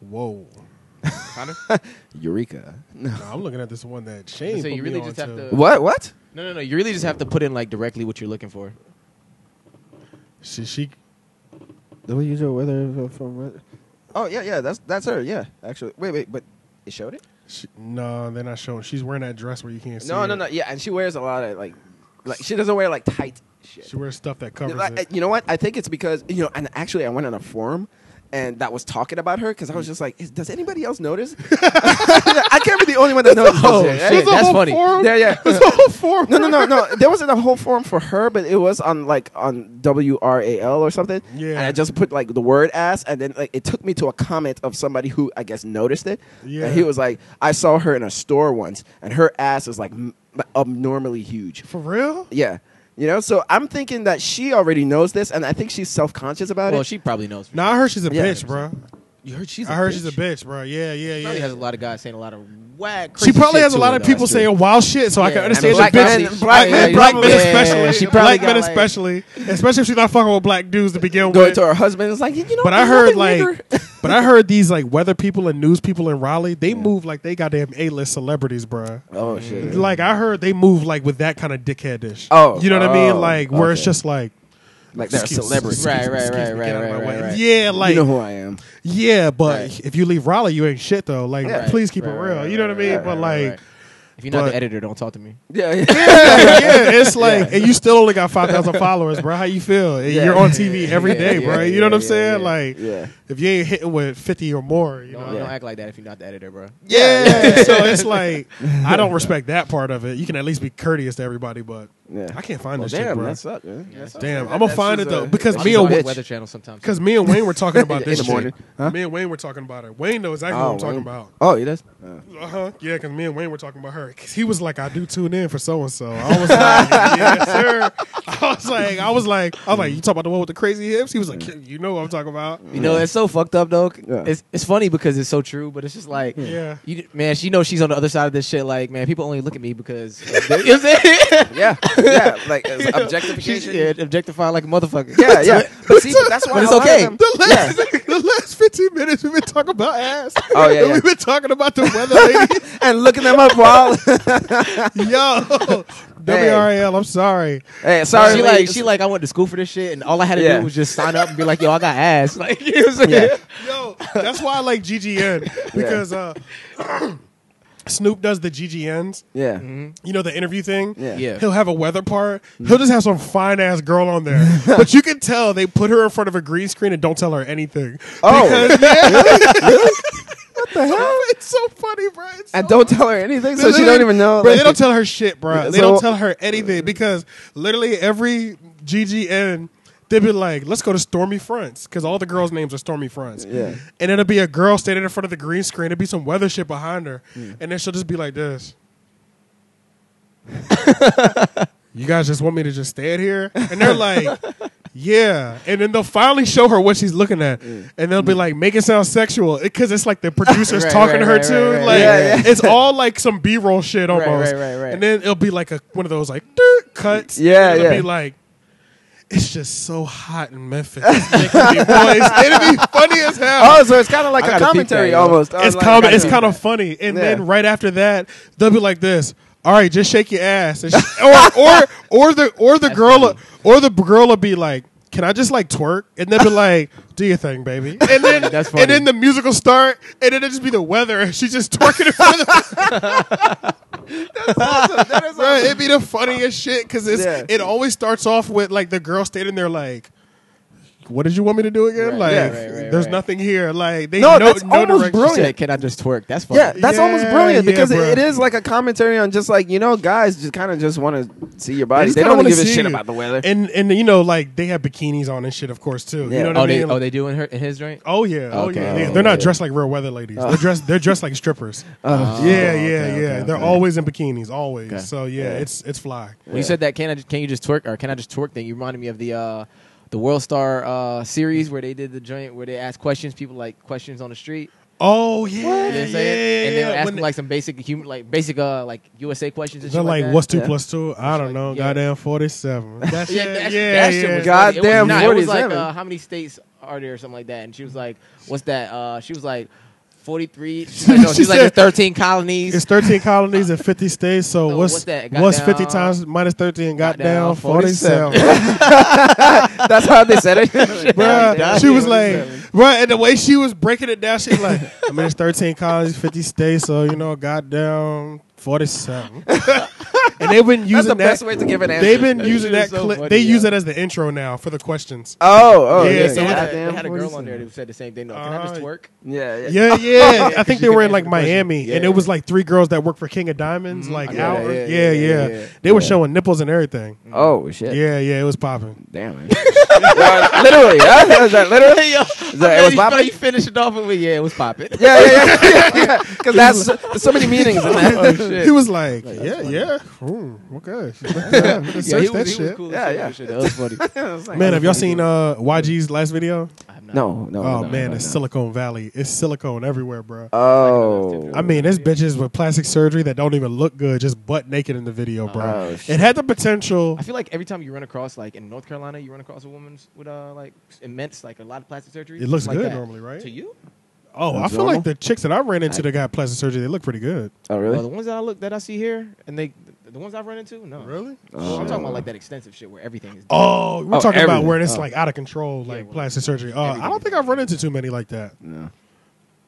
Speaker 4: Whoa.
Speaker 3: Connor?
Speaker 1: Eureka.
Speaker 4: No, I'm looking at this one that Shane.
Speaker 3: So
Speaker 4: put
Speaker 3: you
Speaker 4: me
Speaker 3: really just
Speaker 4: on
Speaker 3: have
Speaker 4: to.
Speaker 3: to-
Speaker 1: What? What?
Speaker 3: No, no, no. You really just have to put in like directly what you're looking for.
Speaker 4: She, she
Speaker 1: The way you do weather from? Oh yeah, yeah. That's that's her. Yeah, actually. Wait, wait. But it showed it.
Speaker 4: She, no, they're not showing. She's wearing that dress where you can't see.
Speaker 1: No, no,
Speaker 4: it.
Speaker 1: no. Yeah, and she wears a lot of like, like she doesn't wear like tight shit.
Speaker 4: She wears stuff that covers
Speaker 1: Like,
Speaker 4: it.
Speaker 1: You know what? I think it's because you know, and actually, I went on a forum. And that was talking about her because I was
Speaker 4: Mm.
Speaker 1: just like, is, does anybody else notice? I can't be the only one that noticed.
Speaker 3: Oh,
Speaker 1: this
Speaker 3: shit,
Speaker 1: right?
Speaker 3: that's funny.
Speaker 1: Yeah, yeah.
Speaker 4: whole forum.
Speaker 1: No, no, no, no. There wasn't a whole forum for her, but it was on like on W R A L or something.
Speaker 4: Yeah.
Speaker 1: And I just put like the word ass, and then like it took me to a comment of somebody who I guess noticed it.
Speaker 4: Yeah.
Speaker 1: And he was like, I saw her in a store once, and her ass is like m- abnormally huge.
Speaker 4: For real?
Speaker 1: Yeah. You know, so I'm thinking that she already knows this, and I think she's self conscious about
Speaker 3: Well,
Speaker 1: it.
Speaker 3: she probably knows.
Speaker 4: No, I heard she's a
Speaker 1: Yeah.
Speaker 4: bitch, bro.
Speaker 3: You heard she's.
Speaker 4: I heard she's a bitch, bro. Yeah, yeah,
Speaker 3: She probably
Speaker 4: yeah.
Speaker 3: has a lot of guys saying a lot of whack.
Speaker 4: She
Speaker 3: crazy
Speaker 4: probably
Speaker 3: shit
Speaker 4: has a
Speaker 3: to
Speaker 4: lot
Speaker 3: her,
Speaker 4: of
Speaker 3: though.
Speaker 4: people saying wild shit, so I can
Speaker 3: Yeah, I mean,
Speaker 4: understand
Speaker 1: black
Speaker 4: the
Speaker 1: men-
Speaker 4: bitch.
Speaker 1: black men
Speaker 4: Black men, black men
Speaker 1: probably-
Speaker 4: especially,
Speaker 3: Yeah, she probably
Speaker 4: black men
Speaker 3: got, like-
Speaker 4: especially, especially if she's not fucking with black dudes to begin
Speaker 1: Going
Speaker 4: with.
Speaker 1: to her husband, it's like, you know,
Speaker 4: but I
Speaker 1: there's
Speaker 4: heard
Speaker 1: nothing
Speaker 4: like,
Speaker 1: bigger.
Speaker 4: but I heard these like weather people and news people in Raleigh, they move like they goddamn A list celebrities, bruh.
Speaker 1: oh, shit.
Speaker 4: Mm, Like I heard they move like with that kind of dickheadish.
Speaker 1: Oh,
Speaker 4: you know what I mean?
Speaker 1: oh,
Speaker 4: Like where it's
Speaker 1: okay.
Speaker 4: just like,
Speaker 1: Like, they're a
Speaker 4: excuse-
Speaker 1: celebrity.
Speaker 4: excuse-
Speaker 3: Right, right,
Speaker 4: excuse
Speaker 3: right,
Speaker 4: me,
Speaker 3: right,
Speaker 4: get out of my
Speaker 3: right,
Speaker 4: way.
Speaker 3: right, right.
Speaker 4: Yeah, like
Speaker 1: you know who I am.
Speaker 4: yeah, but
Speaker 3: Right.
Speaker 4: if you leave Raleigh, you ain't shit though. Like
Speaker 1: Yeah.
Speaker 4: please keep
Speaker 3: Right,
Speaker 4: it
Speaker 3: right,
Speaker 4: real.
Speaker 3: right,
Speaker 4: you know
Speaker 3: right,
Speaker 4: what I mean?
Speaker 3: right,
Speaker 4: but
Speaker 3: right,
Speaker 4: like.
Speaker 3: right. if you're not
Speaker 4: but-
Speaker 3: the editor, don't talk to me.
Speaker 1: Yeah, yeah.
Speaker 4: yeah, it's like, and you still only got five thousand followers, bro. How you feel? And
Speaker 1: Yeah.
Speaker 4: You're on TV every
Speaker 1: Yeah,
Speaker 4: day,
Speaker 1: yeah,
Speaker 4: bro. You know what I'm
Speaker 1: yeah,
Speaker 4: saying?
Speaker 1: yeah,
Speaker 4: like,
Speaker 1: yeah.
Speaker 4: if you ain't hitting with fifty or more, you
Speaker 3: Don't,
Speaker 4: know.
Speaker 1: Yeah.
Speaker 3: don't act like that if you're not the editor, bro.
Speaker 4: Yeah, so it's like I don't respect that part of it. You can at least be courteous to everybody, but
Speaker 1: Yeah.
Speaker 4: I can't find
Speaker 1: Well,
Speaker 4: this shit,
Speaker 1: damn,
Speaker 4: bro.
Speaker 1: that's up, man. That's up.
Speaker 4: Damn,
Speaker 1: That-
Speaker 4: I'm gonna
Speaker 1: that's
Speaker 4: find it
Speaker 1: just
Speaker 4: though
Speaker 1: a-
Speaker 4: because
Speaker 1: that's
Speaker 4: me
Speaker 3: She's
Speaker 1: just
Speaker 4: and
Speaker 3: on the
Speaker 1: bitch.
Speaker 3: Weather Channel sometimes.
Speaker 4: because me and Wayne were talking about
Speaker 1: In
Speaker 4: this
Speaker 1: the
Speaker 4: shit.
Speaker 1: morning. Huh?
Speaker 4: Me and Wayne were talking about it. Wayne knows exactly what I'm talking
Speaker 1: Wayne.
Speaker 4: about.
Speaker 1: Oh, he does. Oh.
Speaker 4: Uh-huh. Yeah, because me and Wayne were talking about her. 'Cause he was like, I do tune in for so and so. I was like, Yes, sir. I was like, I was like, I was like, you talking about the one with the crazy hips? He was like, You know what I'm talking about.
Speaker 3: You know, it's so fucked up though.
Speaker 1: Yeah.
Speaker 3: It's it's funny because it's so true, but it's just like,
Speaker 4: Yeah.
Speaker 3: you, man, she knows she's on the other side of this shit. Like, man, people only look at me because you know what I'm saying?
Speaker 1: Yeah, yeah, like it's
Speaker 3: You know,
Speaker 1: objectification.
Speaker 3: she's, yeah, objectified like a motherfucker.
Speaker 1: Yeah, yeah. But see, but that's why
Speaker 3: But it's
Speaker 1: a lot of
Speaker 3: okay.
Speaker 1: them-
Speaker 4: The last, the last 15 minutes, we've been talking about ass.
Speaker 1: Oh, yeah,
Speaker 4: And
Speaker 1: yeah.
Speaker 4: We've been talking about the weather, lady.
Speaker 1: and looking them up while.
Speaker 4: Yo, WRAL, I'm sorry.
Speaker 1: hey, sorry,
Speaker 3: she like
Speaker 1: ladies.
Speaker 3: she like I went to school for this shit, and all I had to
Speaker 1: Yeah.
Speaker 3: do was just sign up and be like, yo, I got ass. Like, you know what I'm saying?
Speaker 4: Yo, that's why I like GGN because uh, Snoop does the GGNs.
Speaker 1: yeah,
Speaker 4: You know the interview thing.
Speaker 1: Yeah.
Speaker 3: Yeah.
Speaker 4: He'll have a weather part. He'll just have some fine ass girl on there, but you can tell they put her in front of a green screen and don't tell her anything.
Speaker 1: Oh.
Speaker 4: Because- yeah. What the hell? It's so funny, bro. It's
Speaker 1: and
Speaker 4: so
Speaker 1: don't tell her anything, so she don't even know.
Speaker 4: Bro,
Speaker 1: like-
Speaker 4: they don't tell her shit, bro.
Speaker 1: Yeah,
Speaker 4: they don't
Speaker 1: so-
Speaker 4: tell her anything because literally every GGN they'd be like, "Let's go to Stormy Fronts" because all the girls' names are Stormy Fronts.
Speaker 1: Yeah.
Speaker 4: and it'll be a girl standing in front of the green screen. It'll be some weather shit behind her, and then she'll just be like this. you guys just want me to just stand here, and they're like. Yeah, and then they'll finally show her what she's looking at, and they'll be like, "Make it sound sexual," because it's like the producers
Speaker 3: Right,
Speaker 4: talking
Speaker 3: right,
Speaker 4: to her
Speaker 3: right,
Speaker 4: too.
Speaker 3: right, right,
Speaker 4: like,
Speaker 1: Yeah, yeah.
Speaker 4: it's all like some B roll shit
Speaker 3: Right,
Speaker 4: almost.
Speaker 3: right, right, right.
Speaker 4: And then it'll be like a one of those like "Dirt," cuts.
Speaker 1: Yeah,
Speaker 4: and it'll
Speaker 1: yeah.
Speaker 4: Be like, it's just so hot in Memphis. It can be moist. It'd be funny as hell.
Speaker 1: Oh, so it's kind of like
Speaker 3: I
Speaker 1: a
Speaker 3: gotta peep
Speaker 1: commentary
Speaker 3: that, yo.
Speaker 1: almost. I
Speaker 4: it's
Speaker 1: was like,
Speaker 4: com-
Speaker 1: I
Speaker 4: It's
Speaker 1: gotta-
Speaker 4: kind of funny. And
Speaker 1: Yeah.
Speaker 4: then right after that, they'll be like this. All right, just shake your ass, and sh- or or or the or the girl will- or the girl will be like. Can I just like twerk? And they'll be like, do your thing, baby. And then
Speaker 3: That's funny.
Speaker 4: and then the musical start, and then it'll just be the weather, and she's just twerking in front of the
Speaker 1: That is
Speaker 4: Bro, it'd be the funniest shit because it's
Speaker 1: Yeah.
Speaker 4: it always starts off with like the girl standing there like what did you want me to do again?
Speaker 3: Right,
Speaker 4: Like,
Speaker 1: yeah,
Speaker 3: right, right,
Speaker 4: there's
Speaker 3: right.
Speaker 4: nothing here. Like, they
Speaker 1: No,
Speaker 4: no,
Speaker 1: that's
Speaker 4: no
Speaker 1: almost
Speaker 4: direction.
Speaker 1: brilliant.
Speaker 3: Shit, can I just twerk? That's funny.
Speaker 1: Yeah, that's almost
Speaker 4: Yeah,
Speaker 1: brilliant
Speaker 4: yeah,
Speaker 1: because it-
Speaker 4: bruh.
Speaker 1: it is like a commentary on just like you know, guys just kind of just want to see your body.
Speaker 4: just
Speaker 1: They
Speaker 4: kinda
Speaker 1: don't wanna
Speaker 4: wanna
Speaker 1: give a
Speaker 4: see
Speaker 1: shit
Speaker 4: you.
Speaker 1: about the weather.
Speaker 4: And and you know, like they have bikinis on and shit, of course, too.
Speaker 1: Yeah.
Speaker 4: You know what
Speaker 3: oh,
Speaker 4: I mean?
Speaker 3: they, oh,
Speaker 4: Like-
Speaker 3: they do in her in his drink.
Speaker 4: Oh yeah, oh
Speaker 3: Okay.
Speaker 4: yeah. They,
Speaker 3: Oh, Uh-huh.
Speaker 4: they're not
Speaker 1: yeah.
Speaker 4: dressed like real weather ladies. They're dressed. They're dressed like strippers.
Speaker 1: Oh.
Speaker 4: yeah,
Speaker 3: okay,
Speaker 4: yeah,
Speaker 3: okay,
Speaker 4: yeah. they're
Speaker 3: okay.
Speaker 4: always in bikinis, always.
Speaker 3: Okay.
Speaker 4: So yeah, it's it's fly.
Speaker 3: When you said that, can I just, can you just twerk or can I just twerk thing? You reminded me of the uh, the World Star uh, series where they did the joint where they asked questions, people like questions on the street.
Speaker 4: Oh yeah,
Speaker 3: You know what
Speaker 4: yeah.
Speaker 3: I'm saying? and they were
Speaker 4: yeah.
Speaker 3: asking
Speaker 4: When-
Speaker 3: like some basic human, like basic uh, like USA questions. And
Speaker 4: they're
Speaker 3: shit like,
Speaker 4: like,
Speaker 3: that.
Speaker 4: "What's two
Speaker 1: Yeah.
Speaker 4: plus two? I don't
Speaker 3: like,
Speaker 4: know.
Speaker 3: yeah.
Speaker 4: Goddamn forty-seven. That's
Speaker 3: Yeah,
Speaker 4: yeah,
Speaker 3: that,
Speaker 4: yeah,
Speaker 3: that
Speaker 4: yeah.
Speaker 3: shit was funny.
Speaker 1: Goddamn
Speaker 3: it was, nah, it was like
Speaker 1: 47.
Speaker 3: uh, how many states are there or something like that. And she was like, "What's that?" Uh, she was like, 43. She was like, no,
Speaker 4: She
Speaker 3: she was like
Speaker 4: said-
Speaker 3: "There's 13 colonies.
Speaker 4: It's thirteen colonies and fifty states. So
Speaker 3: So
Speaker 4: what's
Speaker 3: what's that?
Speaker 4: what's fifty
Speaker 3: Goddamn-
Speaker 4: times minus thirteen? Goddamn
Speaker 3: goddamn
Speaker 4: forty-seven.
Speaker 1: that's how they said it.
Speaker 4: Bruh,
Speaker 3: Goddamn
Speaker 4: she was like, bruh, and the way she was breaking it down, she was like, I mean, it's thirteen colonies, fifty states. So you know, goddamn forty-seven. and they've been
Speaker 1: That's the
Speaker 4: using
Speaker 1: best
Speaker 4: that.
Speaker 1: way to give an answer.
Speaker 4: They've been
Speaker 3: That
Speaker 4: using
Speaker 3: shit is
Speaker 4: that.
Speaker 3: so
Speaker 4: clip.
Speaker 3: funny,
Speaker 4: they use
Speaker 3: yeah.
Speaker 4: it as the intro now for the questions.
Speaker 1: Oh, oh,
Speaker 4: Yeah,
Speaker 1: yeah.
Speaker 4: so
Speaker 3: they,
Speaker 4: what-
Speaker 3: had a,
Speaker 1: Goddamn
Speaker 3: they had a girl on
Speaker 1: 47.
Speaker 3: there that said the same thing. though. Can I just
Speaker 4: Uh,
Speaker 3: twerk?
Speaker 1: Yeah, yeah.
Speaker 4: Yeah, yeah. I
Speaker 3: she
Speaker 4: think they
Speaker 3: can
Speaker 4: were in
Speaker 3: answer
Speaker 4: like
Speaker 3: the question.
Speaker 4: Miami,
Speaker 3: Yeah, Mm-hmm.
Speaker 4: and
Speaker 3: yeah.
Speaker 4: it was like three girls that work for King of Diamonds, like
Speaker 3: Yeah,
Speaker 4: hours. Yeah
Speaker 3: yeah, yeah,
Speaker 4: yeah,
Speaker 3: yeah, yeah.
Speaker 4: They were showing nipples and everything.
Speaker 1: Oh shit.
Speaker 4: Yeah, yeah, it was popping.
Speaker 1: Damn. Man. Nah, literally. huh? Is that literally?
Speaker 3: Hey, yo,
Speaker 1: that- it was popping?
Speaker 3: You finished it off with, yeah, it was popping.
Speaker 1: Yeah, yeah, yeah. yeah. Because that's there's so many meanings in that.
Speaker 3: Oh,
Speaker 4: He was like, "Yeah, yeah, Hmm, okay." Yeah,
Speaker 3: Yeah,
Speaker 4: Search
Speaker 3: he
Speaker 4: that
Speaker 3: was, he was
Speaker 4: shit.
Speaker 3: cool.
Speaker 1: Yeah,
Speaker 3: as shit,
Speaker 1: yeah.
Speaker 3: that shit. That was funny.
Speaker 4: Man, have y'all seen uh, YG's last video?
Speaker 3: I have not-
Speaker 1: No, no.
Speaker 4: Oh
Speaker 1: no, no,
Speaker 4: man,
Speaker 1: no,
Speaker 4: it's
Speaker 1: no.
Speaker 4: Silicon Valley. It's silicone everywhere, bro.
Speaker 1: Oh.
Speaker 4: I mean, there's bitches with plastic surgery that don't even look good, just butt naked in the video, bro.
Speaker 1: Oh,
Speaker 4: it
Speaker 1: shit.
Speaker 4: had the potential.
Speaker 3: I feel like every time you run across, like in North Carolina, you run across a woman with uh, like immense, like a lot of plastic surgery.
Speaker 4: It looks
Speaker 3: like
Speaker 4: good
Speaker 3: that.
Speaker 4: normally, right?
Speaker 3: To you?
Speaker 4: Oh, I
Speaker 1: That's
Speaker 4: feel
Speaker 1: normal?
Speaker 4: like the chicks that I ran into that got plastic surgery, they look pretty good.
Speaker 1: Oh
Speaker 3: Uh, the
Speaker 1: really?
Speaker 3: ones that I look that I see here, and they the ones I've run into, no,
Speaker 4: Really?
Speaker 3: Oh, I'm
Speaker 1: Oh.
Speaker 3: talking about like that extensive shit where everything is.
Speaker 4: Oh, we're
Speaker 1: Oh,
Speaker 4: talking about
Speaker 1: everything.
Speaker 4: where it's
Speaker 1: Oh.
Speaker 4: like out of control,
Speaker 3: Yeah,
Speaker 4: like
Speaker 3: well,
Speaker 4: plastic surgery. Uh, I
Speaker 3: everything
Speaker 4: don't
Speaker 3: is
Speaker 4: think I've run into too many like that.
Speaker 1: No.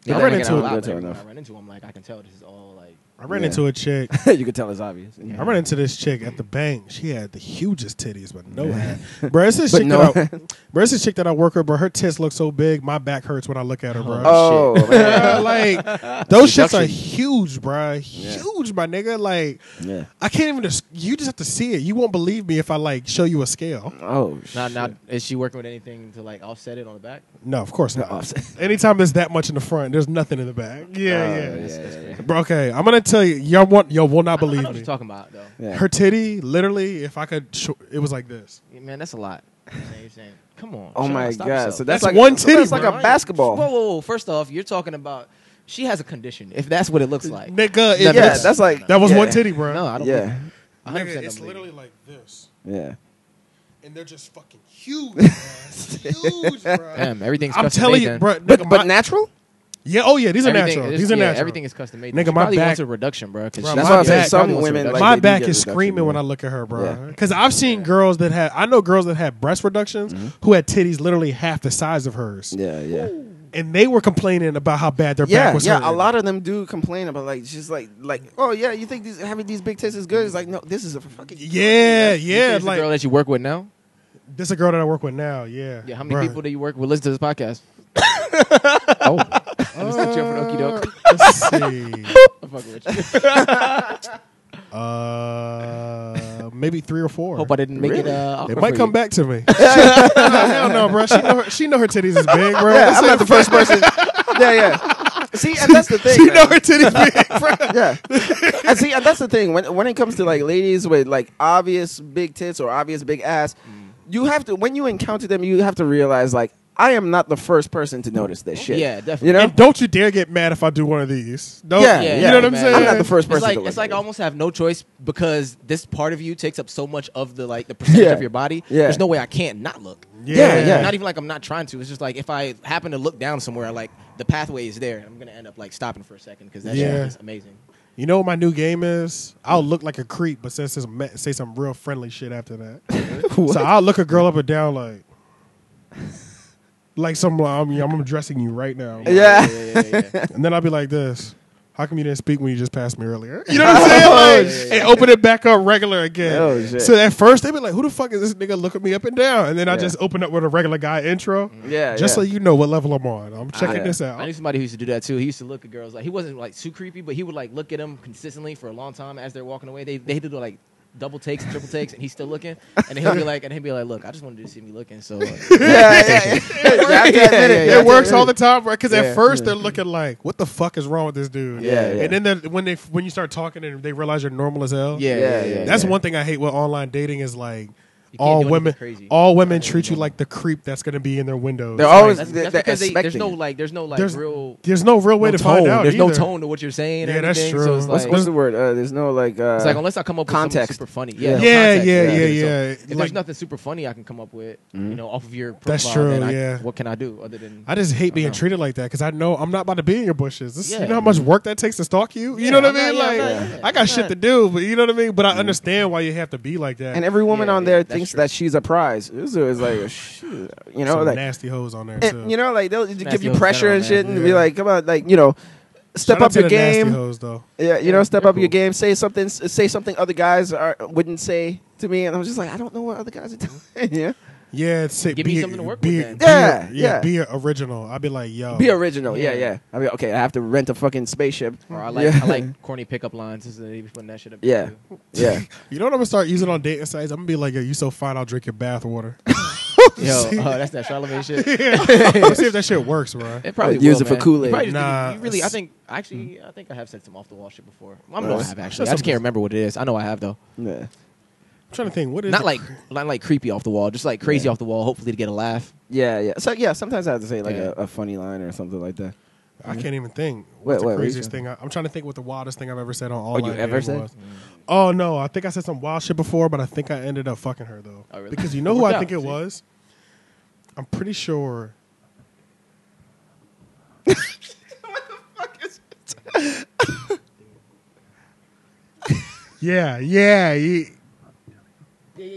Speaker 3: Yeah,
Speaker 4: I
Speaker 3: like,
Speaker 4: ran
Speaker 3: got a
Speaker 4: into it.
Speaker 3: lot,
Speaker 1: That's
Speaker 3: but
Speaker 1: enough.
Speaker 3: I run into them, like I can tell this is all like.
Speaker 4: I ran
Speaker 1: Yeah.
Speaker 4: into a chick.
Speaker 1: you could tell it's obvious.
Speaker 4: I ran into this chick at the bank. She had the hugest titties, but no hat. Bro, it's this
Speaker 1: But
Speaker 4: chick
Speaker 1: no
Speaker 4: that I, bro, it's this chick that I work with, bro. Her tits look so big, my back hurts when I look at her, bro.
Speaker 1: Oh man.
Speaker 4: Bruh, like those shits are
Speaker 1: Seduction.
Speaker 4: huge, bro. Huge, my nigga. Like
Speaker 1: Yeah.
Speaker 4: I can't even. Just, you just have to see it. You won't believe me if I like show you a scale.
Speaker 1: Oh
Speaker 3: Now,
Speaker 1: shit.
Speaker 3: now, is she working with anything to like offset it on the back?
Speaker 4: No, of course
Speaker 1: Oh,
Speaker 4: not. Anytime there's that much in the front, there's nothing in the back. Yeah,
Speaker 1: Oh,
Speaker 4: yeah.
Speaker 1: yeah, yeah,
Speaker 4: Bro, okay, I'm gonna tell you. Y'all want y'all will not
Speaker 3: I
Speaker 4: believe
Speaker 3: know what
Speaker 4: me.
Speaker 3: you're talking about though.
Speaker 1: yeah.
Speaker 4: Her titty, literally, if I could, sh- it was like this.
Speaker 3: Yeah, man, that's a lot. You know what I'm saying? Come on.
Speaker 1: Oh
Speaker 3: shut
Speaker 1: my
Speaker 3: up, stop
Speaker 1: god!
Speaker 3: yourself.
Speaker 1: So that's,
Speaker 4: That's
Speaker 1: like
Speaker 4: one
Speaker 1: so
Speaker 4: titty,
Speaker 1: That's like
Speaker 4: bro.
Speaker 1: a basketball.
Speaker 3: Whoa, whoa, whoa. First off, you're talking about she has a condition. If that's what it looks like.
Speaker 4: Nigga, it-
Speaker 3: No, no,
Speaker 1: yeah,
Speaker 3: no,
Speaker 1: that's like
Speaker 4: that was
Speaker 1: yeah.
Speaker 4: one titty, bro.
Speaker 3: No, I don't.
Speaker 1: Yeah,
Speaker 3: I don't
Speaker 4: Nigga, it's literally like this,
Speaker 1: yeah.
Speaker 4: and they're just fucking huge, bro. huge, bro.
Speaker 3: Damn, everything's.
Speaker 4: I'm
Speaker 3: custom
Speaker 4: telling
Speaker 3: made
Speaker 4: you,
Speaker 3: then.
Speaker 4: bro. Nigga,
Speaker 1: But but
Speaker 4: my-
Speaker 1: natural.
Speaker 4: yeah, oh yeah, these are
Speaker 3: Everything-
Speaker 4: natural.
Speaker 3: it's-
Speaker 4: These are
Speaker 3: yeah,
Speaker 4: natural.
Speaker 3: Everything is custom made.
Speaker 4: Nigga,
Speaker 3: she
Speaker 4: my
Speaker 3: probably wants
Speaker 4: back-
Speaker 3: a reduction, bro.
Speaker 1: That's
Speaker 4: Bro, my
Speaker 1: what I'm saying.
Speaker 4: back-
Speaker 1: Some women like
Speaker 4: my
Speaker 1: they do
Speaker 4: back
Speaker 1: get
Speaker 4: is
Speaker 1: reduction,
Speaker 4: screaming when
Speaker 1: yeah.
Speaker 4: I look at her, bro.
Speaker 1: Yeah.
Speaker 4: Because I've seen girls that had, I know girls that had breast reductions who had titties literally half the size of hers,
Speaker 1: Mm-hmm. Yeah, yeah,
Speaker 4: and they were complaining about how bad their
Speaker 1: yeah,
Speaker 4: back was.
Speaker 1: yeah. A
Speaker 4: hurting.
Speaker 1: lot of them do complain about like she's like like oh yeah, you think these having these big tits is good? It's like no, this is a fucking
Speaker 4: Yeah, yeah.
Speaker 3: Here's the girl
Speaker 4: Like
Speaker 3: that you work with now.
Speaker 4: this is a girl that I work with now. Yeah.
Speaker 3: Yeah, how many
Speaker 4: Bruh.
Speaker 3: people do you work with? Listen to this podcast. oh, I'm just not joking, okie
Speaker 4: Uh,
Speaker 3: doke.
Speaker 4: Oh, Let's see.
Speaker 3: I'm fucking with you.
Speaker 4: Uh, maybe three or four.
Speaker 3: Hope I didn't make it. Uh,
Speaker 4: They
Speaker 3: awkward
Speaker 4: might
Speaker 3: for
Speaker 4: come
Speaker 3: you.
Speaker 4: back to me. Hell no, bro. She know her, she know her titties is big, bro.
Speaker 1: Yeah, I'm not the first person. Yeah, yeah. See, and that's the thing.
Speaker 4: she
Speaker 1: man.
Speaker 4: know her titties big, bro.
Speaker 1: yeah. and see, and that's the thing. When when it comes to like ladies with like obvious big tits or obvious big ass, you have to when you encounter them, you have to realize like I am not the first person to notice this shit.
Speaker 3: Yeah, definitely.
Speaker 1: You know,
Speaker 4: And don't you dare get mad if I do one of these. Don't,
Speaker 1: Yeah,
Speaker 4: you
Speaker 1: yeah,
Speaker 4: know what I'm
Speaker 3: man.
Speaker 4: saying?
Speaker 1: I'm not the first person.
Speaker 3: It's like
Speaker 1: to look
Speaker 3: it's like
Speaker 1: at
Speaker 3: I
Speaker 1: it.
Speaker 3: almost have no choice because this part of you takes up so much of the like the percentage
Speaker 1: Yeah.
Speaker 3: of your body.
Speaker 1: Yeah.
Speaker 3: There's no way I can't not look.
Speaker 1: Yeah, yeah.
Speaker 3: Not even like I'm not trying to. It's just like if I happen to look down somewhere, like the pathway is there. I'm gonna end up like stopping for a second because that
Speaker 4: Yeah.
Speaker 3: shit is amazing.
Speaker 4: You know what my new game is? I'll look like a creep, but say some ma- say some real friendly shit after that. so I'll look a girl up and down like, like some I'm, I'm addressing you right now,
Speaker 1: Yeah.
Speaker 3: yeah, yeah, yeah, yeah.
Speaker 4: and then I'll be like this. How come you didn't speak when you just passed me earlier? You know what I'm saying? Like, and open it back up regular again.
Speaker 1: Oh, shit.
Speaker 4: So at first they be like, "Who the fuck is this nigga looking me up and down?" And then I
Speaker 1: Yeah. Mm.
Speaker 4: just open up with a regular guy intro,
Speaker 1: Yeah,
Speaker 4: just
Speaker 1: yeah.
Speaker 4: so you know what level I'm on. I'm checking
Speaker 1: yeah.
Speaker 4: this
Speaker 3: I knew
Speaker 4: out.
Speaker 3: somebody who used to do that too. He used to look at girls like he wasn't like too creepy, but he would like look at them consistently for a long time as they're walking away. They they had to do like double takes, and triple takes, and he's still looking. And then he'll be like, and he'll be like, look, I just wanted you to see me looking. So uh,
Speaker 1: yeah, yeah, yeah. You have to admit it.
Speaker 3: Yeah, yeah,
Speaker 1: You have
Speaker 4: It
Speaker 1: to
Speaker 4: works
Speaker 1: admit
Speaker 4: all the time, right? Because
Speaker 1: Yeah. Mm.
Speaker 4: at first they're looking like, "What the fuck is wrong with this dude?"
Speaker 1: Yeah, yeah.
Speaker 4: And then they're- when they when you start talking and they realize you're normal as hell.
Speaker 3: yeah, yeah,
Speaker 1: Yeah,
Speaker 3: yeah,
Speaker 1: yeah,
Speaker 4: That's
Speaker 1: yeah.
Speaker 4: one thing I hate with online dating is like
Speaker 3: You can't
Speaker 4: all
Speaker 3: do anything
Speaker 4: women
Speaker 3: crazy.
Speaker 4: all women treat you like the creep that's going to be in their windows.
Speaker 1: They're
Speaker 4: Like,
Speaker 1: always-
Speaker 3: That's,
Speaker 1: They're-
Speaker 3: that's
Speaker 1: they're
Speaker 3: because they, there's
Speaker 1: expecting
Speaker 3: no
Speaker 1: it.
Speaker 3: like there's no like
Speaker 4: There's-
Speaker 3: real
Speaker 4: there's no real way
Speaker 3: no
Speaker 4: to
Speaker 3: tone.
Speaker 4: find out.
Speaker 3: there's no
Speaker 4: either.
Speaker 3: tone to what you're saying. or
Speaker 4: Yeah, that's
Speaker 3: anything,
Speaker 4: true.
Speaker 3: So it's
Speaker 1: What's,
Speaker 3: like,
Speaker 1: what's the word? Uh, there's no like. Uh,
Speaker 3: it's like unless I come up with
Speaker 1: Context.
Speaker 3: context. super funny. Yeah, no
Speaker 4: Yeah,
Speaker 3: context,
Speaker 4: yeah,
Speaker 3: yeah.
Speaker 4: yeah,
Speaker 3: So
Speaker 4: yeah.
Speaker 3: if
Speaker 4: Like- Mm-hmm.
Speaker 3: there's nothing super funny I can come up with, you know, off of your profile,
Speaker 4: That's
Speaker 3: then
Speaker 4: true,
Speaker 3: I-
Speaker 4: yeah.
Speaker 3: what can I do other than
Speaker 4: I just hate being
Speaker 3: Uh-huh.
Speaker 4: treated like that because I know I'm not about to be in your bushes. This, You
Speaker 3: Yeah.
Speaker 4: know how much work that takes to stalk you. You
Speaker 3: Yeah,
Speaker 4: know what
Speaker 3: I'm
Speaker 4: I mean?
Speaker 3: not-
Speaker 4: like
Speaker 3: yeah, I'm not- yeah,
Speaker 4: I got
Speaker 3: I'm
Speaker 4: shit
Speaker 3: not-
Speaker 4: to do, but you know what I mean. But I understand why you have to be like that.
Speaker 1: and every woman
Speaker 3: Yeah,
Speaker 1: on there
Speaker 3: yeah, that's
Speaker 1: thinks
Speaker 3: true.
Speaker 1: that she's a prize. It's always like, shoot, you know,
Speaker 4: Some
Speaker 1: like
Speaker 4: nasty hoes on there. too.
Speaker 1: and, you know, like they'll give
Speaker 3: Nasty
Speaker 1: you
Speaker 3: hoes
Speaker 1: pressure
Speaker 3: general,
Speaker 1: and shit,
Speaker 4: man.
Speaker 1: and be
Speaker 4: Yeah.
Speaker 1: like, come on, like you know, step
Speaker 4: Shout out
Speaker 1: up
Speaker 4: to
Speaker 1: your
Speaker 4: the nasty
Speaker 1: game.
Speaker 4: hoes, though.
Speaker 1: Yeah, you know, step
Speaker 3: they're
Speaker 1: up your
Speaker 3: cool.
Speaker 1: game. Say something. s- Say something other guys are, wouldn't say to me, and I'm just like, I don't know what other guys are doing. yeah,
Speaker 4: Yeah, it's sick.
Speaker 3: Give
Speaker 4: be,
Speaker 3: me something to work
Speaker 4: be,
Speaker 3: with
Speaker 4: Be,
Speaker 1: then. Yeah, yeah.
Speaker 4: Be original. I'd be like, yo,
Speaker 1: be original. Yeah,
Speaker 3: Yeah.
Speaker 1: yeah. I mean, okay, I have to rent a fucking spaceship.
Speaker 3: Or I like
Speaker 1: Yeah.
Speaker 3: I like corny pickup lines. This is they be putting that shit up.
Speaker 1: Yeah.
Speaker 3: too.
Speaker 1: yeah,
Speaker 4: You know what I'm gonna start using on dating sites? I'm gonna be like, yo, you so fine, I'll drink your bath water.
Speaker 3: Yo, uh, that's that Charlemagne shit.
Speaker 4: Let's see if that shit works, bro.
Speaker 3: It probably
Speaker 1: Like, use
Speaker 3: will,
Speaker 1: it for
Speaker 3: man.
Speaker 1: Kool-Aid.
Speaker 3: You probably just
Speaker 4: Nah,
Speaker 3: give- you really, I
Speaker 4: it's-
Speaker 3: think actually, I think I have said some off the wall shit before. I
Speaker 1: Uh,
Speaker 3: know I have actually. I
Speaker 4: that's
Speaker 3: just can't remember what it is. I know I have though.
Speaker 1: yeah.
Speaker 4: I'm trying to think. What is
Speaker 3: Not
Speaker 4: it?
Speaker 3: like not like creepy off the wall, just like crazy
Speaker 1: Yeah.
Speaker 3: off the wall. Hopefully to get a laugh.
Speaker 1: Yeah, yeah. So yeah, sometimes I have to say like
Speaker 3: Yeah.
Speaker 1: a, a funny line or something like that.
Speaker 4: I can't even think.
Speaker 1: Mm-hmm. Wait,
Speaker 4: What's
Speaker 1: wait, what
Speaker 4: the
Speaker 1: you
Speaker 4: craziest
Speaker 1: saying?
Speaker 4: thing? I, I'm trying to think what the wildest thing I've ever said on all.
Speaker 1: Oh, you ever said? Mm.
Speaker 4: Oh no, I think I said some wild shit before, but I think I ended up fucking her though.
Speaker 3: Oh, really?
Speaker 4: Because you know
Speaker 3: It
Speaker 4: who
Speaker 3: worked
Speaker 4: I
Speaker 3: out,
Speaker 4: think it
Speaker 3: see?
Speaker 4: was. I'm pretty sure. Yeah, yeah. You,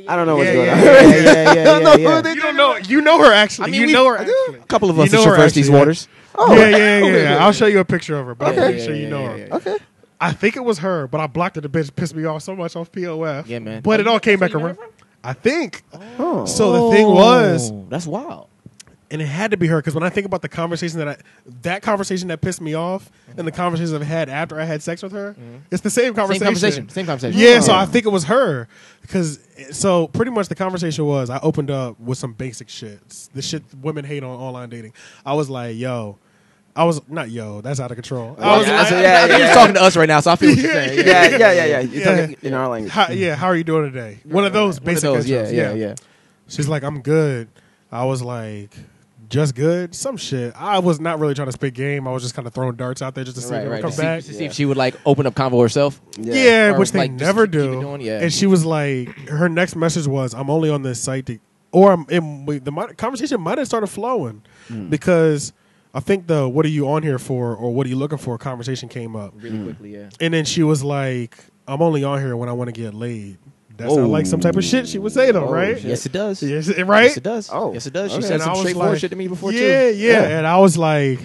Speaker 1: I don't know what's
Speaker 4: Yeah,
Speaker 1: going
Speaker 4: yeah,
Speaker 1: on.
Speaker 4: yeah,
Speaker 1: I don't know who they
Speaker 4: you don't know. You know her actually.
Speaker 3: I mean,
Speaker 4: you
Speaker 3: we-
Speaker 4: know her
Speaker 3: I
Speaker 4: actually.
Speaker 1: A couple of
Speaker 4: You
Speaker 1: us
Speaker 4: know
Speaker 1: have
Speaker 4: her
Speaker 1: traversed these
Speaker 4: actually.
Speaker 1: waters.
Speaker 4: yeah, yeah, yeah, I'll show you a picture of her, but
Speaker 3: Yeah,
Speaker 4: I'm pretty
Speaker 3: yeah,
Speaker 4: sure
Speaker 3: yeah,
Speaker 4: you know
Speaker 3: yeah,
Speaker 4: her.
Speaker 3: yeah, yeah.
Speaker 1: Okay.
Speaker 4: I think it was her, but I blocked her. The bitch pissed me off so much off POF.
Speaker 3: Yeah, man. Oh.
Speaker 4: But it all came
Speaker 3: So
Speaker 4: back
Speaker 3: you know
Speaker 4: around. I think.
Speaker 1: Oh.
Speaker 4: So the thing was,
Speaker 3: Oh, that's wild.
Speaker 4: and it had to be her because when I think about the conversation that I, that conversation that pissed me off, and the conversations I've had after I had sex with her, it's the same
Speaker 3: Mm-hmm. Same
Speaker 4: conversation.
Speaker 3: conversation. Same conversation.
Speaker 4: Yeah, so I think it was her because so pretty much the conversation was I opened up with some basic shit, It's the shit women hate on online dating. I was like, yo, I was not yo, that's out of control. I
Speaker 1: Yeah,
Speaker 4: was
Speaker 1: I
Speaker 4: like,
Speaker 1: said,
Speaker 3: I
Speaker 1: yeah,
Speaker 3: think
Speaker 1: yeah,
Speaker 3: you're talking to us right now, so I feel what you're
Speaker 4: Yeah,
Speaker 3: saying.
Speaker 1: yeah, yeah, yeah, yeah. You're
Speaker 4: Yeah.
Speaker 1: talking in our language.
Speaker 4: how, yeah, how are you doing today? One of those
Speaker 3: One of
Speaker 4: basic
Speaker 3: those. Yeah,
Speaker 4: intros.
Speaker 3: yeah, yeah.
Speaker 4: She's like, I'm good. I was like, just good. Some shit. I was not really trying to spit game. I was just kind of throwing darts out there just to see if
Speaker 3: Right,
Speaker 4: it would
Speaker 3: right.
Speaker 4: come
Speaker 3: To see,
Speaker 4: back.
Speaker 3: to see if she would like open up convo herself.
Speaker 1: Yeah.
Speaker 4: Yeah,
Speaker 3: Or,
Speaker 4: which they
Speaker 3: like, just
Speaker 4: never
Speaker 3: keep it
Speaker 4: do.
Speaker 3: going, yeah.
Speaker 4: And she was like, her next message was, "I'm only on this site to," or I'm in, we, the mon- conversation might have started flowing
Speaker 3: Hmm.
Speaker 4: because I think the "What are you on here for?" or "What are you looking for?" conversation came up,
Speaker 3: Really quickly, yeah.
Speaker 4: and then she was like, "I'm only on here when I want to get laid." That sounds like some type of shit she would say though,
Speaker 1: Oh,
Speaker 4: right?
Speaker 1: shit.
Speaker 3: Yes, it does.
Speaker 4: Yes, it- right?
Speaker 3: Yes, it does.
Speaker 1: Oh,
Speaker 3: yes, it does. She
Speaker 1: okay.
Speaker 3: said
Speaker 4: And I
Speaker 3: some
Speaker 4: was
Speaker 3: straightforward
Speaker 4: like,
Speaker 3: shit to me before
Speaker 4: yeah,
Speaker 3: too.
Speaker 4: Yeah,
Speaker 1: Yeah.
Speaker 4: And I was like,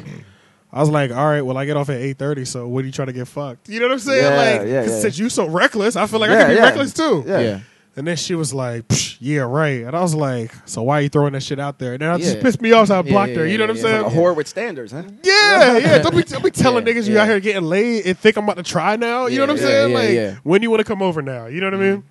Speaker 4: I was like, all right, well, I get off at eight thirty, so what are you trying to get fucked? You know what I'm saying?
Speaker 1: Yeah,
Speaker 4: like,
Speaker 1: yeah,
Speaker 4: 'cause
Speaker 1: yeah.
Speaker 4: since you so reckless, I feel like I
Speaker 1: Yeah,
Speaker 4: can be
Speaker 1: yeah.
Speaker 4: reckless too.
Speaker 1: Yeah.
Speaker 3: yeah.
Speaker 4: And then she was like, Psh, yeah, right. And I was like, so why are you throwing that shit out there? And then I just
Speaker 3: Yeah.
Speaker 4: pissed me off, so I
Speaker 3: Yeah,
Speaker 4: blocked
Speaker 3: yeah,
Speaker 4: her.
Speaker 3: yeah,
Speaker 4: you know what I'm
Speaker 3: yeah.
Speaker 4: saying?
Speaker 1: Like a whore with standards, huh?
Speaker 4: Yeah, yeah. Don't be, don't be telling
Speaker 3: Yeah,
Speaker 4: niggas you
Speaker 3: yeah.
Speaker 4: out here getting laid and think I'm about to try now. You know
Speaker 3: Yeah,
Speaker 4: what I'm
Speaker 3: yeah,
Speaker 4: saying?
Speaker 3: yeah,
Speaker 4: like,
Speaker 3: yeah. Mm.
Speaker 4: when you want to come over now? You know what I mean?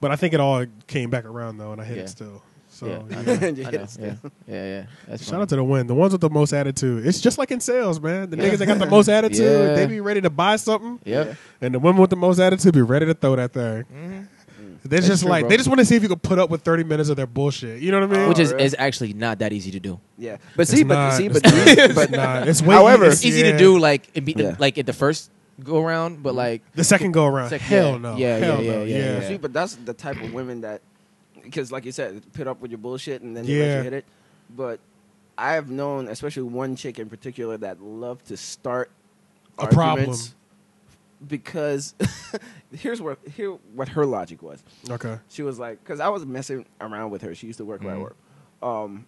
Speaker 4: But I think it all came back around though, and I hit
Speaker 3: Yeah.
Speaker 4: it still. So
Speaker 3: Yeah, I
Speaker 4: yeah.
Speaker 3: know, I
Speaker 1: You
Speaker 3: know,
Speaker 1: hit us.
Speaker 3: yeah, yeah, yeah. That's
Speaker 4: Shout out to the win. The ones with the most attitude. It's just like in sales, man. The niggas that got the most attitude,
Speaker 3: Yeah.
Speaker 4: they be ready to buy something.
Speaker 3: Yep.
Speaker 4: And the women with the most attitude be ready to throw that thing.
Speaker 1: Mm-hmm.
Speaker 4: They're just
Speaker 3: true,
Speaker 4: like
Speaker 3: bro.
Speaker 4: they just want to see if you can put up with thirty minutes of their bullshit. You know what I mean?
Speaker 3: Which is,
Speaker 1: yeah.
Speaker 3: is actually not that easy to do.
Speaker 1: Yeah, but
Speaker 4: It's
Speaker 1: see, but
Speaker 4: not-
Speaker 1: see,
Speaker 4: it's
Speaker 1: but these,
Speaker 4: not.
Speaker 1: but
Speaker 4: It's not. It's way
Speaker 1: However-
Speaker 3: It's easy to
Speaker 4: yeah.
Speaker 3: do, like it be,
Speaker 1: Yeah.
Speaker 3: like at the first go around, but like
Speaker 4: The second go around,
Speaker 3: Second-
Speaker 4: hell
Speaker 3: yeah.
Speaker 4: no,
Speaker 3: Yeah,
Speaker 4: hell
Speaker 3: yeah,
Speaker 4: no,
Speaker 3: yeah, yeah,
Speaker 1: see, but that's the type of women that, because like you said, put up with your bullshit and then they let
Speaker 4: Yeah.
Speaker 1: you hit it. But I've known, especially one chick in particular, that loved to start
Speaker 4: A problem.
Speaker 1: arguments because here's where here what her logic was.
Speaker 4: Okay,
Speaker 1: She was like, because I was messing around with her. She used to work
Speaker 4: Mm-hmm.
Speaker 1: where I work. Um,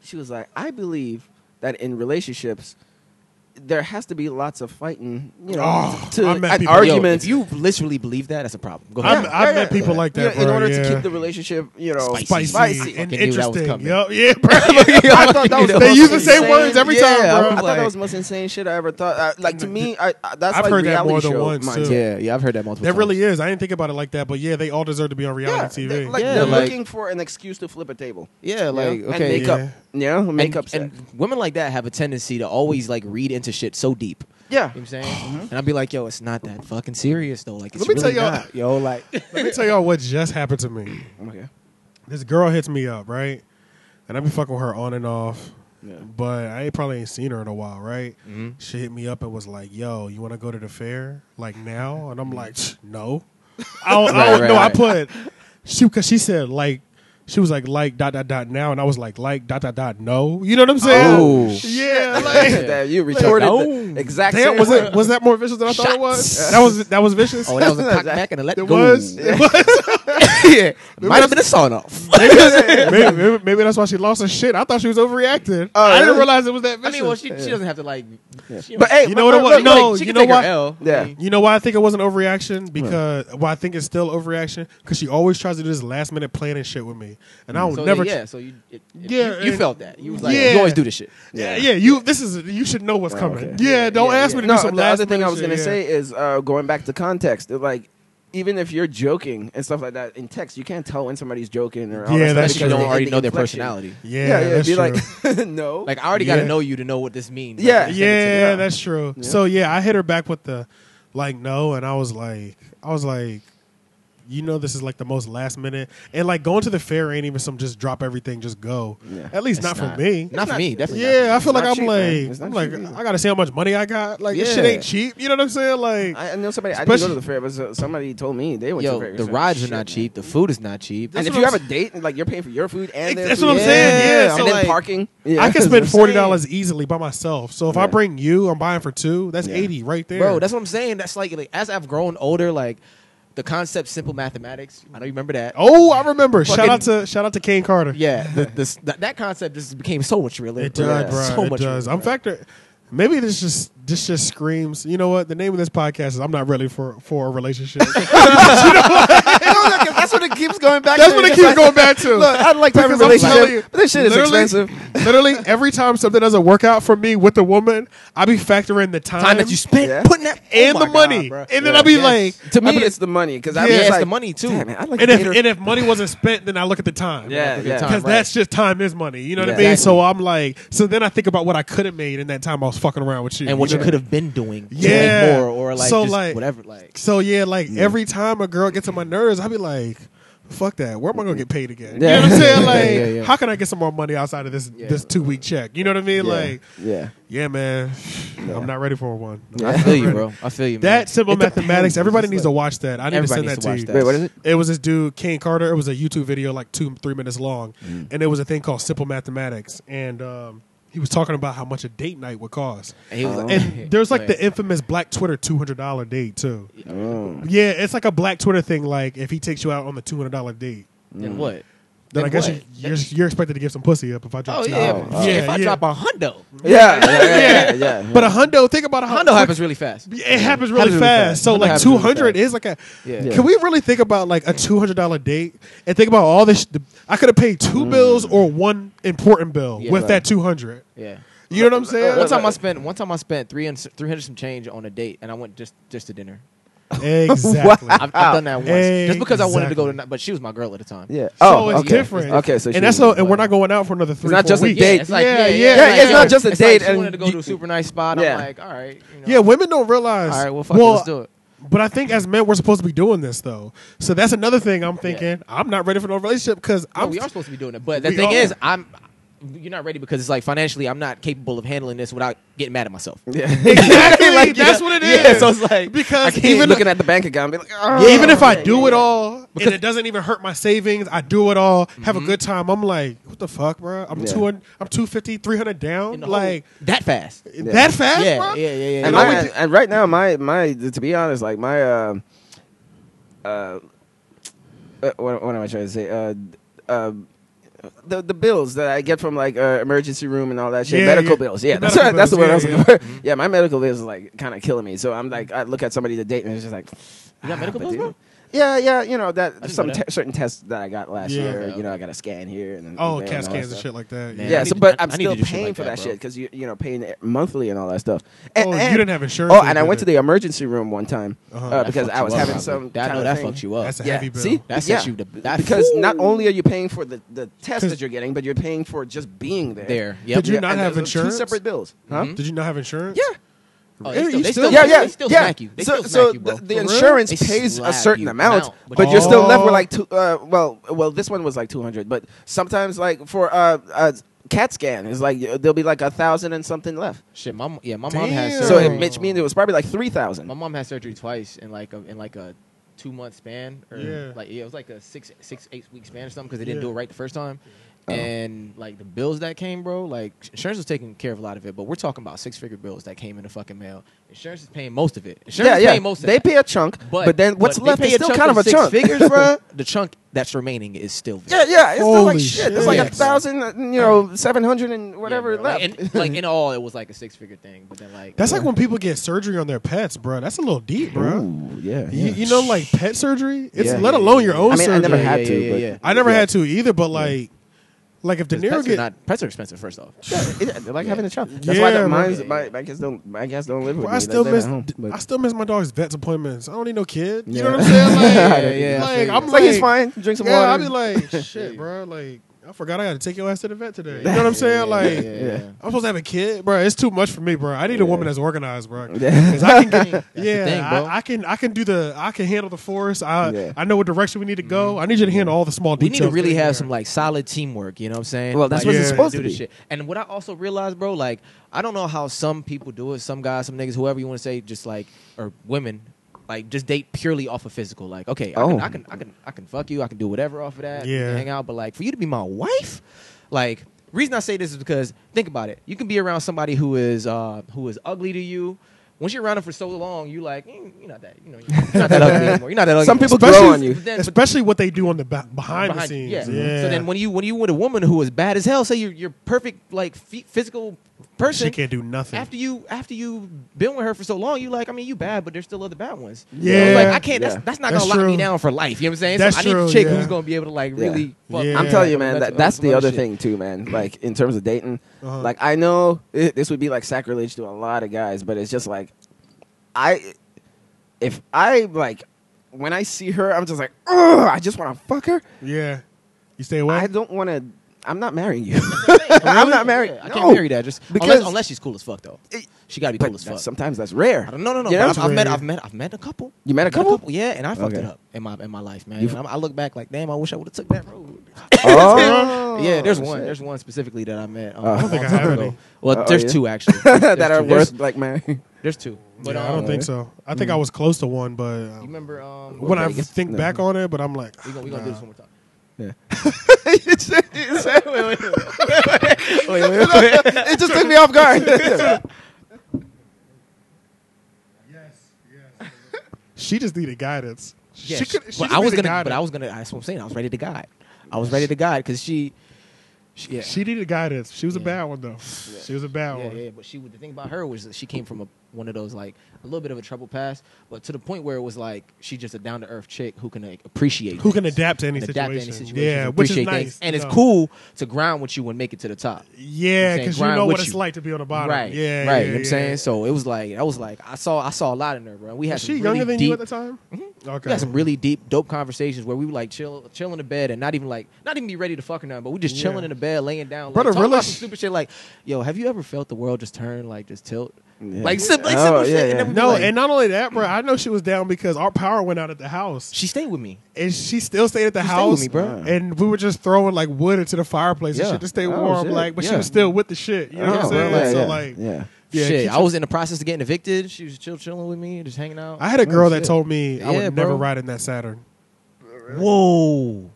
Speaker 1: she was like, I believe that in relationships, there has to be lots of fighting, you know,
Speaker 4: Oh,
Speaker 1: to
Speaker 4: I met
Speaker 1: and
Speaker 4: people- Yo,
Speaker 1: arguments.
Speaker 3: Yo, if you literally believe that, that's a problem. Go
Speaker 4: I'm-
Speaker 3: ahead.
Speaker 4: I've- I've met people like that,
Speaker 1: in
Speaker 4: bro,
Speaker 1: order to
Speaker 4: yeah.
Speaker 1: keep the relationship, you know,
Speaker 4: spicy,
Speaker 1: spicy.
Speaker 4: and
Speaker 3: Fucking knew that was
Speaker 4: interesting.
Speaker 3: coming.
Speaker 4: Yup, yeah, bro.
Speaker 1: I thought that was
Speaker 4: They
Speaker 1: most
Speaker 4: use the same
Speaker 1: insane-
Speaker 4: words every
Speaker 1: yeah,
Speaker 4: time, bro.
Speaker 1: I, I
Speaker 4: I'm
Speaker 1: thought that
Speaker 3: like-
Speaker 1: was the most insane shit I ever thought. I, like to me, I, I that's
Speaker 4: I've
Speaker 1: like
Speaker 4: heard that
Speaker 1: reality
Speaker 4: more than
Speaker 1: show
Speaker 4: once,
Speaker 1: mindset.
Speaker 4: too.
Speaker 3: yeah, yeah, I've heard that multiple
Speaker 4: That
Speaker 3: times.
Speaker 4: really is. I didn't think about it like that, but yeah, they all deserve to be on
Speaker 1: Yeah,
Speaker 4: reality
Speaker 1: they're,
Speaker 4: TV.
Speaker 1: like
Speaker 3: Yeah,
Speaker 1: they're
Speaker 3: like-
Speaker 1: looking for an excuse to flip a table.
Speaker 3: Yeah, like,
Speaker 1: yeah?
Speaker 3: okay.
Speaker 1: and make up,
Speaker 4: Yeah.
Speaker 1: yeah, make up,
Speaker 3: and, and women like that have a tendency to always like read into shit so deep.
Speaker 1: yeah.
Speaker 3: You know what I'm saying? And I'd be like, yo, it's not that fucking serious though. Like, it's
Speaker 4: Let me
Speaker 3: really
Speaker 4: tell y'all-
Speaker 3: not, yo. Like,
Speaker 4: Let me tell y'all what just happened to me.
Speaker 1: Okay.
Speaker 4: This girl hits me up, right? And I be fucking with her on and off.
Speaker 1: Yeah.
Speaker 4: But I ain't probably ain't seen her in a while, right?
Speaker 3: Mm-hmm.
Speaker 4: She hit me up and was like, "Yo, you want to go to the fair like now?" And I'm like, "Tch, "No, I don't, I don't
Speaker 3: Right, right,
Speaker 4: know."
Speaker 3: right.
Speaker 4: I put she because she said like she was like like dot dot dot now, and I was like like dot dot dot no. You know what I'm saying?
Speaker 3: Oh,
Speaker 4: yeah, like
Speaker 1: That you retorted
Speaker 3: no.
Speaker 1: the exact
Speaker 4: damn,
Speaker 1: same
Speaker 4: was
Speaker 1: word.
Speaker 4: it was that more vicious than I thought it was? That was that was vicious.
Speaker 3: oh, that was a cock back and a let
Speaker 4: it
Speaker 3: go.
Speaker 4: was. It was.
Speaker 3: yeah, might have been a sawn off.
Speaker 4: maybe, maybe, maybe that's why she lost her shit. I thought she was overreacting. I didn't
Speaker 1: Oh, really?
Speaker 4: realize it was that
Speaker 3: I
Speaker 4: vicious.
Speaker 3: mean, well, she, she doesn't have to like. She
Speaker 1: But
Speaker 3: don't-
Speaker 1: hey,
Speaker 4: You know what it was?
Speaker 1: look,
Speaker 4: No,
Speaker 3: like, she
Speaker 4: you
Speaker 3: can
Speaker 4: know
Speaker 3: take her
Speaker 4: why?
Speaker 3: L. I
Speaker 1: Yeah.
Speaker 3: mean,
Speaker 4: You know why I think it wasn't overreaction? Because why I think it's still overreaction because she always tries to do this last minute planning shit with me, and I will
Speaker 3: so,
Speaker 4: never.
Speaker 3: Yeah, so you. It, it,
Speaker 4: Yeah,
Speaker 3: you, you
Speaker 4: and-
Speaker 3: felt that. You was like,
Speaker 4: Yeah.
Speaker 3: you always do this shit.
Speaker 4: yeah, yeah. You this is you should know what's coming. Yeah, don't ask me to
Speaker 1: no,
Speaker 4: do some
Speaker 1: the
Speaker 4: last
Speaker 1: other thing I
Speaker 4: minute
Speaker 1: was gonna
Speaker 4: shit, yeah.
Speaker 1: say is uh, going back to context. it, Like, even if you're joking and stuff like that in text, you can't tell when somebody's joking or all that
Speaker 4: Yeah, that's
Speaker 1: stuff because
Speaker 3: Unless you
Speaker 4: true.
Speaker 1: they
Speaker 3: don't
Speaker 1: hit
Speaker 3: already
Speaker 1: the
Speaker 3: know their
Speaker 1: inflection.
Speaker 3: personality.
Speaker 4: Yeah,
Speaker 1: Yeah, yeah.
Speaker 4: that's
Speaker 1: Be
Speaker 4: true.
Speaker 1: like, no,
Speaker 3: Like I already got
Speaker 4: Yeah.
Speaker 3: to know you to know what this means. Like,
Speaker 1: Yeah.
Speaker 3: I think it's a-
Speaker 4: yeah, that's true. So yeah, I hit her back with the like no, and I was like, I was like, you know, this is like the most last minute, and like going to the fair ain't even some just drop everything, just go.
Speaker 1: Yeah.
Speaker 4: At least
Speaker 3: It's
Speaker 4: not,
Speaker 3: not-
Speaker 4: for me.
Speaker 3: Not for me, definitely. not for
Speaker 4: Yeah, I
Speaker 3: me.
Speaker 4: feel
Speaker 1: It's
Speaker 4: like
Speaker 1: not
Speaker 4: I'm
Speaker 1: cheap, man. It's
Speaker 4: like
Speaker 1: not
Speaker 4: I'm like
Speaker 1: cheap either.
Speaker 4: I gotta see how much money I got. Like this shit
Speaker 1: Yeah.
Speaker 4: ain't cheap. You know what I'm saying? Like
Speaker 1: I I know somebody. I didn't go to
Speaker 4: Especially-
Speaker 1: the fair, but so- somebody told me they went to
Speaker 3: Yo,
Speaker 1: the fair.
Speaker 3: the
Speaker 1: So,
Speaker 3: rides are
Speaker 1: shit,
Speaker 3: not
Speaker 1: man.
Speaker 3: cheap. The food is not cheap.
Speaker 1: And
Speaker 4: That's
Speaker 1: if
Speaker 4: what
Speaker 1: you
Speaker 4: I'm
Speaker 1: have a date, and, like you're paying for your food and their
Speaker 4: that's
Speaker 1: food,
Speaker 4: what I'm saying. Yeah, so
Speaker 1: and then
Speaker 4: like,
Speaker 1: parking.
Speaker 4: I can spend
Speaker 1: forty.
Speaker 4: forty dollars easily by myself. So if
Speaker 1: Yeah.
Speaker 4: I bring you, I'm buying for two. That's
Speaker 1: Yeah.
Speaker 4: eighty right there,
Speaker 3: Bro, that's what I'm saying. That's like, like as I've grown older, like the concept simple mathematics. I know you remember that.
Speaker 4: oh, I remember. shout
Speaker 3: Fucking-
Speaker 4: out to shout out to Kane Carter.
Speaker 3: Yeah, the, this, that, that concept just became so much realistic.
Speaker 4: it does, bro.
Speaker 3: So
Speaker 4: it
Speaker 3: much
Speaker 4: does.
Speaker 3: realer.
Speaker 4: I'm factor. Maybe this just this just screams. You know what? The name of this podcast is "I'm not ready for for a relationship."
Speaker 1: that's what it keeps going back.
Speaker 4: That's
Speaker 1: to.
Speaker 4: what it
Speaker 1: It's
Speaker 4: keeps
Speaker 1: like,
Speaker 4: going back to.
Speaker 1: Look, I'd like to have a
Speaker 4: Because I'm telling
Speaker 1: relationship,
Speaker 4: you,
Speaker 1: but this shit is
Speaker 4: literally-
Speaker 1: expensive.
Speaker 4: Literally every time something doesn't work out for me with a woman, I be factoring the time,
Speaker 3: time that you spent
Speaker 1: Yeah.
Speaker 3: putting that
Speaker 4: and
Speaker 3: oh
Speaker 4: the
Speaker 3: my
Speaker 4: money,
Speaker 3: God, bro.
Speaker 4: and then
Speaker 3: Yeah.
Speaker 4: I be
Speaker 3: Yes.
Speaker 4: like,
Speaker 1: To me, it's the money because I
Speaker 4: Yeah,
Speaker 1: was
Speaker 4: it's
Speaker 1: like,
Speaker 3: the money, too.
Speaker 1: Damn, man, I'd like
Speaker 4: and
Speaker 1: to
Speaker 4: if
Speaker 1: date her.
Speaker 4: and if money wasn't spent, then I look at the time.
Speaker 1: yeah,
Speaker 3: Look at
Speaker 1: yeah.
Speaker 3: the
Speaker 4: Because
Speaker 3: Right.
Speaker 4: that's just time is money. You know what I
Speaker 3: Yeah.
Speaker 4: mean? So I'm like, so then I think about what I could have made in that time I was fucking around with you.
Speaker 3: and what
Speaker 4: know
Speaker 3: you could have been doing, to
Speaker 4: Yeah.
Speaker 3: make more or like
Speaker 4: So,
Speaker 3: just
Speaker 4: like-
Speaker 3: whatever, like
Speaker 4: So yeah, like every time a girl gets on my nerves, I be like, "Fuck that! Where am I gonna get paid again?"
Speaker 1: Yeah.
Speaker 4: You know what I'm saying?
Speaker 1: Yeah,
Speaker 4: Like,
Speaker 1: yeah, yeah.
Speaker 4: how can I get some more money outside of this
Speaker 3: Yeah.
Speaker 4: this two week check? You know what I mean?
Speaker 1: yeah,
Speaker 4: Like,
Speaker 1: yeah,
Speaker 4: yeah, man, I'm not ready for one.
Speaker 1: Yeah.
Speaker 3: I feel you, bro. I feel you. Man.
Speaker 4: That simple
Speaker 3: It depends.
Speaker 4: mathematics. Everybody
Speaker 3: It's
Speaker 4: needs to
Speaker 3: like-
Speaker 4: watch that. I need to
Speaker 3: Everybody
Speaker 4: send that
Speaker 3: needs
Speaker 4: to,
Speaker 3: to
Speaker 4: you.
Speaker 3: watch that.
Speaker 1: Wait, what is it?
Speaker 4: It was this dude, Kane Carter. It was a YouTube video, like two, three minutes long,
Speaker 1: Mm.
Speaker 4: and it was a thing called simple mathematics. And um, he was talking about how much a date night would cost.
Speaker 3: And he was like,
Speaker 4: Oh. And there's like the
Speaker 3: Hilarious.
Speaker 4: infamous Black Twitter two hundred dollar date too.
Speaker 1: Oh.
Speaker 4: Yeah, it's like a Black Twitter thing. Like if he takes you out on the two hundred dollar date,
Speaker 3: Then what?
Speaker 4: Oh, then
Speaker 3: Then
Speaker 4: I guess
Speaker 3: what?
Speaker 4: you, you're you're expected to give some pussy up if I drop.
Speaker 3: Oh
Speaker 4: two.
Speaker 3: yeah,
Speaker 1: Oh,
Speaker 3: but
Speaker 1: oh.
Speaker 3: if I
Speaker 4: yeah.
Speaker 3: drop a hundo,
Speaker 1: yeah, yeah, yeah, yeah, yeah.
Speaker 4: But a hundo, think about a
Speaker 3: a
Speaker 4: hundo.
Speaker 3: hundo happens really fast.
Speaker 4: It happens really fast.
Speaker 3: Happens really fast.
Speaker 4: So
Speaker 3: Hundo
Speaker 4: like
Speaker 3: happens
Speaker 4: two
Speaker 3: really
Speaker 4: hundred
Speaker 3: fast.
Speaker 4: is like a.
Speaker 3: Yeah.
Speaker 1: Yeah.
Speaker 4: Can we really think about like a two hundred dollar date and think about all this? sh- I could have paid
Speaker 1: Mm.
Speaker 4: two bills or one important bill
Speaker 3: Yeah.
Speaker 4: with
Speaker 3: Right.
Speaker 4: that two hundred.
Speaker 3: Yeah.
Speaker 4: You know what I'm saying?
Speaker 3: One time I spent one time I spent three and three hundred some change on a date, and I went just just to dinner.
Speaker 4: exactly.
Speaker 3: I've, I've done that once just because I wanted to go
Speaker 4: Exactly.
Speaker 3: to, ni- but she was my girl at the time.
Speaker 1: yeah.
Speaker 4: So
Speaker 1: oh,
Speaker 4: it's
Speaker 1: okay.
Speaker 4: different.
Speaker 1: Okay, so she
Speaker 4: and that's
Speaker 1: was
Speaker 4: how, and we're
Speaker 1: like-
Speaker 4: not going out for another three.
Speaker 1: not
Speaker 4: four
Speaker 1: just a
Speaker 4: weeks.
Speaker 1: date.
Speaker 3: it's like,
Speaker 4: Yeah,
Speaker 3: yeah,
Speaker 4: yeah,
Speaker 1: yeah, it's not just a
Speaker 3: like
Speaker 1: date
Speaker 3: she
Speaker 1: and
Speaker 3: wanted to go
Speaker 1: you-
Speaker 3: to a super nice spot.
Speaker 1: Yeah.
Speaker 3: I'm like, all right, you know,
Speaker 4: Yeah, women don't realize.
Speaker 3: all right, well, fuck it, let's do it.
Speaker 4: But I think as men, we're supposed to be doing this though. So that's another thing I'm thinking. I'm not ready for no relationship because
Speaker 3: No,
Speaker 4: I'm.
Speaker 3: Oh, we are supposed to be doing it, but the
Speaker 4: We
Speaker 3: thing
Speaker 4: are.
Speaker 3: is, I'm you're not ready because it's like financially, I'm not capable of handling this without getting mad at myself.
Speaker 1: Yeah.
Speaker 4: exactly.
Speaker 3: Like,
Speaker 4: that's
Speaker 3: yeah.
Speaker 4: what it is.
Speaker 3: Yeah, so it's like,
Speaker 1: I
Speaker 4: because
Speaker 1: can't
Speaker 4: even
Speaker 1: looking at the bank account, and be like, oh,
Speaker 4: even if I
Speaker 1: yeah,
Speaker 4: do
Speaker 1: yeah,
Speaker 4: it
Speaker 1: yeah.
Speaker 4: all
Speaker 3: Because- Mm-hmm.
Speaker 4: and it doesn't even hurt my savings, I do it all, have a good time. I'm like, what the fuck, bro? I'm
Speaker 1: Yeah.
Speaker 4: two, I'm two fifty, three hundred down,
Speaker 3: in the
Speaker 4: like
Speaker 3: whole- that fast.
Speaker 4: that fast,
Speaker 3: Yeah,
Speaker 4: bro.
Speaker 3: yeah, yeah, yeah.
Speaker 1: and,
Speaker 4: I
Speaker 1: my,
Speaker 4: went
Speaker 1: and right now, my my to be honest, like my uh, uh, uh what, what am I trying to say? Uh, uh, the the bills that I get from like uh, emergency room and all that shit.
Speaker 4: Yeah,
Speaker 1: medical
Speaker 4: yeah.
Speaker 1: bills. Yeah,
Speaker 4: The
Speaker 1: that's
Speaker 4: medical
Speaker 1: that's the
Speaker 4: bills,
Speaker 1: word I was
Speaker 4: yeah,
Speaker 1: looking for. Yeah, my medical bills is like kind of killing me. So I'm like, I look at somebody to date and it's just like, "Ah,
Speaker 3: You got medical
Speaker 1: but
Speaker 3: bills,
Speaker 1: dude- Yeah, yeah, you know that
Speaker 3: didn't
Speaker 1: some
Speaker 3: know that.
Speaker 1: te- certain tests that I got last
Speaker 4: Yeah.
Speaker 1: year.
Speaker 3: Okay,
Speaker 1: You know,
Speaker 3: okay.
Speaker 1: I got a scan here and then
Speaker 4: Oh,
Speaker 1: there
Speaker 4: cat
Speaker 1: and all that
Speaker 4: scans and
Speaker 1: stuff.
Speaker 4: shit like that.
Speaker 3: Man,
Speaker 1: Yeah, so,
Speaker 3: I need to-
Speaker 1: but
Speaker 3: I-
Speaker 1: I'm
Speaker 3: I need
Speaker 1: still
Speaker 3: to do shit
Speaker 1: paying
Speaker 3: like
Speaker 1: for
Speaker 3: that,
Speaker 1: that
Speaker 3: bro.
Speaker 1: shit because you you know paying monthly and all that stuff. And,
Speaker 4: Oh,
Speaker 1: and-
Speaker 4: you didn't have insurance.
Speaker 1: oh,
Speaker 4: when
Speaker 1: and
Speaker 4: you
Speaker 1: I
Speaker 4: did
Speaker 1: went to
Speaker 4: that.
Speaker 1: the emergency room one time
Speaker 4: Uh-huh.
Speaker 1: uh,
Speaker 3: That
Speaker 1: because
Speaker 3: fucks
Speaker 1: I
Speaker 3: you
Speaker 1: was
Speaker 3: up,
Speaker 1: having
Speaker 3: probably.
Speaker 1: some.
Speaker 3: That, I
Speaker 1: kind
Speaker 3: know
Speaker 1: of
Speaker 3: that
Speaker 1: thing.
Speaker 3: fucks you up.
Speaker 4: That's a
Speaker 1: Yeah,
Speaker 4: heavy bill.
Speaker 1: see?
Speaker 3: that
Speaker 1: Yeah.
Speaker 3: sets you to that
Speaker 1: Because not
Speaker 3: Ooh.
Speaker 1: only are you paying for the, the test
Speaker 4: 'Cause-
Speaker 1: that you're getting, but you're paying for just being there.
Speaker 3: there.
Speaker 1: Yeah,
Speaker 3: Yep.
Speaker 4: Did you not
Speaker 1: and
Speaker 4: have
Speaker 1: those are
Speaker 4: insurance?
Speaker 1: Two separate bills, huh?
Speaker 3: Hmm?
Speaker 4: Did you not have insurance?
Speaker 1: Yeah.
Speaker 3: Oh,
Speaker 4: Yeah,
Speaker 3: they
Speaker 4: you
Speaker 3: still,
Speaker 4: still-
Speaker 3: they still,
Speaker 1: yeah,
Speaker 3: they,
Speaker 1: yeah,
Speaker 3: still
Speaker 1: yeah.
Speaker 3: smack you. They
Speaker 1: so,
Speaker 3: still
Speaker 1: so
Speaker 3: smack you, bro.
Speaker 1: the, the
Speaker 3: For real?
Speaker 1: insurance
Speaker 3: They
Speaker 1: pays a
Speaker 3: slap
Speaker 1: certain
Speaker 3: you.
Speaker 1: amount,
Speaker 3: Amount,
Speaker 1: but
Speaker 3: but
Speaker 1: you're still left
Speaker 4: Oh.
Speaker 1: with like two. Uh, well, well, this one was like two hundred, but sometimes like for uh, uh CAT scan is like uh, there'll be like a thousand and something left.
Speaker 3: Shit, my, yeah, my mom
Speaker 4: Damn.
Speaker 3: has
Speaker 1: So
Speaker 3: surgery.
Speaker 1: it which means it was probably like three thousand.
Speaker 3: my mom had surgery twice in like a, in like a two month span or
Speaker 4: Yeah.
Speaker 3: like yeah, it was like a six six eight week span or something because they didn't
Speaker 4: Yeah.
Speaker 3: do it right the first time.
Speaker 1: Oh.
Speaker 3: And like the bills that came, bro, like insurance was taking care of a lot of it, but we're talking about six figure bills that came in the fucking mail. Insurance is paying most of it. Insurance
Speaker 1: Yeah,
Speaker 3: is
Speaker 1: yeah.
Speaker 3: paying most of
Speaker 1: They
Speaker 3: that.
Speaker 1: pay a chunk, but, then what's
Speaker 3: they
Speaker 1: left
Speaker 3: pay
Speaker 1: is still
Speaker 3: chunk
Speaker 1: kind of a
Speaker 3: six
Speaker 1: chunk.
Speaker 3: figures, bro. The chunk that's remaining is still there.
Speaker 1: Yeah, yeah. It's still like
Speaker 4: Holy
Speaker 1: shit. It's like a
Speaker 3: shit.
Speaker 1: thousand, uh, you know, seven hundred and whatever
Speaker 3: Yeah, bro.
Speaker 1: left.
Speaker 3: Like, in, like in all, it was like a six figure thing, but then like
Speaker 4: That's like when people get surgery on their pets, bro. That's a little deep, bro.
Speaker 1: Ooh, yeah.
Speaker 4: You, you know, like pet surgery. It's
Speaker 1: Yeah.
Speaker 4: let alone your own
Speaker 1: I mean, I
Speaker 4: surgery.
Speaker 1: never
Speaker 3: Yeah,
Speaker 1: had
Speaker 3: yeah,
Speaker 1: to,
Speaker 3: yeah,
Speaker 1: but
Speaker 3: yeah.
Speaker 4: I never had to either, but like, like if De
Speaker 3: 'cause
Speaker 4: Niro
Speaker 3: pets
Speaker 4: get,
Speaker 3: are not pets are expensive. First off,
Speaker 1: Yeah, they're like having a child. That's
Speaker 4: Yeah,
Speaker 1: why the,
Speaker 4: man.
Speaker 1: mine's,
Speaker 3: Yeah,
Speaker 1: my
Speaker 3: yeah.
Speaker 1: my kids don't my kids don't live with
Speaker 4: bro,
Speaker 1: me.
Speaker 4: I still
Speaker 1: they live
Speaker 4: miss,
Speaker 1: at home. But
Speaker 4: I still miss my dog's vet's appointments. I don't need no kid. You
Speaker 1: Yeah.
Speaker 4: know what I'm saying? Like,
Speaker 3: Yeah, yeah, I feel
Speaker 4: like
Speaker 3: you.
Speaker 4: I'm
Speaker 1: it's
Speaker 4: like,
Speaker 1: like he's fine. Drink some
Speaker 4: Yeah,
Speaker 1: water.
Speaker 4: I'd be like,
Speaker 3: Yeah.
Speaker 4: shit, bro. Like, I forgot I had to take your ass to the vet today. You
Speaker 1: Yeah,
Speaker 4: know what I'm saying?
Speaker 3: yeah,
Speaker 4: Like,
Speaker 3: yeah, yeah, yeah.
Speaker 4: I'm supposed to have a kid, bro. It's too much for me, bro. I need a woman that's organized, bro.
Speaker 1: Yeah.
Speaker 4: 'Cause I can get-
Speaker 3: That's the
Speaker 4: yeah,
Speaker 3: thing, bro.
Speaker 4: I, I can, I can do the, I can handle the force. I,
Speaker 1: Yeah.
Speaker 4: I know what direction we need to go. I need you to handle all the small
Speaker 3: we
Speaker 4: details.
Speaker 3: need to really
Speaker 4: in there.
Speaker 3: have some like solid teamwork. You know what I'm saying?
Speaker 1: Well, that's
Speaker 3: Like,
Speaker 4: what it's
Speaker 3: you
Speaker 1: supposed to
Speaker 3: do this
Speaker 1: be.
Speaker 3: Shit. And what I also realized, bro, like I don't know how some people do it. Some guys, some niggas, whoever you want to say, just like or women. Like just date purely off of physical. Like, okay, I,
Speaker 1: Oh.
Speaker 3: can, I can, I can, I can fuck you. I can do whatever off of that. we can
Speaker 4: Yeah.
Speaker 3: hang out. But like, for you to be my wife, like, reason I say this is because think about it. You can be around somebody who is, uh, who is ugly to you. Once you're around them for so long, you like, mm, you're not that, you know, you're not that ugly anymore. You're not that ugly.
Speaker 1: Some
Speaker 3: anymore.
Speaker 1: people
Speaker 4: Especially-
Speaker 1: grow on you.
Speaker 3: But then- but
Speaker 4: especially what they do on the ba- behind, the scenes.
Speaker 3: yeah.
Speaker 4: Yeah.
Speaker 3: So then when you when you with a woman who is bad as hell, say you're you're perfect like f- physical person.
Speaker 4: she can't do nothing.
Speaker 3: After you after you been with her for so long, you like I mean you bad, but there's still other bad ones.
Speaker 4: Yeah.
Speaker 3: So, like I can't.
Speaker 1: Yeah.
Speaker 3: That's, that's not
Speaker 4: That's
Speaker 3: gonna lock
Speaker 4: true.
Speaker 3: me down for life. You know what I'm saying?
Speaker 4: That's
Speaker 3: so I need
Speaker 4: true,
Speaker 3: a chick
Speaker 4: yeah.
Speaker 3: who's gonna be able to like really.
Speaker 4: Yeah.
Speaker 3: Fuck
Speaker 4: Yeah.
Speaker 1: I'm telling you,
Speaker 3: up.
Speaker 1: man.
Speaker 3: That's-
Speaker 1: That, that's
Speaker 3: some
Speaker 1: the other
Speaker 3: shit.
Speaker 1: thing too, man. Like in terms of dating,
Speaker 4: Uh-huh.
Speaker 1: like I know it, this would be like sacrilege to a lot of guys, but it's just like I, if I like when I see her, I'm just like, Ugh, I just want to fuck her.
Speaker 4: yeah, you stay away.
Speaker 1: I don't want to. I'm not marrying you.
Speaker 3: Really?
Speaker 1: I'm not married.
Speaker 3: Yeah, I
Speaker 1: No.
Speaker 3: can't marry that. Just
Speaker 1: Because-
Speaker 3: unless, unless she's cool as fuck though.
Speaker 1: It-
Speaker 3: She gotta be
Speaker 1: but
Speaker 3: cool as fuck.
Speaker 1: sometimes that's rare.
Speaker 3: I don't, no, no, no.
Speaker 1: You
Speaker 3: but
Speaker 1: know?
Speaker 3: I've, I've met,
Speaker 4: Rare.
Speaker 3: I've met, I've met a couple.
Speaker 1: You met a
Speaker 3: I've
Speaker 1: couple?
Speaker 3: yeah, and I fucked
Speaker 1: Okay.
Speaker 3: it up in my in my life, man.
Speaker 1: You-
Speaker 3: And I'm- I look back like, damn, I wish I would have took that road.
Speaker 1: Oh,
Speaker 3: yeah, there's one.
Speaker 1: shit.
Speaker 3: There's one specifically that I met. Um,
Speaker 1: Oh. I
Speaker 3: I
Speaker 1: don't
Speaker 4: think I have any.
Speaker 3: Well,
Speaker 1: Uh-oh,
Speaker 3: there's
Speaker 1: yeah.
Speaker 3: two actually There's-
Speaker 1: that
Speaker 3: there's
Speaker 1: are
Speaker 3: two.
Speaker 1: worth like marrying.
Speaker 3: There's, there's two. But
Speaker 4: Yeah, I
Speaker 3: um,
Speaker 4: don't think so. I think I was close to one, but
Speaker 3: You
Speaker 4: um,
Speaker 3: remember? Um,
Speaker 4: when I
Speaker 1: Vegas?
Speaker 4: think
Speaker 1: No.
Speaker 4: back on it, but I'm like, "Ah,
Speaker 3: we gonna we gonna do this one more time.
Speaker 1: It's- it's-
Speaker 3: wait, wait, wait, wait, wait, wait.
Speaker 1: it just took me off guard.
Speaker 2: Yes, yes.
Speaker 4: she just needed guidance.
Speaker 3: Yes,
Speaker 4: She could, she
Speaker 3: but
Speaker 4: just
Speaker 3: I was
Speaker 4: needed
Speaker 3: gonna. But
Speaker 4: guidance.
Speaker 3: I was gonna. That's what I'm saying. I was ready to guide. I was ready to guide because she, she, yeah.
Speaker 4: She needed guidance. She was a
Speaker 3: Yeah.
Speaker 4: bad one though. She was a bad
Speaker 3: Yeah,
Speaker 4: one.
Speaker 3: yeah, but she the thing about her was that she came from a, one of those like a little bit of a troubled past, but to the point where it was like she's just a down to earth chick who can like, appreciate
Speaker 4: Who can
Speaker 3: things
Speaker 4: adapt to any
Speaker 3: and
Speaker 4: situation?
Speaker 3: adapt to any situation,
Speaker 4: Yeah,
Speaker 3: and
Speaker 4: which is
Speaker 3: appreciate
Speaker 4: nice.
Speaker 3: things. and it's
Speaker 4: No.
Speaker 3: cool to ground with you and make it to the top.
Speaker 4: Yeah,
Speaker 3: I'm saying
Speaker 4: because you
Speaker 3: grind
Speaker 4: know
Speaker 3: with
Speaker 4: what it's
Speaker 3: you.
Speaker 4: like to be on the bottom. Yeah,
Speaker 3: right, right.
Speaker 4: yeah,
Speaker 3: you know what I'm
Speaker 4: yeah.
Speaker 3: saying so. It was like I was like I saw I saw a lot in her, bro. We had
Speaker 4: Was she
Speaker 3: some really
Speaker 4: younger than
Speaker 3: deep,
Speaker 4: you at the time? Okay.
Speaker 3: we had some really deep, dope conversations where we would like chill, chill in the bed and not even like, not even be ready to fuck or nothing, but we just chilling
Speaker 4: Yeah.
Speaker 3: in the bed, laying down, like,
Speaker 4: Brother,
Speaker 3: talking
Speaker 4: really-
Speaker 3: about some stupid shit. Like, yo, have you ever felt the world just turn, like just tilt,
Speaker 1: Yeah.
Speaker 3: like, sim- like
Speaker 1: Oh,
Speaker 3: simple
Speaker 1: yeah,
Speaker 3: shit?
Speaker 1: yeah.
Speaker 3: And then we
Speaker 4: No,
Speaker 3: like,
Speaker 4: and not only that, bro. I know she was down because our power went out at the house,
Speaker 3: she stayed with me.
Speaker 4: and she still stayed at the
Speaker 3: She stayed
Speaker 4: house,
Speaker 3: with me, bro.
Speaker 4: And we were just throwing like wood into the fireplace and
Speaker 3: Yeah.
Speaker 4: shit to stay
Speaker 1: Oh,
Speaker 4: warm,
Speaker 1: shit.
Speaker 4: like. But she
Speaker 3: Yeah.
Speaker 4: was still with the shit. You know what I'm
Speaker 1: Oh,
Speaker 4: saying?
Speaker 1: yeah,
Speaker 4: so
Speaker 1: yeah,
Speaker 4: like,
Speaker 1: yeah.
Speaker 4: Yeah,
Speaker 3: shit,
Speaker 4: keep
Speaker 3: I was in the process of getting evicted. She was chill, chilling with me, just hanging out.
Speaker 4: I had a girl that
Speaker 3: Oh, shit.
Speaker 4: told me I
Speaker 3: Yeah,
Speaker 4: would never
Speaker 3: bro.
Speaker 4: ride in that Saturn.
Speaker 3: Whoa,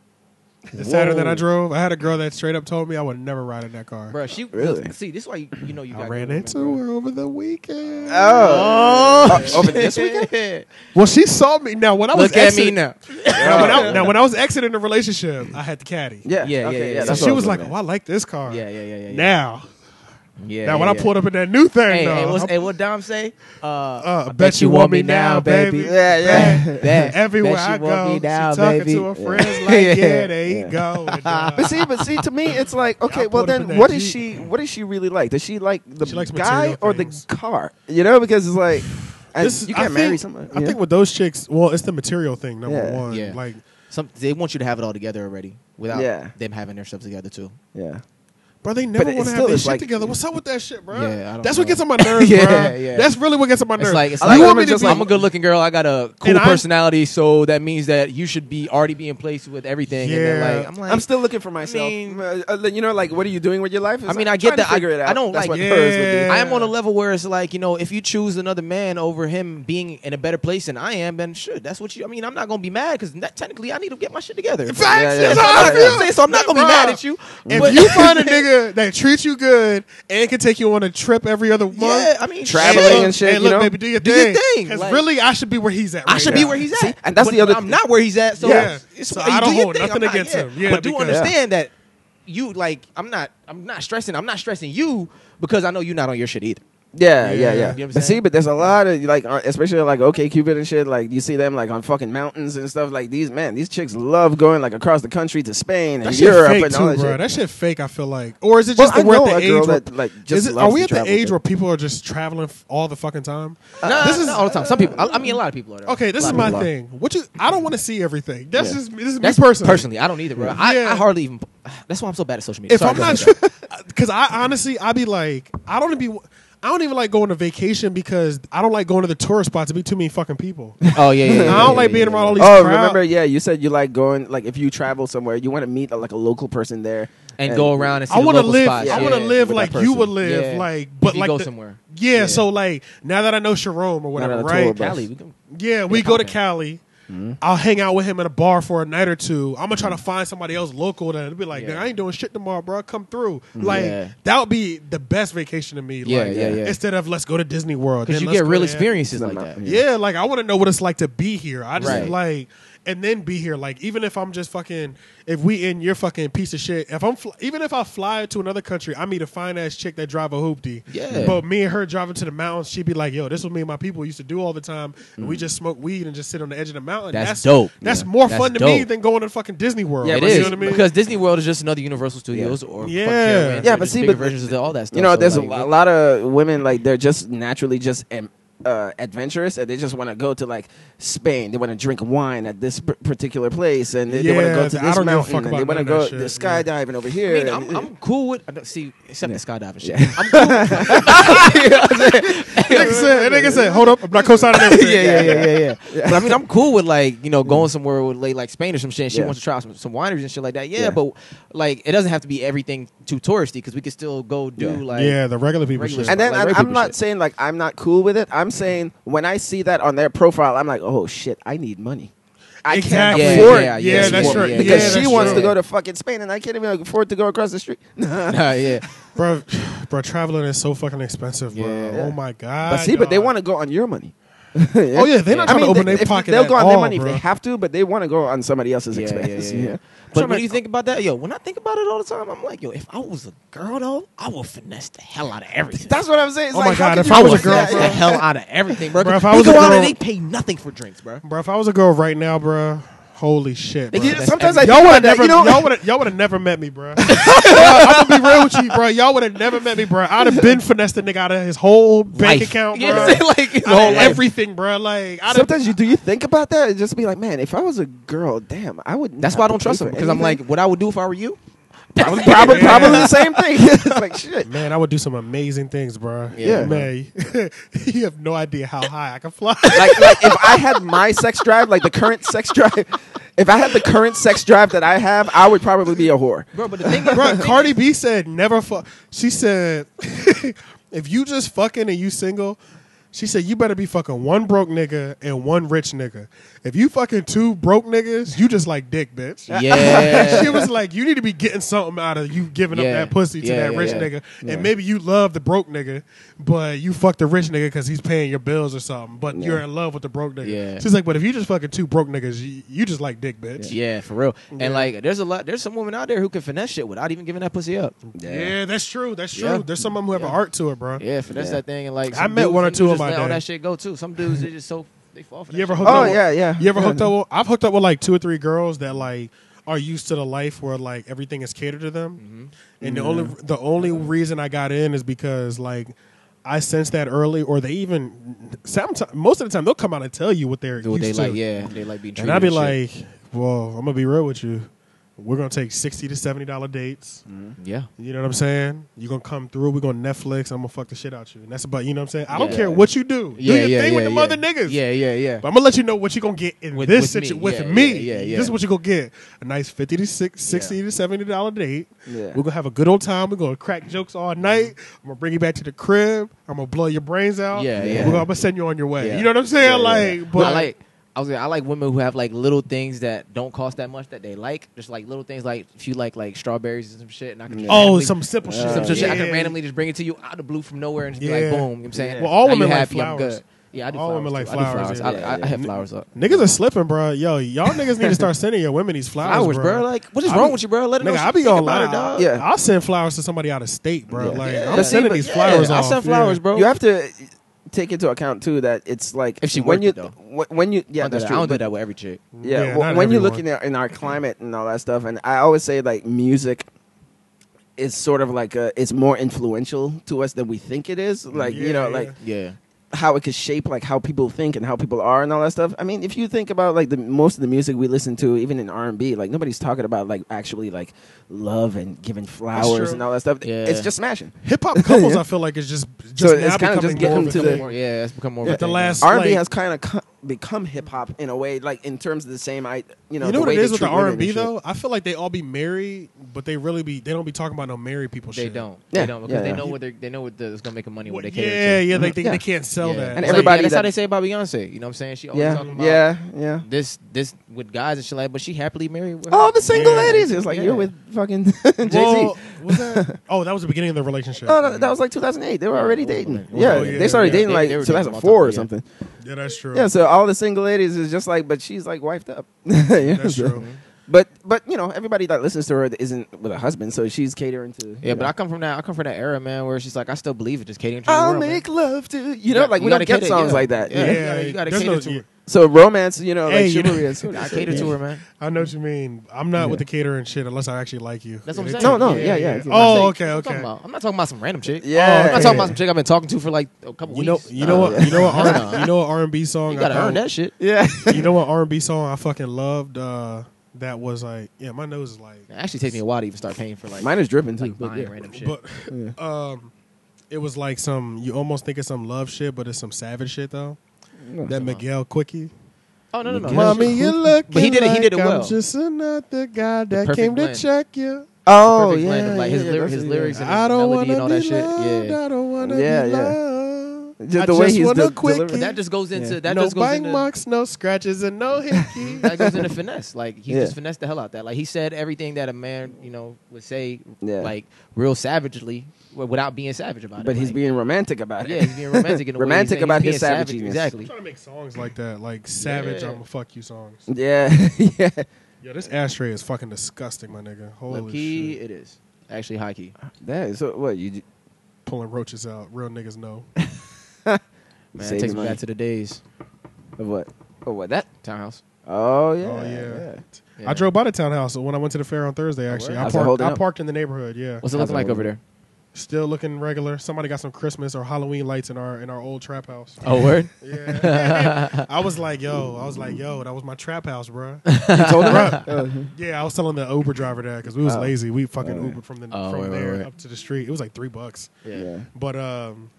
Speaker 4: The Saturn that I
Speaker 3: Whoa.
Speaker 4: drove, I had a girl that straight up told me I would never ride in that car.
Speaker 3: bro, she
Speaker 1: Really?
Speaker 3: See, this is why you, you know you
Speaker 4: I
Speaker 3: got
Speaker 4: ran
Speaker 3: good women,
Speaker 4: into
Speaker 3: bro.
Speaker 4: her over the weekend.
Speaker 1: Oh,
Speaker 3: Oh,
Speaker 1: over this
Speaker 3: weekend.
Speaker 4: Well, she saw me now when I was
Speaker 3: Look at me
Speaker 4: exiting-
Speaker 3: now. Oh.
Speaker 4: now, when I, now, when I was exiting the relationship, I had the caddy.
Speaker 1: Yeah,
Speaker 3: Yeah, yeah,
Speaker 1: okay,
Speaker 3: yeah, yeah.
Speaker 1: yeah.
Speaker 4: so
Speaker 1: that's
Speaker 4: she
Speaker 1: what I
Speaker 4: was like,
Speaker 1: looking
Speaker 4: "Oh, I like this car."
Speaker 3: Yeah, yeah, yeah, yeah. yeah.
Speaker 4: Now,
Speaker 3: yeah,
Speaker 4: now
Speaker 3: yeah,
Speaker 4: when I
Speaker 3: yeah.
Speaker 4: pulled up in that new thing,
Speaker 3: Hey,
Speaker 4: though,
Speaker 3: hey, what's,
Speaker 4: I'm-
Speaker 3: hey, what Dom say? Uh,
Speaker 4: uh, bet, you want me now, baby.
Speaker 1: at. yeah, yeah.
Speaker 3: Bet,
Speaker 4: Everywhere
Speaker 3: bet you
Speaker 4: I
Speaker 3: want
Speaker 4: go,
Speaker 3: me
Speaker 4: she
Speaker 3: now,
Speaker 4: talking
Speaker 3: baby.
Speaker 4: to her friends like, "Yeah,
Speaker 3: Yeah.
Speaker 4: there you
Speaker 1: Yeah.
Speaker 4: go." And, uh,
Speaker 1: But see, but see, to me, it's like okay.
Speaker 4: Y'all
Speaker 1: Well,
Speaker 4: pulled up in
Speaker 1: then,
Speaker 4: that
Speaker 1: what is
Speaker 4: Jeep.
Speaker 1: she? What does she really like? Does she like the
Speaker 4: She likes
Speaker 1: guy
Speaker 4: material
Speaker 1: or
Speaker 4: things.
Speaker 1: the car? You know, because it's like and
Speaker 4: this is-
Speaker 1: you can't
Speaker 4: I
Speaker 1: marry
Speaker 4: think-
Speaker 1: someone.
Speaker 4: I
Speaker 1: yeah.
Speaker 4: think with those chicks, well, it's the material thing number
Speaker 1: Yeah.
Speaker 4: one.
Speaker 3: Yeah.
Speaker 4: Like,
Speaker 3: Some, they want you to have it all together already without
Speaker 1: Yeah.
Speaker 3: them having their stuff together too.
Speaker 1: yeah.
Speaker 4: Bro, they never
Speaker 1: But it
Speaker 4: want to
Speaker 1: still
Speaker 4: have this
Speaker 1: is
Speaker 4: shit
Speaker 1: like-
Speaker 4: together. What's up with that shit, bro?
Speaker 3: Yeah, I don't
Speaker 4: That's what
Speaker 3: know.
Speaker 4: gets on my nerves,
Speaker 3: Yeah,
Speaker 4: bro.
Speaker 3: yeah.
Speaker 4: That's really what gets on my nerves.
Speaker 3: It's like, it's
Speaker 1: I
Speaker 3: like,
Speaker 1: like
Speaker 4: you
Speaker 1: women
Speaker 4: want me to
Speaker 1: just
Speaker 4: be,
Speaker 1: like-
Speaker 3: I'm a good looking girl. I got a cool
Speaker 4: And I'm-
Speaker 3: personality, so that means that you should be already be in place with everything. And
Speaker 4: Yeah.
Speaker 3: then, like, I'm like,
Speaker 1: I'm still looking for myself.
Speaker 3: mean-
Speaker 1: Uh, uh, you know, like what are you doing with your life? It's
Speaker 3: I mean,
Speaker 1: like,
Speaker 3: I get
Speaker 1: trying to
Speaker 3: that. I-
Speaker 1: Figure it out.
Speaker 3: I don't
Speaker 1: That's
Speaker 3: like-
Speaker 1: what hers would be.
Speaker 4: Yeah.
Speaker 3: I am on a level where it's like, you know, if you choose another man over him being in a better place than I am, then sure, that's what you. I mean, I'm not gonna be mad because technically I need to get my shit together.
Speaker 4: Facts.
Speaker 1: Yeah, yeah.
Speaker 4: That's
Speaker 3: That's
Speaker 4: how I
Speaker 3: what I'm
Speaker 4: feel.
Speaker 3: saying. So I'm not gonna be
Speaker 4: Bruh,
Speaker 3: mad at you.
Speaker 4: If
Speaker 3: but-
Speaker 4: you find a nigga that treats you good and can take you on a trip every other month,
Speaker 3: yeah, I mean,
Speaker 1: Traveling
Speaker 3: shit.
Speaker 4: look-
Speaker 1: and shit,
Speaker 4: hey,
Speaker 1: you
Speaker 4: look,
Speaker 1: know?
Speaker 4: baby, do your
Speaker 3: Do your
Speaker 4: thing.
Speaker 3: thing,
Speaker 4: Because
Speaker 3: like-
Speaker 4: really, I should be where he's at.
Speaker 3: I
Speaker 4: right
Speaker 3: should
Speaker 4: now.
Speaker 3: be where he's at,
Speaker 1: See, and that's
Speaker 3: But
Speaker 1: the other-
Speaker 3: I'm not where he's at, so
Speaker 4: Yeah.
Speaker 3: it's
Speaker 4: So
Speaker 3: fine.
Speaker 4: I don't
Speaker 3: Do your
Speaker 4: hold
Speaker 3: thing.
Speaker 4: nothing
Speaker 3: I'm not-
Speaker 4: against
Speaker 3: yeah.
Speaker 4: him. Yeah,
Speaker 3: but do
Speaker 4: because-
Speaker 3: understand that you like. I'm not. I'm not stressing. I'm not stressing you because I know you're not on your shit either.
Speaker 1: Yeah,
Speaker 4: Yeah.
Speaker 1: yeah, yeah.
Speaker 4: You know
Speaker 3: what I'm
Speaker 1: but see,
Speaker 3: saying?
Speaker 1: but there's a lot of like, uh, especially like OK Cupid and shit. Like you see them like on fucking mountains and stuff. Like these man, these chicks love going like across the country to Spain
Speaker 4: That
Speaker 1: and
Speaker 4: shit
Speaker 1: Europe
Speaker 4: fake
Speaker 1: and
Speaker 4: too,
Speaker 1: all
Speaker 4: bro.
Speaker 1: that shit.
Speaker 4: That shit fake. I feel like, or is it
Speaker 1: Well,
Speaker 4: just
Speaker 1: I
Speaker 4: that we're at
Speaker 1: know
Speaker 4: the
Speaker 1: a
Speaker 4: age
Speaker 1: girl
Speaker 4: where
Speaker 1: that, like,
Speaker 4: is
Speaker 1: just
Speaker 4: it- are
Speaker 1: loves
Speaker 4: we
Speaker 1: to
Speaker 4: at the
Speaker 1: travel,
Speaker 4: age
Speaker 1: but-
Speaker 4: where people are just traveling f- all the fucking time?
Speaker 3: Nah,
Speaker 4: this is
Speaker 3: not all the time. Some people. I, I mean, a lot of people are. Though.
Speaker 4: okay. This
Speaker 3: A lot
Speaker 4: is
Speaker 3: of
Speaker 4: my
Speaker 3: people are.
Speaker 4: thing. Which is I don't want to see everything. That's
Speaker 1: Yeah.
Speaker 4: just this is
Speaker 3: That's
Speaker 4: me personally.
Speaker 3: Personally, I don't either, bro. I,
Speaker 4: Yeah.
Speaker 3: I hardly even. That's why I'm so bad at social media.
Speaker 4: if
Speaker 3: Sorry,
Speaker 4: I'm
Speaker 3: go
Speaker 4: not,
Speaker 3: ahead.
Speaker 4: because I honestly, I be like, I don't be, I don't even like going to vacation because I don't like going to the tourist spots. It be too many fucking people.
Speaker 3: Oh yeah, yeah. yeah,
Speaker 4: I
Speaker 3: yeah,
Speaker 4: don't like
Speaker 3: yeah,
Speaker 4: being
Speaker 3: yeah,
Speaker 4: around
Speaker 3: yeah.
Speaker 4: all these.
Speaker 1: Oh,
Speaker 4: crowd-
Speaker 1: remember? Yeah, you said you like going like if you travel somewhere, you want to meet uh, like a local person there
Speaker 3: and go around and see
Speaker 4: I want to
Speaker 3: local
Speaker 4: live.
Speaker 3: spots.
Speaker 4: I
Speaker 3: yeah.
Speaker 4: want to
Speaker 1: with
Speaker 4: live
Speaker 1: that
Speaker 4: like you
Speaker 1: person.
Speaker 4: would live,
Speaker 3: Yeah.
Speaker 4: like
Speaker 3: If
Speaker 4: but
Speaker 3: you
Speaker 4: like
Speaker 3: go
Speaker 4: the-
Speaker 3: somewhere.
Speaker 4: Yeah,
Speaker 3: Yeah.
Speaker 4: so like now that I know Sharon or whatever,
Speaker 1: on a tour
Speaker 4: right?
Speaker 1: bus.
Speaker 3: Cali. We can,
Speaker 4: Yeah, we
Speaker 3: Yeah,
Speaker 4: go to
Speaker 3: Compton.
Speaker 4: Cali.
Speaker 3: Mm-hmm.
Speaker 4: I'll hang out with him at a bar for a night or two. I'm gonna try to find somebody else local that'll be like,
Speaker 3: Yeah. Mm-hmm.
Speaker 4: "Nigga, I ain't doing shit tomorrow, bro. Come through. Like
Speaker 3: Yeah.
Speaker 4: that would be the best vacation to me.
Speaker 3: Yeah,
Speaker 4: like,
Speaker 3: yeah, yeah.
Speaker 4: Instead of let's go to Disney World,
Speaker 3: because
Speaker 4: then
Speaker 3: you
Speaker 4: let's
Speaker 3: get
Speaker 4: go
Speaker 3: real
Speaker 4: to-
Speaker 3: experiences
Speaker 1: Yeah.
Speaker 3: like that.
Speaker 4: Yeah, like I want to know what it's like to be here. I just
Speaker 3: Right.
Speaker 4: like and then be here. Like even if I'm just fucking, if we in your fucking piece of shit, if I'm fl- even if I fly to another country, I meet a fine ass chick that drive a hoopty.
Speaker 3: Yeah.
Speaker 4: But me and her driving to the mountains, she'd be like, "Yo, this was me and my people used to do all the time. And we just smoke weed and just sit on the edge of the mountain.
Speaker 3: Mm-hmm. That's dope.
Speaker 4: That's
Speaker 3: Yeah.
Speaker 4: more
Speaker 3: That's
Speaker 4: fun to me
Speaker 3: dope.
Speaker 4: than going to fucking Disney World.
Speaker 1: Yeah,
Speaker 3: it
Speaker 4: you
Speaker 1: but
Speaker 3: is
Speaker 4: know what I mean?
Speaker 3: because Disney World is just another Universal Studios or fucking
Speaker 4: Yeah.
Speaker 3: Carowinds,
Speaker 1: Yeah,
Speaker 3: or
Speaker 1: but
Speaker 3: just
Speaker 1: see,
Speaker 3: bigger
Speaker 1: but-
Speaker 3: versions of all that stuff.
Speaker 1: You know,
Speaker 3: So,
Speaker 1: there's
Speaker 3: like,
Speaker 1: a, lot of women like they're just naturally just um, uh, adventurous, and they just want to go to like Spain. They want to drink wine at this p- particular place, and they, want
Speaker 4: Yeah,
Speaker 1: to go to
Speaker 4: I
Speaker 1: this
Speaker 4: don't give a
Speaker 1: mountain,
Speaker 4: fuck
Speaker 1: and they
Speaker 4: about
Speaker 1: want to
Speaker 4: none of
Speaker 1: go
Speaker 4: that
Speaker 1: to
Speaker 4: shit, yeah.
Speaker 1: skydiving over
Speaker 3: I
Speaker 1: here.
Speaker 3: mean,
Speaker 1: and-
Speaker 3: I'm, I'm cool with. I don't- See, except the skydiving shit.
Speaker 1: Yeah.
Speaker 3: I'm cool.
Speaker 4: nigga said, nigga said, hold up, I'm not co-signing everything.
Speaker 3: yeah, yeah, yeah, yeah, yeah. But I mean, I'm cool with like you know going somewhere with like, like Spain or some shit. And she
Speaker 1: Yeah.
Speaker 3: wants to try some, some wineries and shit like that. Yeah,
Speaker 1: Yeah.
Speaker 3: but like it doesn't have to be everything too touristy because we could still go do
Speaker 1: Yeah.
Speaker 3: like
Speaker 4: Yeah, the regular people.
Speaker 3: Regular
Speaker 4: shit.
Speaker 1: And then
Speaker 3: Like
Speaker 1: I'm-
Speaker 3: white
Speaker 1: I'm,
Speaker 3: people
Speaker 1: not
Speaker 3: shit.
Speaker 1: saying like I'm not cool with it. I'm saying when I see that on their profile, I'm like, oh shit, I need money. I
Speaker 4: Exactly.
Speaker 1: can't
Speaker 3: Yeah,
Speaker 1: afford
Speaker 4: yeah,
Speaker 1: this
Speaker 4: yeah, that's
Speaker 1: woman
Speaker 4: right. Yeah,
Speaker 1: because she
Speaker 4: that's
Speaker 1: wants
Speaker 4: right.
Speaker 1: to go to fucking Spain and I can't even afford to go across the street.
Speaker 3: Nah, yeah.
Speaker 4: bro, bro, traveling is so fucking expensive, bro.
Speaker 3: Yeah.
Speaker 4: Oh my god.
Speaker 1: but see, but they
Speaker 4: dog.
Speaker 1: want to go on your money.
Speaker 4: Oh yeah, they're not
Speaker 1: I
Speaker 4: trying
Speaker 1: mean,
Speaker 4: to open
Speaker 1: they-
Speaker 4: their
Speaker 1: if-
Speaker 4: pocket.
Speaker 1: They'll
Speaker 4: at
Speaker 1: go on their
Speaker 4: all,
Speaker 1: money
Speaker 4: bro.
Speaker 1: if they have to, but they want to go on somebody else's
Speaker 3: Yeah, yeah,
Speaker 1: expense.
Speaker 3: yeah, yeah.
Speaker 1: yeah.
Speaker 3: But
Speaker 1: So I'm
Speaker 3: when
Speaker 1: like,
Speaker 3: you think about that, yo, when I think about it all the time, I'm like, yo, if I was a girl though, I would finesse the hell out of everything.
Speaker 1: that's what I'm saying. It's
Speaker 4: Oh my
Speaker 1: like, how
Speaker 4: God,
Speaker 1: could
Speaker 4: if
Speaker 1: you
Speaker 4: I
Speaker 3: I
Speaker 4: was
Speaker 1: go
Speaker 4: a
Speaker 3: would
Speaker 1: like
Speaker 4: girl,
Speaker 1: that?
Speaker 3: finesse the
Speaker 4: bro.
Speaker 3: hell out of everything, bro.
Speaker 4: Bro, if I
Speaker 3: they
Speaker 4: was a
Speaker 3: go out
Speaker 4: girl-
Speaker 3: and they pay nothing for drinks, bro.
Speaker 4: bro, if I was a girl right now, bro, holy shit, bro.
Speaker 1: You know, Sometimes I
Speaker 3: every-
Speaker 4: Y'all
Speaker 1: think about
Speaker 4: would have
Speaker 1: that,
Speaker 4: never,
Speaker 1: you know,
Speaker 4: y'all would have, y'all would have never met me, bro. I'm gonna be real with you, bro. Y'all would have never met me, bro. I'd have been finessed the nigga out of his whole bank
Speaker 3: Life.
Speaker 4: account,
Speaker 3: You know
Speaker 4: bro.
Speaker 3: what I'm saying? Like, his
Speaker 4: Out of
Speaker 3: whole life.
Speaker 4: everything, bro. Like, I'd have,
Speaker 1: Sometimes you do you think about that and just be like, man, if I was a girl, damn, I would.
Speaker 3: That's
Speaker 1: not
Speaker 3: why I
Speaker 1: have
Speaker 3: don't
Speaker 1: to
Speaker 3: trust
Speaker 1: pay
Speaker 3: them
Speaker 1: for
Speaker 3: because I'm like,
Speaker 1: anything.
Speaker 3: what I would do if I were you.
Speaker 1: probably, probably,
Speaker 4: Yeah.
Speaker 1: probably the same thing. it's like shit.
Speaker 4: man, I would do some amazing things, bro.
Speaker 1: Yeah.
Speaker 4: man, you have no idea how high I can fly.
Speaker 1: like, like if I had my sex drive, like the current sex drive, if I had the current sex drive that I have, I would probably be a whore.
Speaker 3: Bro, but the thing is,
Speaker 4: Bro, Cardi B said never fuck. She said, if you just fucking and you single, She said, "You better be fucking one broke nigga and one rich nigga. If you fucking two broke niggas, you just like dick, bitch."
Speaker 1: Yeah.
Speaker 4: she was like, "You need to be getting something out of you giving
Speaker 1: Yeah.
Speaker 4: up that pussy to
Speaker 1: Yeah,
Speaker 4: that
Speaker 1: yeah,
Speaker 4: rich
Speaker 1: yeah.
Speaker 4: nigga,
Speaker 1: Yeah.
Speaker 4: and maybe you love the broke nigga, but you fuck the rich nigga because he's paying your bills or something. But you're in love with the broke nigga."
Speaker 3: Yeah.
Speaker 4: She's like, "But if you just fucking two broke niggas, you, you just like dick, bitch."
Speaker 3: Yeah, for real. And like, there's a lot. There's some women out there who can finesse shit without even giving that pussy up.
Speaker 4: Yeah, that's true. That's true.
Speaker 3: Yeah.
Speaker 4: There's some of them who have an
Speaker 3: Yeah.
Speaker 4: art to it, bro.
Speaker 3: Yeah, finesse
Speaker 1: Yeah.
Speaker 3: that thing. And like,
Speaker 4: I
Speaker 3: some
Speaker 4: met
Speaker 3: dudes-
Speaker 4: one or
Speaker 3: some
Speaker 4: two
Speaker 3: dudes
Speaker 4: of
Speaker 3: just
Speaker 4: my
Speaker 3: let all
Speaker 4: day.
Speaker 3: that shit go too. Some dudes they just so they fall for that.
Speaker 4: You ever
Speaker 3: shit.
Speaker 4: hooked
Speaker 1: Oh
Speaker 4: up?
Speaker 1: yeah, yeah.
Speaker 4: You ever
Speaker 1: Yeah.
Speaker 4: hooked up? With, I've hooked up with like two or three girls that like are used to the life where like everything is catered to them,
Speaker 3: Mm-hmm.
Speaker 4: and the only the only reason I got in is because like I sensed that early, or they even sometimes most of the time they'll come out and tell you what they're
Speaker 3: What
Speaker 4: used
Speaker 3: they
Speaker 4: to.
Speaker 3: like, yeah, they like being
Speaker 4: and
Speaker 3: treated.
Speaker 4: I'd be
Speaker 3: and shit.
Speaker 4: like, well, I'm gonna be real with you. We're gonna take sixty to seventy dollar dates.
Speaker 3: yeah,
Speaker 4: You know what I'm saying? You're gonna come through. We're gonna Netflix. I'm gonna fuck the shit out you. And that's about you know what I'm saying. I don't
Speaker 3: Yeah.
Speaker 4: care what you do.
Speaker 3: yeah,
Speaker 4: do your
Speaker 3: yeah,
Speaker 4: thing
Speaker 3: yeah,
Speaker 4: with the
Speaker 3: yeah.
Speaker 4: mother niggas.
Speaker 3: Yeah, yeah, yeah.
Speaker 4: But I'm gonna let you know what you're gonna get in
Speaker 3: With-
Speaker 4: this
Speaker 3: with me.
Speaker 4: situation with
Speaker 3: Yeah,
Speaker 4: me.
Speaker 3: yeah, yeah, yeah.
Speaker 4: This is what you're gonna get: a nice fifty to six, 60 to seventy dollar date.
Speaker 1: Yeah.
Speaker 4: We're gonna have a good old time. We're gonna crack jokes all night. I'm gonna bring you back to the crib. I'm gonna blow your brains out.
Speaker 3: Yeah,
Speaker 4: We're
Speaker 3: yeah.
Speaker 4: gonna, I'm gonna send you on your way.
Speaker 3: Yeah.
Speaker 4: You know what I'm saying? like, but
Speaker 3: I like. I was. gonna- I like women who have like little things that don't cost that much that they like. Just like little things like if you like like strawberries and some shit, and I can just
Speaker 4: oh,
Speaker 3: randomly-
Speaker 4: some simple shit.
Speaker 3: Uh, some shit. I
Speaker 4: Yeah.
Speaker 3: can randomly just bring it to you out of the blue from nowhere and just be
Speaker 4: Yeah.
Speaker 3: like, boom. You know what I'm saying,
Speaker 4: Yeah. Well, all
Speaker 3: Now you
Speaker 4: women like
Speaker 3: happy, I'm
Speaker 4: flowers.
Speaker 3: good. Yeah, I do.
Speaker 4: All
Speaker 3: flowers
Speaker 4: women like
Speaker 3: too. I do
Speaker 4: flowers,
Speaker 3: flowers.
Speaker 1: yeah.
Speaker 3: I, I, I have flowers up.
Speaker 4: Niggas are slipping, bro. Yo, y'all niggas need to start sending your women these flowers,
Speaker 3: Flowers, bro. Like, what is
Speaker 4: I be-
Speaker 3: wrong with you, bro? Let it know
Speaker 4: Nigga,
Speaker 3: she
Speaker 4: I be
Speaker 3: think
Speaker 4: on
Speaker 3: about it,
Speaker 4: live.
Speaker 3: dog.
Speaker 1: Yeah.
Speaker 4: I'll send flowers to somebody out of state, bro.
Speaker 1: Yeah.
Speaker 4: Like
Speaker 1: Yeah.
Speaker 4: I'm
Speaker 1: But see,
Speaker 4: sending
Speaker 3: but-
Speaker 4: these flowers
Speaker 3: yeah, I
Speaker 4: off.
Speaker 3: send
Speaker 4: yeah.
Speaker 3: flowers, bro.
Speaker 1: You have to take into account too that it's like
Speaker 3: If she
Speaker 1: when
Speaker 3: worth
Speaker 1: you
Speaker 3: it, though.
Speaker 1: wh- when you yeah
Speaker 3: I don't do
Speaker 1: that's
Speaker 3: that.
Speaker 1: true.
Speaker 3: I don't do
Speaker 1: but-
Speaker 3: that with every chick.
Speaker 1: Yeah,
Speaker 4: Yeah,
Speaker 1: wh-
Speaker 4: not
Speaker 1: when you
Speaker 4: everyone.
Speaker 1: look in our, in our climate and all that stuff, and I always say like music is sort of like a, it's more influential to us than we think it is. Like
Speaker 4: Yeah,
Speaker 1: you know,
Speaker 4: yeah.
Speaker 1: like
Speaker 3: Yeah,
Speaker 1: how it could shape like how people think and how people are and all that stuff. I mean, if you think about like the most of the music we listen to, even in R and B, like nobody's talking about like actually like love and giving flowers
Speaker 4: true.
Speaker 1: and all that stuff.
Speaker 3: Yeah.
Speaker 1: It's just smashing.
Speaker 4: Hip hop couples, I feel like is just just
Speaker 1: So
Speaker 4: now
Speaker 1: it's kinda
Speaker 4: becoming
Speaker 1: just getting
Speaker 4: more of a
Speaker 1: to
Speaker 4: thing.
Speaker 1: the-
Speaker 3: More- yeah, it's become more.
Speaker 4: Yeah,
Speaker 3: of a
Speaker 4: the
Speaker 3: thing,
Speaker 4: last- It's
Speaker 1: R and B
Speaker 4: like-
Speaker 1: has kind of co- become hip hop in a way, like in terms of the same. I you know,
Speaker 4: you know
Speaker 1: the
Speaker 4: what
Speaker 1: way
Speaker 4: it
Speaker 1: they
Speaker 4: is with the
Speaker 1: treat women
Speaker 4: R and
Speaker 1: and
Speaker 4: B
Speaker 1: shit.
Speaker 4: though. I feel like they all be married, but they really be they don't be talking about no married people.
Speaker 3: They
Speaker 4: shit.
Speaker 3: don't.
Speaker 1: Yeah,
Speaker 3: They don't because
Speaker 1: yeah,
Speaker 3: they
Speaker 1: yeah.
Speaker 3: know what they're, they know what the, it's gonna make them money. What they
Speaker 4: yeah,
Speaker 3: cater
Speaker 4: yeah,
Speaker 3: to.
Speaker 4: They, they,
Speaker 1: Yeah.
Speaker 4: they can't sell
Speaker 3: Yeah.
Speaker 4: that.
Speaker 1: And
Speaker 3: It's like-
Speaker 1: everybody
Speaker 3: yeah, that's
Speaker 1: that-
Speaker 3: how they say about Beyonce. You know what I'm saying? She always
Speaker 1: Yeah,
Speaker 3: talking about
Speaker 1: yeah, yeah.
Speaker 3: this this with guys and shit like, but she happily married. With
Speaker 1: Oh, the single
Speaker 4: Yeah.
Speaker 1: ladies. It's like
Speaker 3: Yeah.
Speaker 1: you're with fucking Jay Z.
Speaker 4: Well, was that? Oh, that was the beginning of the relationship.
Speaker 1: no, no, Oh, that was like 2008. They were already
Speaker 3: Yeah, it was
Speaker 1: dating.
Speaker 3: like- it was
Speaker 1: Yeah,
Speaker 4: like-
Speaker 1: they started
Speaker 4: yeah,
Speaker 1: dating
Speaker 3: they-
Speaker 1: like
Speaker 3: they were dating
Speaker 1: 2004 or
Speaker 3: multiple, yeah.
Speaker 1: something.
Speaker 4: yeah, that's true.
Speaker 1: Yeah, so all the single ladies is just like, but she's like wifed up. Yeah,
Speaker 4: that's
Speaker 1: so-
Speaker 4: true.
Speaker 1: But but you know everybody that listens to her isn't with a husband, so she's catering to.
Speaker 3: Yeah, but I come from that. I come from that era, man, where she's like, I still believe it, just catering to the
Speaker 1: I'll
Speaker 3: world, man.
Speaker 1: make love to you know like
Speaker 3: you
Speaker 1: we don't
Speaker 3: gotta
Speaker 1: get
Speaker 3: cater,
Speaker 1: songs
Speaker 3: yeah.
Speaker 1: like that.
Speaker 3: Yeah.
Speaker 1: Yeah.
Speaker 3: you gotta- you gotta cater to
Speaker 4: yeah.
Speaker 3: it.
Speaker 1: So romance, you know, like
Speaker 4: Hey, you know-
Speaker 1: chivalry is sort of
Speaker 3: I
Speaker 1: shit,
Speaker 3: cater
Speaker 1: yeah.
Speaker 3: to her, man.
Speaker 4: I know what you mean. I'm not with the catering shit unless I actually like you.
Speaker 3: That's what I'm
Speaker 4: Yeah,
Speaker 3: saying.
Speaker 1: No, no, yeah, yeah.
Speaker 4: Oh,
Speaker 3: That's what
Speaker 4: okay,
Speaker 3: I'm
Speaker 4: okay.
Speaker 3: talking about. I'm not talking about some random chick.
Speaker 1: Yeah.
Speaker 3: I'm not
Speaker 4: okay.
Speaker 3: talking about some chick I've been talking to for like a couple
Speaker 4: You know,
Speaker 3: weeks.
Speaker 4: you know
Speaker 1: Oh,
Speaker 4: what, you know what, R- you know what R and B song.
Speaker 3: You gotta
Speaker 4: I thought-
Speaker 3: earn that shit.
Speaker 1: Yeah,
Speaker 4: You know what R and B song I fucking loved. Uh, that was like, yeah, my nose is like.
Speaker 3: It actually takes me a while to even start paying for like
Speaker 1: mine is dripping too.
Speaker 3: like
Speaker 1: but
Speaker 3: buying
Speaker 1: yeah.
Speaker 3: random shit.
Speaker 4: But um, it was like some you almost think it's some love shit, but it's some savage shit though. that Miguel Quickie.
Speaker 3: oh no no no.
Speaker 4: Mommy, you look.
Speaker 3: But he did it- he did it well.
Speaker 4: I'm just another guy that
Speaker 3: perfect
Speaker 4: came to
Speaker 3: blend.
Speaker 4: check you.
Speaker 1: Oh
Speaker 3: Perfect
Speaker 1: yeah,
Speaker 3: blend of, like, his
Speaker 1: yeah,
Speaker 3: lyri-
Speaker 1: that's
Speaker 3: his
Speaker 1: it,
Speaker 3: lyrics
Speaker 1: yeah.
Speaker 3: and
Speaker 4: I don't
Speaker 3: melody
Speaker 4: wanna
Speaker 3: and all
Speaker 4: be
Speaker 3: that shit.
Speaker 4: loved.
Speaker 3: Yeah.
Speaker 4: I don't wanna
Speaker 1: Yeah,
Speaker 4: be
Speaker 1: yeah.
Speaker 4: loved.
Speaker 1: Just the
Speaker 4: I
Speaker 1: way
Speaker 4: just
Speaker 1: he's
Speaker 4: want a
Speaker 1: de- delivering-
Speaker 4: quickie.
Speaker 3: that just goes into
Speaker 1: Yeah.
Speaker 3: that
Speaker 4: no
Speaker 3: just goes
Speaker 4: bite
Speaker 3: into
Speaker 4: marks, no scratches, and no hickey.
Speaker 3: that goes into finesse. Like he
Speaker 1: Yeah.
Speaker 3: just finessed the hell out that. Like he said everything that a man you know would say
Speaker 1: Yeah.
Speaker 3: like real savagely w- without being savage about it.
Speaker 1: But he's
Speaker 3: Like,
Speaker 1: being romantic about it.
Speaker 3: yeah he's being romantic in a way.
Speaker 1: Romantic
Speaker 3: He's- he's
Speaker 1: about
Speaker 3: being
Speaker 1: his
Speaker 3: savage,
Speaker 1: savageness.
Speaker 3: Exactly.
Speaker 4: trying to make songs like that, like savage.
Speaker 3: Yeah.
Speaker 4: I'ma fuck you songs.
Speaker 1: yeah, yeah.
Speaker 4: Yo, this ashtray is fucking disgusting, my nigga. Holy
Speaker 3: Low key,
Speaker 4: shit,
Speaker 3: it is actually high key.
Speaker 1: That is so. What you j-
Speaker 4: pulling roaches out. Real niggas know.
Speaker 3: Man,
Speaker 1: Saving
Speaker 3: it takes me
Speaker 1: money.
Speaker 3: back to the days
Speaker 1: of what? Oh what that?
Speaker 3: townhouse.
Speaker 1: Oh yeah.
Speaker 4: Oh yeah.
Speaker 3: Yeah.
Speaker 4: I drove by the townhouse when I went to the fair on Thursday. Actually, I
Speaker 1: How's it
Speaker 4: parked.
Speaker 1: holding
Speaker 4: I
Speaker 1: up?
Speaker 4: parked in the neighborhood. Yeah,
Speaker 3: What's it
Speaker 1: How's it
Speaker 3: looking like over
Speaker 1: looking?
Speaker 3: there?
Speaker 4: still looking regular. Somebody got some Christmas or Halloween lights in our in our old trap house.
Speaker 3: Oh word.
Speaker 4: Yeah, I was like, yo, I was like, yo, that was my trap house, bro.
Speaker 1: You told her?
Speaker 4: Yeah, I was telling the Uber driver that because we was
Speaker 1: Oh.
Speaker 4: lazy. We fucking
Speaker 1: Oh, yeah.
Speaker 4: Ubered from the
Speaker 3: Oh,
Speaker 4: from
Speaker 3: right, right,
Speaker 4: there
Speaker 3: right.
Speaker 4: up to the street. It was like three bucks.
Speaker 1: yeah.
Speaker 4: But um,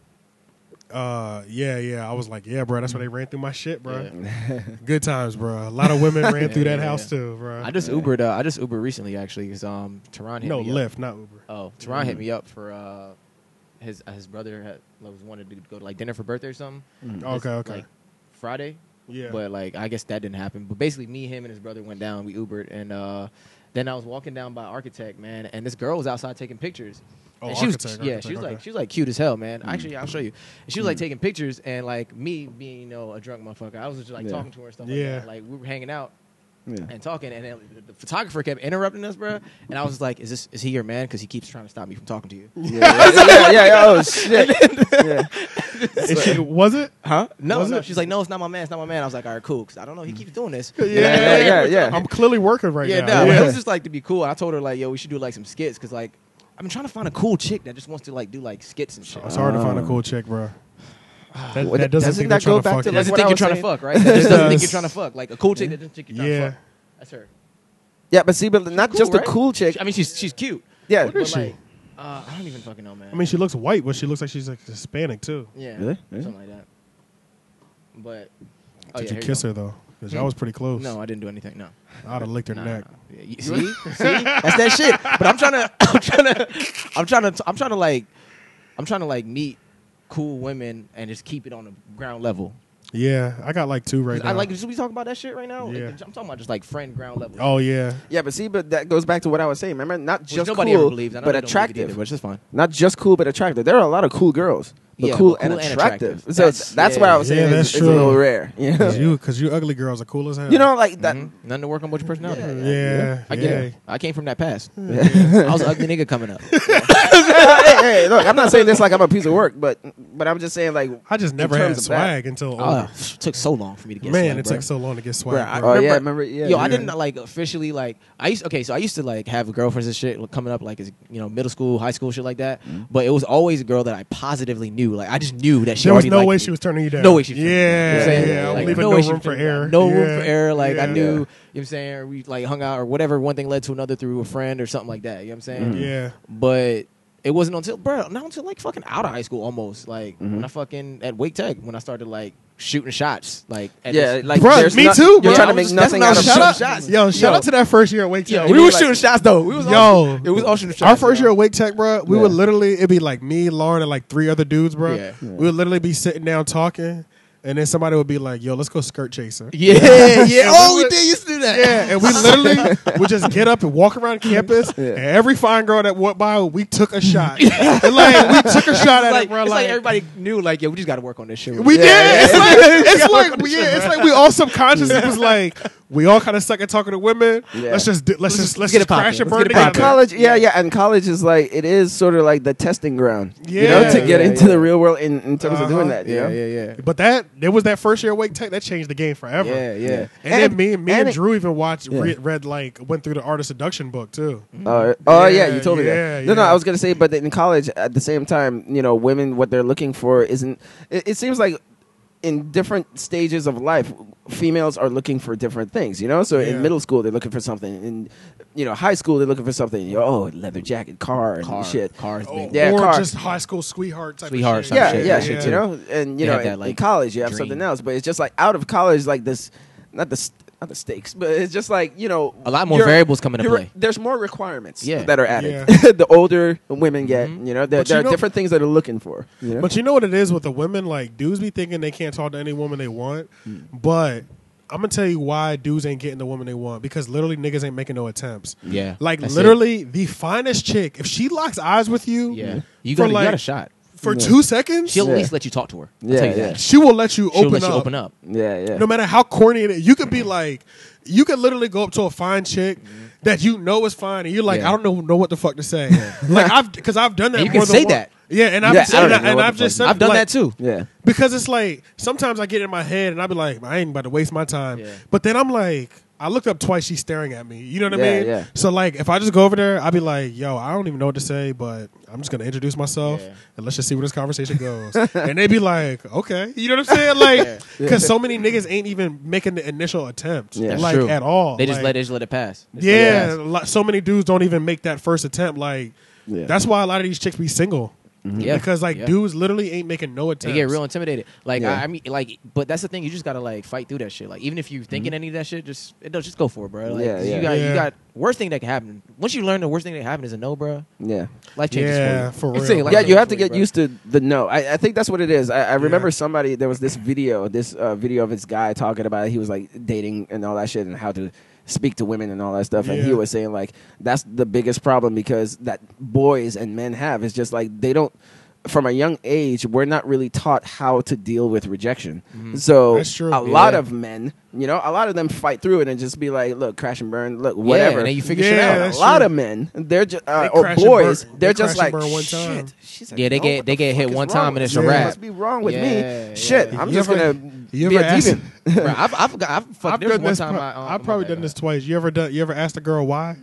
Speaker 4: uh, yeah, yeah, I was like, yeah, bro, that's why they ran through my shit, bro. Good times, bro. A lot of women ran through
Speaker 3: Yeah,
Speaker 4: that
Speaker 3: yeah,
Speaker 4: house
Speaker 3: yeah.
Speaker 4: too, bro.
Speaker 3: I just Ubered. Uh, I just Ubered recently actually because um Tehran hit
Speaker 4: no
Speaker 3: me up.
Speaker 4: Lyft, not Uber.
Speaker 3: Oh, Teron hit me up for uh, his uh, his brother had, like, was wanted to go to like dinner for birthday or something. This,
Speaker 4: Mm. Okay, okay.
Speaker 3: like, Friday.
Speaker 4: Yeah.
Speaker 3: But like I guess that didn't happen. But basically me, him and his brother went down, we Ubered and uh then I was walking down by Architect, man, and this girl was outside taking pictures.
Speaker 4: Oh,
Speaker 3: and she was,
Speaker 4: Architect,
Speaker 3: yeah,
Speaker 4: Architect,
Speaker 3: she was like
Speaker 4: okay. Mm.
Speaker 3: she was like cute as hell, man. Actually, I'll show you. And she was like taking pictures and like me being, you know, a drunk motherfucker, I was just like
Speaker 1: Yeah.
Speaker 3: talking to her and stuff
Speaker 4: Yeah.
Speaker 3: like that. Like we were hanging out
Speaker 1: Yeah.
Speaker 3: and talking, and then the- the photographer kept interrupting us, bro. And I was just like, "Is this is he your man? Because he keeps trying to stop me from talking to you."
Speaker 1: Yeah, yeah, yeah, yeah, oh shit. Yeah.
Speaker 4: Is she- was it?
Speaker 1: Huh?
Speaker 3: No,
Speaker 4: Was
Speaker 3: no.
Speaker 4: it?
Speaker 3: She's like, "No, it's not my man. It's not my man." I was like, "All right, cool." Because I don't know. He keeps doing this.
Speaker 1: Yeah, yeah, yeah.
Speaker 4: I'm clearly working right
Speaker 3: yeah,
Speaker 4: now.
Speaker 3: no,
Speaker 4: yeah.
Speaker 3: it was just like to be cool. I told her like, yo, we should do like some skits because like I've been trying to find a cool chick that just wants to like do like skits and shit.
Speaker 4: it's hard to find a cool chick, bro. That,
Speaker 1: What-
Speaker 4: that doesn't,
Speaker 1: Um, doesn't
Speaker 4: think
Speaker 1: that
Speaker 4: they're
Speaker 1: go back
Speaker 4: trying
Speaker 1: to,
Speaker 4: to
Speaker 1: like,
Speaker 4: fuck
Speaker 3: doesn't
Speaker 1: what
Speaker 4: you.
Speaker 1: I
Speaker 3: think you're
Speaker 1: was
Speaker 3: trying to
Speaker 1: saying.
Speaker 3: fuck, right? That just doesn't think you're
Speaker 4: Yes.
Speaker 3: trying to fuck, like a cool chick that doesn't think you're trying
Speaker 4: Yeah.
Speaker 3: to fuck. That's her.
Speaker 1: Yeah, but see, but not
Speaker 3: Cool,
Speaker 1: just
Speaker 3: right?
Speaker 1: a cool chick.
Speaker 3: I mean, she's she's cute.
Speaker 1: yeah.
Speaker 4: What is
Speaker 3: but,
Speaker 4: she?
Speaker 3: Like, uh, I don't even fucking know, man.
Speaker 4: I mean, she looks white, but she looks like she's like Hispanic too.
Speaker 3: yeah,
Speaker 1: Really? Really?
Speaker 3: something like that. But oh,
Speaker 4: Did
Speaker 3: yeah,
Speaker 4: you
Speaker 3: here
Speaker 4: kiss
Speaker 3: go.
Speaker 4: her though? Because
Speaker 3: Hmm?
Speaker 4: y'all was pretty close.
Speaker 3: No, I didn't do anything. No.
Speaker 4: I'd have licked her
Speaker 3: Nah,
Speaker 4: neck.
Speaker 3: nah, nah. Yeah, you- see, see, that's that shit. But I'm trying to, I'm trying to, I'm trying to, I'm trying to like, I'm trying to like meet cool women and just keep it on the ground level.
Speaker 4: Yeah, I got like two right now.
Speaker 3: I like, should we talk about that shit right now? Like,
Speaker 4: Yeah.
Speaker 3: I'm talking about just like friend ground level.
Speaker 4: Oh yeah,
Speaker 1: Yeah, but see, but that goes back to what I was saying. Remember, not
Speaker 3: Which
Speaker 1: just
Speaker 3: nobody
Speaker 1: cool,
Speaker 3: ever believes, and I
Speaker 1: but
Speaker 3: don't believe it
Speaker 1: attractive.
Speaker 3: either, which is fine.
Speaker 1: not just cool, but attractive. There are a lot of cool girls, but
Speaker 3: Yeah,
Speaker 1: cool,
Speaker 3: but
Speaker 1: and
Speaker 3: cool and
Speaker 1: attractive.
Speaker 3: attractive.
Speaker 1: So
Speaker 3: That's-
Speaker 1: that's, that's why I was
Speaker 4: yeah.
Speaker 1: saying
Speaker 4: Yeah,
Speaker 1: it's,
Speaker 4: that's
Speaker 1: it's a little
Speaker 4: true.
Speaker 1: rare. You know,
Speaker 4: because you because you ugly girls are cool as hell.
Speaker 1: you know like that.
Speaker 3: Mhm. Nothing to work on with your personality.
Speaker 4: Mm-hmm. Yeah,
Speaker 3: I get
Speaker 4: yeah.
Speaker 3: it. I came from that past.
Speaker 1: Yeah.
Speaker 3: I was an ugly nigga coming up.
Speaker 1: hey, hey, look, I'm not saying this like I'm a piece of work, but but I'm just saying like
Speaker 4: I just never
Speaker 1: in terms
Speaker 4: had
Speaker 1: of
Speaker 4: swag until
Speaker 3: Uh,
Speaker 4: older.
Speaker 3: it took so long for me to get.
Speaker 4: man,
Speaker 3: swag,
Speaker 4: it
Speaker 3: bro.
Speaker 4: took so long to get swag.
Speaker 1: That. Bruh, I-
Speaker 4: bro.
Speaker 1: oh yeah,
Speaker 3: Remember-
Speaker 1: remember? Yeah,
Speaker 3: Yo, I
Speaker 1: yeah.
Speaker 3: didn't like officially like I used okay, so I used to like have girlfriends and shit like, coming up like as you know middle school, high school, shit like that.
Speaker 1: Mm-hmm.
Speaker 3: But it was always a girl that I positively knew. Like I just knew that she
Speaker 4: there was
Speaker 3: already
Speaker 4: no
Speaker 3: liked
Speaker 4: way
Speaker 3: me.
Speaker 4: she was turning you down.
Speaker 3: No way she was turning me down.
Speaker 4: Yeah,
Speaker 3: You know what I'm
Speaker 4: yeah.
Speaker 3: saying?
Speaker 4: I'm
Speaker 3: Like,
Speaker 4: leaving
Speaker 3: no
Speaker 4: no,
Speaker 3: way she
Speaker 4: room for
Speaker 3: was turning me down.
Speaker 4: error.
Speaker 3: No
Speaker 4: Yeah,
Speaker 3: room for error. Like I
Speaker 4: yeah.
Speaker 3: knew, you know what I'm saying, or we like hung out or whatever. One thing led to another through a friend or something like that. You know what I'm saying?
Speaker 1: Mm-hmm.
Speaker 4: Yeah,
Speaker 3: But it wasn't until bro, not until like fucking out of high school almost. Like when I fucking at Wake Tech when I started like shooting shots. Like at
Speaker 1: yeah,
Speaker 3: this-
Speaker 1: like
Speaker 4: Bruh,
Speaker 1: there's
Speaker 4: me
Speaker 1: not-
Speaker 4: too,
Speaker 1: You're
Speaker 4: bruh.
Speaker 1: trying
Speaker 4: I
Speaker 1: to make
Speaker 4: was-
Speaker 3: that's
Speaker 1: nothing
Speaker 3: when I
Speaker 1: out
Speaker 3: was
Speaker 1: of
Speaker 3: shooting
Speaker 1: shooting
Speaker 3: shots.
Speaker 4: yo, shout
Speaker 1: Yo.
Speaker 4: out to that first year at Wake
Speaker 3: Yeah,
Speaker 4: Tech.
Speaker 3: we
Speaker 4: We
Speaker 3: were
Speaker 4: was
Speaker 3: shooting shots though. We was all-
Speaker 4: Yo.
Speaker 3: it was all shooting shots.
Speaker 4: Our first
Speaker 3: yo.
Speaker 4: year at Wake Tech, bro, we
Speaker 1: Yeah.
Speaker 4: would literally it'd be like me, Lauren, and like three other dudes, bro.
Speaker 3: Yeah.
Speaker 4: We would literally be sitting down talking, and then somebody would be like, "Yo, let's go skirt chasing."
Speaker 3: Yeah, yeah.
Speaker 4: And
Speaker 3: Oh,
Speaker 4: we
Speaker 3: we
Speaker 4: would-
Speaker 3: did used to do that.
Speaker 4: Yeah, and we literally would just get up and walk around campus,
Speaker 1: Yeah.
Speaker 4: and every fine girl that walked by, we took a shot. and like we took a shot at
Speaker 3: It's like,
Speaker 4: it, bro.
Speaker 3: it's like
Speaker 4: Like,
Speaker 3: everybody knew, like, yo, we just got to work on this shit.
Speaker 4: we
Speaker 1: Yeah,
Speaker 4: did. It's like it's like yeah, it's like we all subconsciously was like we all kind of suck at talking to women.
Speaker 1: Yeah.
Speaker 4: Let's just do- let's, just let's
Speaker 3: get
Speaker 4: just
Speaker 3: it poppin'.
Speaker 4: crash and
Speaker 3: Let's
Speaker 4: burn
Speaker 3: get it
Speaker 1: And
Speaker 3: poppin'.
Speaker 4: together.
Speaker 1: college, yeah, yeah, and college is like it is sort of like the testing ground, you
Speaker 4: Yeah.
Speaker 1: know, to get
Speaker 3: Yeah,
Speaker 1: into
Speaker 3: yeah.
Speaker 1: the real world in, in terms of doing
Speaker 4: Uh-huh.
Speaker 1: that. you know?
Speaker 3: yeah.
Speaker 4: But that there was that first year at Wake Tech that changed the game forever.
Speaker 3: Yeah, yeah.
Speaker 4: And, then me, me and,
Speaker 1: it-
Speaker 4: Drew even watched,
Speaker 1: Yeah.
Speaker 4: read, read like went through the art of seduction book too.
Speaker 1: Oh, oh yeah,
Speaker 4: Yeah,
Speaker 1: you told me
Speaker 4: yeah,
Speaker 1: that. No, no,
Speaker 4: yeah.
Speaker 1: I was gonna say, but in college, at the same time, you know, women, what they're looking for isn't. It, it seems like in different stages of life, females are looking for different things. You know, so
Speaker 4: Yeah.
Speaker 1: in middle school they're looking for something, in you know high school they're looking for something. You know, oh, leather jacket, car, and
Speaker 3: Car,
Speaker 1: shit.
Speaker 3: Cars, big.
Speaker 1: Yeah,
Speaker 4: or
Speaker 1: car.
Speaker 4: just high school sweetheart type
Speaker 3: Sweetheart
Speaker 4: of shit.
Speaker 3: type
Speaker 1: yeah,
Speaker 3: shit,
Speaker 1: yeah,
Speaker 3: yeah,
Speaker 1: shit,
Speaker 3: yeah.
Speaker 1: you know, and you
Speaker 3: They
Speaker 1: know,
Speaker 3: have that,
Speaker 1: in, in
Speaker 3: like,
Speaker 1: college you have
Speaker 3: dream.
Speaker 1: something else, but it's just like out of college, like this, not the st- not the stakes, but it's just like you know,
Speaker 3: A lot more
Speaker 1: you're-
Speaker 3: variables come into
Speaker 1: you're-
Speaker 3: play.
Speaker 1: There's more requirements
Speaker 3: Yeah. Mm-hmm.
Speaker 1: that are added.
Speaker 4: Yeah.
Speaker 1: the older women get, you know, there,
Speaker 4: But you
Speaker 1: there
Speaker 4: know-
Speaker 1: are different things that are looking for. You know?
Speaker 4: But you know what it is with the women? Like dudes be thinking they can't talk to any woman they want,
Speaker 3: Mm.
Speaker 4: but I'm gonna tell you why dudes ain't getting the woman they want because literally niggas ain't making no attempts.
Speaker 3: Yeah,
Speaker 4: like
Speaker 3: that's it.
Speaker 4: literally the finest chick. If she locks eyes with you,
Speaker 3: Yeah. You
Speaker 4: Mm-hmm. for
Speaker 3: got, you
Speaker 4: like
Speaker 3: got a shot.
Speaker 4: for
Speaker 1: Yeah.
Speaker 4: two seconds,
Speaker 3: She'll
Speaker 1: Yeah.
Speaker 3: at least let you talk to her. I'll
Speaker 1: Yeah,
Speaker 3: tell you
Speaker 1: yeah.
Speaker 3: that.
Speaker 4: she will let you
Speaker 3: She'll
Speaker 4: open
Speaker 3: let
Speaker 4: up.
Speaker 3: you open up.
Speaker 1: yeah, yeah.
Speaker 4: No matter how corny it is, you could be like, you could literally go up to a fine chick that you know is fine, and you're like,
Speaker 3: Mm-hmm. Yeah.
Speaker 4: I don't know, know what the fuck to say. like I've because I've done that.
Speaker 3: And you can
Speaker 4: more than
Speaker 3: say
Speaker 4: once.
Speaker 3: that.
Speaker 4: Yeah, and I've
Speaker 1: Yeah, I
Speaker 4: said
Speaker 1: don't
Speaker 4: that,
Speaker 1: know
Speaker 4: and
Speaker 1: what
Speaker 4: I've
Speaker 1: the
Speaker 4: just
Speaker 1: fuck
Speaker 4: said,
Speaker 3: I've done
Speaker 4: like-
Speaker 3: that too.
Speaker 1: yeah.
Speaker 4: because it's like sometimes I get in my head and I be like, I ain't about to waste my time.
Speaker 3: Yeah.
Speaker 4: But then I'm like, I looked up twice. She's staring at me. You know what I
Speaker 1: Yeah,
Speaker 4: mean?
Speaker 1: yeah.
Speaker 4: So like, if I just go over there, I'd be like, Yo, I don't even know what to say, but I'm just gonna introduce myself
Speaker 3: Yeah.
Speaker 4: and let's just see where this conversation goes. and they be like, Okay, you know what I'm saying? Like, because so many niggas ain't even making the initial attempt,
Speaker 1: Yeah. That's
Speaker 4: like
Speaker 3: true.
Speaker 4: at all.
Speaker 3: They just
Speaker 4: Oh, Like,
Speaker 3: let it, just let it pass. Just let it
Speaker 4: Yeah,
Speaker 3: pass.
Speaker 4: lo- so many dudes don't even make that first attempt. Like,
Speaker 1: Yeah.
Speaker 4: that's why a lot of these chicks be single.
Speaker 3: Yeah,
Speaker 4: Mm-hmm. because like
Speaker 3: yeah.
Speaker 4: dudes literally ain't making no attempts.
Speaker 3: They get real intimidated. Like
Speaker 1: Yeah.
Speaker 3: I, I mean, like, but that's the thing. You just gotta like fight through that shit. Like even if you thinking any of that shit, just it does just go for it, bro. Like,
Speaker 1: Yeah, yeah.
Speaker 3: You got
Speaker 4: Mm-hmm. Yeah.
Speaker 3: you got worst thing that can happen. Once you learn the worst thing that can happen is a no, bro.
Speaker 1: Yeah.
Speaker 3: Life changes
Speaker 4: Yeah,
Speaker 3: for
Speaker 4: for
Speaker 3: It's
Speaker 4: real.
Speaker 3: saying, like-
Speaker 1: yeah,
Speaker 3: that
Speaker 1: you have
Speaker 3: for
Speaker 1: to
Speaker 3: you,
Speaker 1: get
Speaker 3: bro.
Speaker 1: used to the no. I, I think that's what it is. I, I remember somebody there was this video, this uh, video of this guy talking about he was like dating and all that shit and how to speak to women and all that stuff, and he
Speaker 4: Yeah.
Speaker 1: was saying like that's the biggest problem because that boys and men have is just like they don't. From a young age, we're not really taught how to deal with rejection. So
Speaker 4: That's true.
Speaker 1: a lot
Speaker 3: Mm-hmm. Yeah.
Speaker 1: of men, you know, a lot of them fight through it and just be like, "Look, crash and burn. Look,
Speaker 3: you.
Speaker 1: whatever."
Speaker 3: Yeah, and then you figure shit
Speaker 4: Yeah,
Speaker 3: out.
Speaker 1: a
Speaker 4: that's
Speaker 1: lot
Speaker 4: true.
Speaker 1: of men, they're just uh,
Speaker 4: They
Speaker 1: or
Speaker 4: crash and
Speaker 1: boys,
Speaker 4: burn. They
Speaker 1: they're just
Speaker 4: crash
Speaker 1: like
Speaker 4: and burn one
Speaker 1: shit.
Speaker 4: time.
Speaker 1: She's like,
Speaker 3: Yeah, they
Speaker 1: "No,
Speaker 3: get-
Speaker 1: what
Speaker 3: they
Speaker 1: the
Speaker 3: get hit
Speaker 1: fuck is
Speaker 3: one
Speaker 1: wrong
Speaker 3: time and
Speaker 1: with
Speaker 3: it's
Speaker 1: you?
Speaker 4: a
Speaker 1: What
Speaker 4: wrap.
Speaker 1: Must be wrong with
Speaker 3: Yeah,
Speaker 1: me. Shit,
Speaker 3: yeah.
Speaker 1: I'm
Speaker 4: You
Speaker 1: just
Speaker 4: ever-
Speaker 1: gonna
Speaker 4: you
Speaker 1: be a
Speaker 4: ever ask-
Speaker 1: demon.
Speaker 3: Bro, I've I've got, I've fucked.
Speaker 4: I've
Speaker 3: there was
Speaker 4: done
Speaker 3: one
Speaker 4: this.
Speaker 3: time
Speaker 4: pro-
Speaker 3: I, um,
Speaker 4: I've probably
Speaker 3: oh my
Speaker 4: done
Speaker 3: God.
Speaker 4: this twice. You ever done? You ever asked a girl why?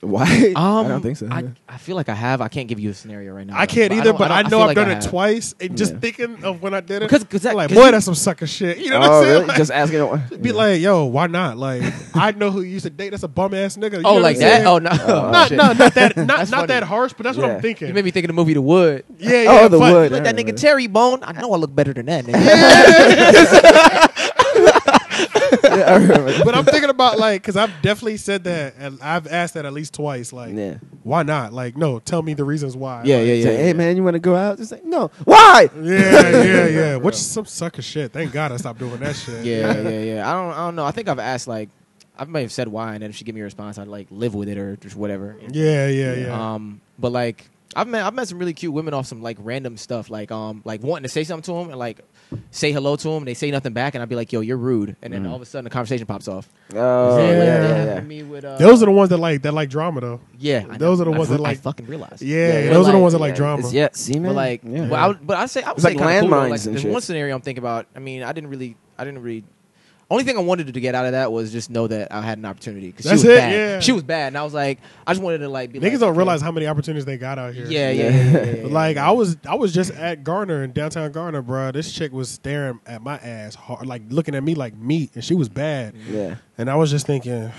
Speaker 1: Why?
Speaker 3: Um,
Speaker 1: I don't think so.
Speaker 3: I,
Speaker 1: yeah.
Speaker 3: I feel like I have. I can't give you a scenario right now.
Speaker 4: I can't
Speaker 3: I
Speaker 4: either,
Speaker 3: don't-
Speaker 4: but I,
Speaker 3: don't-
Speaker 4: know
Speaker 3: feel
Speaker 4: I've
Speaker 3: like
Speaker 4: done
Speaker 3: I
Speaker 4: it
Speaker 3: have.
Speaker 4: twice, and just
Speaker 1: Yeah.
Speaker 4: thinking of when I did it,
Speaker 3: 'Cause- 'cause that-
Speaker 4: I'm like
Speaker 3: 'cause
Speaker 4: boy,
Speaker 3: you-
Speaker 4: that's some sucker shit. You know what
Speaker 1: oh,
Speaker 4: I'm saying?
Speaker 1: really?
Speaker 4: Like,
Speaker 1: just asking. it-
Speaker 4: be
Speaker 1: yeah.
Speaker 4: like, yo, why not? Like, I know who you used to date. That's a bum ass nigga. You know
Speaker 3: Oh,
Speaker 4: what
Speaker 3: like
Speaker 4: I'm
Speaker 3: that?
Speaker 4: saying?
Speaker 3: Oh no,
Speaker 1: Oh,
Speaker 4: not,
Speaker 3: shit.
Speaker 4: no, not that, not,
Speaker 3: That's
Speaker 4: not that
Speaker 3: funny.
Speaker 4: harsh. But that's what
Speaker 1: Yeah.
Speaker 4: I'm
Speaker 3: You
Speaker 4: thinking.
Speaker 3: made me think of the movie The Wood.
Speaker 4: yeah, yeah.
Speaker 1: Oh, the
Speaker 4: but-
Speaker 1: wood.
Speaker 3: Let that
Speaker 1: Yeah.
Speaker 3: nigga Terry Bone. I know I look better than that nigga.
Speaker 1: Yeah, I remember.
Speaker 4: But I'm thinking about like, because I've definitely said that, and I've asked that at least twice. Like,
Speaker 1: Yeah.
Speaker 4: why not? Like, no, tell me the reasons why.
Speaker 1: Yeah,
Speaker 4: Like,
Speaker 1: yeah, yeah.
Speaker 3: yeah,
Speaker 1: Hey,
Speaker 3: yeah.
Speaker 1: man, you want to go out? It's like, no. Why?
Speaker 4: yeah, yeah, yeah. Which is some sucker shit. Thank God I stopped doing that shit.
Speaker 3: yeah, yeah, yeah. I don't, I don't know. I think I've asked like, I may have said why, and then if she give me a response, I'd like live with it or just whatever.
Speaker 4: yeah, yeah, yeah.
Speaker 3: Um, but like, I've met, I've met some really cute women off some like random stuff, like um, like wanting to say something to them and like say hello to them. They say nothing back, and I'd be like, "Yo, you're rude," and then all of a sudden the conversation pops off.
Speaker 1: Oh, yeah,
Speaker 4: Yeah.
Speaker 3: That
Speaker 1: yeah,
Speaker 3: happened
Speaker 1: yeah.
Speaker 3: to me with, uh,
Speaker 4: Those are the ones that like that like drama though.
Speaker 3: yeah. I
Speaker 4: those are the
Speaker 3: I
Speaker 4: ones that
Speaker 3: fu- I
Speaker 4: like-
Speaker 3: fucking realized.
Speaker 4: Yeah,
Speaker 3: Yeah,
Speaker 4: those are the
Speaker 3: like-
Speaker 4: ones that like drama.
Speaker 1: It's, yeah, see, man.
Speaker 3: But like,
Speaker 1: yeah.
Speaker 3: but I would, but I say I would
Speaker 1: It's
Speaker 3: say
Speaker 1: like
Speaker 3: kinda cool, though.
Speaker 1: landmines
Speaker 3: like,
Speaker 1: and
Speaker 3: there's
Speaker 1: shit.
Speaker 3: one scenario I'm thinking about. I mean, I didn't really, I didn't really. Only thing I wanted to get out of that was just know that I had an opportunity because she
Speaker 4: That's
Speaker 3: was
Speaker 4: it,
Speaker 3: bad.
Speaker 4: yeah.
Speaker 3: She was bad, and I was like, I just wanted to like be.
Speaker 4: Niggas
Speaker 3: like,
Speaker 4: don't
Speaker 3: okay.
Speaker 4: realize how many opportunities they got out here.
Speaker 3: Yeah, yeah, yeah. yeah, yeah, yeah.
Speaker 4: Like I was, I was just at Garner in downtown Garner, bro. This chick was staring at my ass hard, like looking at me like meat, and she was bad.
Speaker 1: yeah.
Speaker 4: And I was just thinking,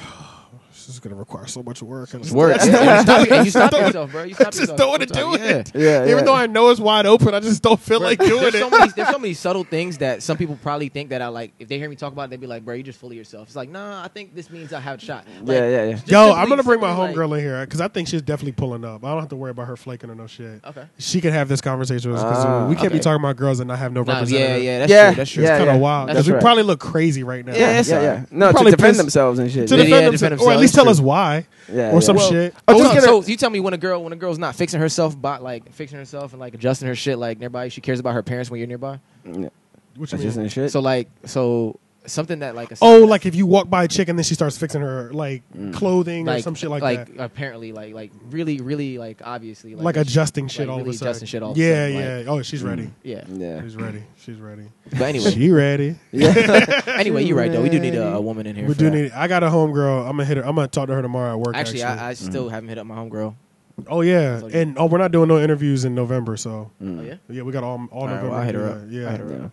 Speaker 4: this is gonna require so much work. And
Speaker 1: Work.
Speaker 3: Yeah, you stop, and you stop yourself, bro. You stop
Speaker 4: just
Speaker 3: yourself.
Speaker 4: don't wanna do
Speaker 3: Sometimes,
Speaker 4: it.
Speaker 3: yeah.
Speaker 1: Yeah,
Speaker 4: Even
Speaker 1: yeah.
Speaker 4: though I know it's wide open, I just don't feel like doing
Speaker 3: There's
Speaker 4: it.
Speaker 3: so, many, there's so many subtle things that some people probably think that I like. If they hear me talk about it, they'd be like, "Bro, you just full of yourself." It's like, nah, I think this means I have a shot. Like,
Speaker 1: Yeah, yeah, yeah.
Speaker 3: just
Speaker 4: Yo,
Speaker 3: simply-
Speaker 4: I'm gonna bring my
Speaker 3: simply,
Speaker 4: homegirl in here because I think she's definitely pulling up. I don't have to worry about her flaking or no shit.
Speaker 3: Okay.
Speaker 4: she can have this conversation with us 'cause
Speaker 1: Ah,
Speaker 4: we can't be
Speaker 3: okay.
Speaker 4: talking about girls and not have no
Speaker 3: Like, nah, yeah,
Speaker 4: representative.
Speaker 3: yeah, that's
Speaker 1: Yeah.
Speaker 3: true. That's true.
Speaker 4: It's
Speaker 1: Yeah,
Speaker 4: kind
Speaker 1: yeah.
Speaker 4: of wild
Speaker 1: That's
Speaker 4: because we
Speaker 1: right.
Speaker 4: probably look crazy right now.
Speaker 3: Yeah, that's
Speaker 1: yeah,
Speaker 3: all
Speaker 1: yeah.
Speaker 3: right.
Speaker 1: No, to
Speaker 4: Probably
Speaker 1: defend
Speaker 4: pissed-
Speaker 1: themselves and shit.
Speaker 4: to
Speaker 3: Yeah,
Speaker 4: defend,
Speaker 3: yeah,
Speaker 4: themselves,
Speaker 3: defend
Speaker 4: or at
Speaker 3: themselves,
Speaker 4: least
Speaker 3: that's
Speaker 4: tell us
Speaker 3: true.
Speaker 4: why
Speaker 1: Yeah,
Speaker 4: or
Speaker 1: yeah.
Speaker 4: some
Speaker 1: Well,
Speaker 4: shit.
Speaker 1: I was
Speaker 4: Or
Speaker 1: just
Speaker 4: we
Speaker 1: gonna-
Speaker 3: So you tell me when a girl when a girl's not fixing herself by like fixing herself and like adjusting her shit like nearby, she cares about her parents when you're nearby.
Speaker 4: What you
Speaker 1: That's just
Speaker 4: mean?
Speaker 1: and shit.
Speaker 3: So like so something that like a,
Speaker 4: Oh, like if you walk by a chick and then she starts fixing her like clothing or some shit like, that,
Speaker 3: apparently Mm. like like really really like obviously like,
Speaker 4: like
Speaker 3: it's-
Speaker 4: adjusting shit
Speaker 3: like,
Speaker 4: all of a
Speaker 3: really
Speaker 4: sudden.
Speaker 3: adjusting shit all of a
Speaker 4: yeah,
Speaker 3: sudden, mm.
Speaker 4: yeah. oh, she's ready.
Speaker 3: yeah.
Speaker 1: yeah.
Speaker 4: She's ready. She's ready.
Speaker 3: But anyway,
Speaker 4: She ready.
Speaker 3: anyway, you're right though. We do need a, a woman in here.
Speaker 4: We
Speaker 3: for
Speaker 4: do
Speaker 3: that.
Speaker 4: need. I got a homegirl. I'm gonna hit her. I'm gonna talk to her tomorrow at work. Actually,
Speaker 3: Actually, I, I still haven't hit up my homegirl.
Speaker 4: oh yeah,
Speaker 3: I'll do-
Speaker 4: and oh, we're not doing no interviews in November, so
Speaker 3: Oh yeah.
Speaker 4: yeah, we got all all,
Speaker 3: right,
Speaker 4: November.
Speaker 3: well, I'll hit her
Speaker 4: to do
Speaker 3: up.
Speaker 4: that. Yeah,
Speaker 3: I'll hit her up.
Speaker 1: Yeah.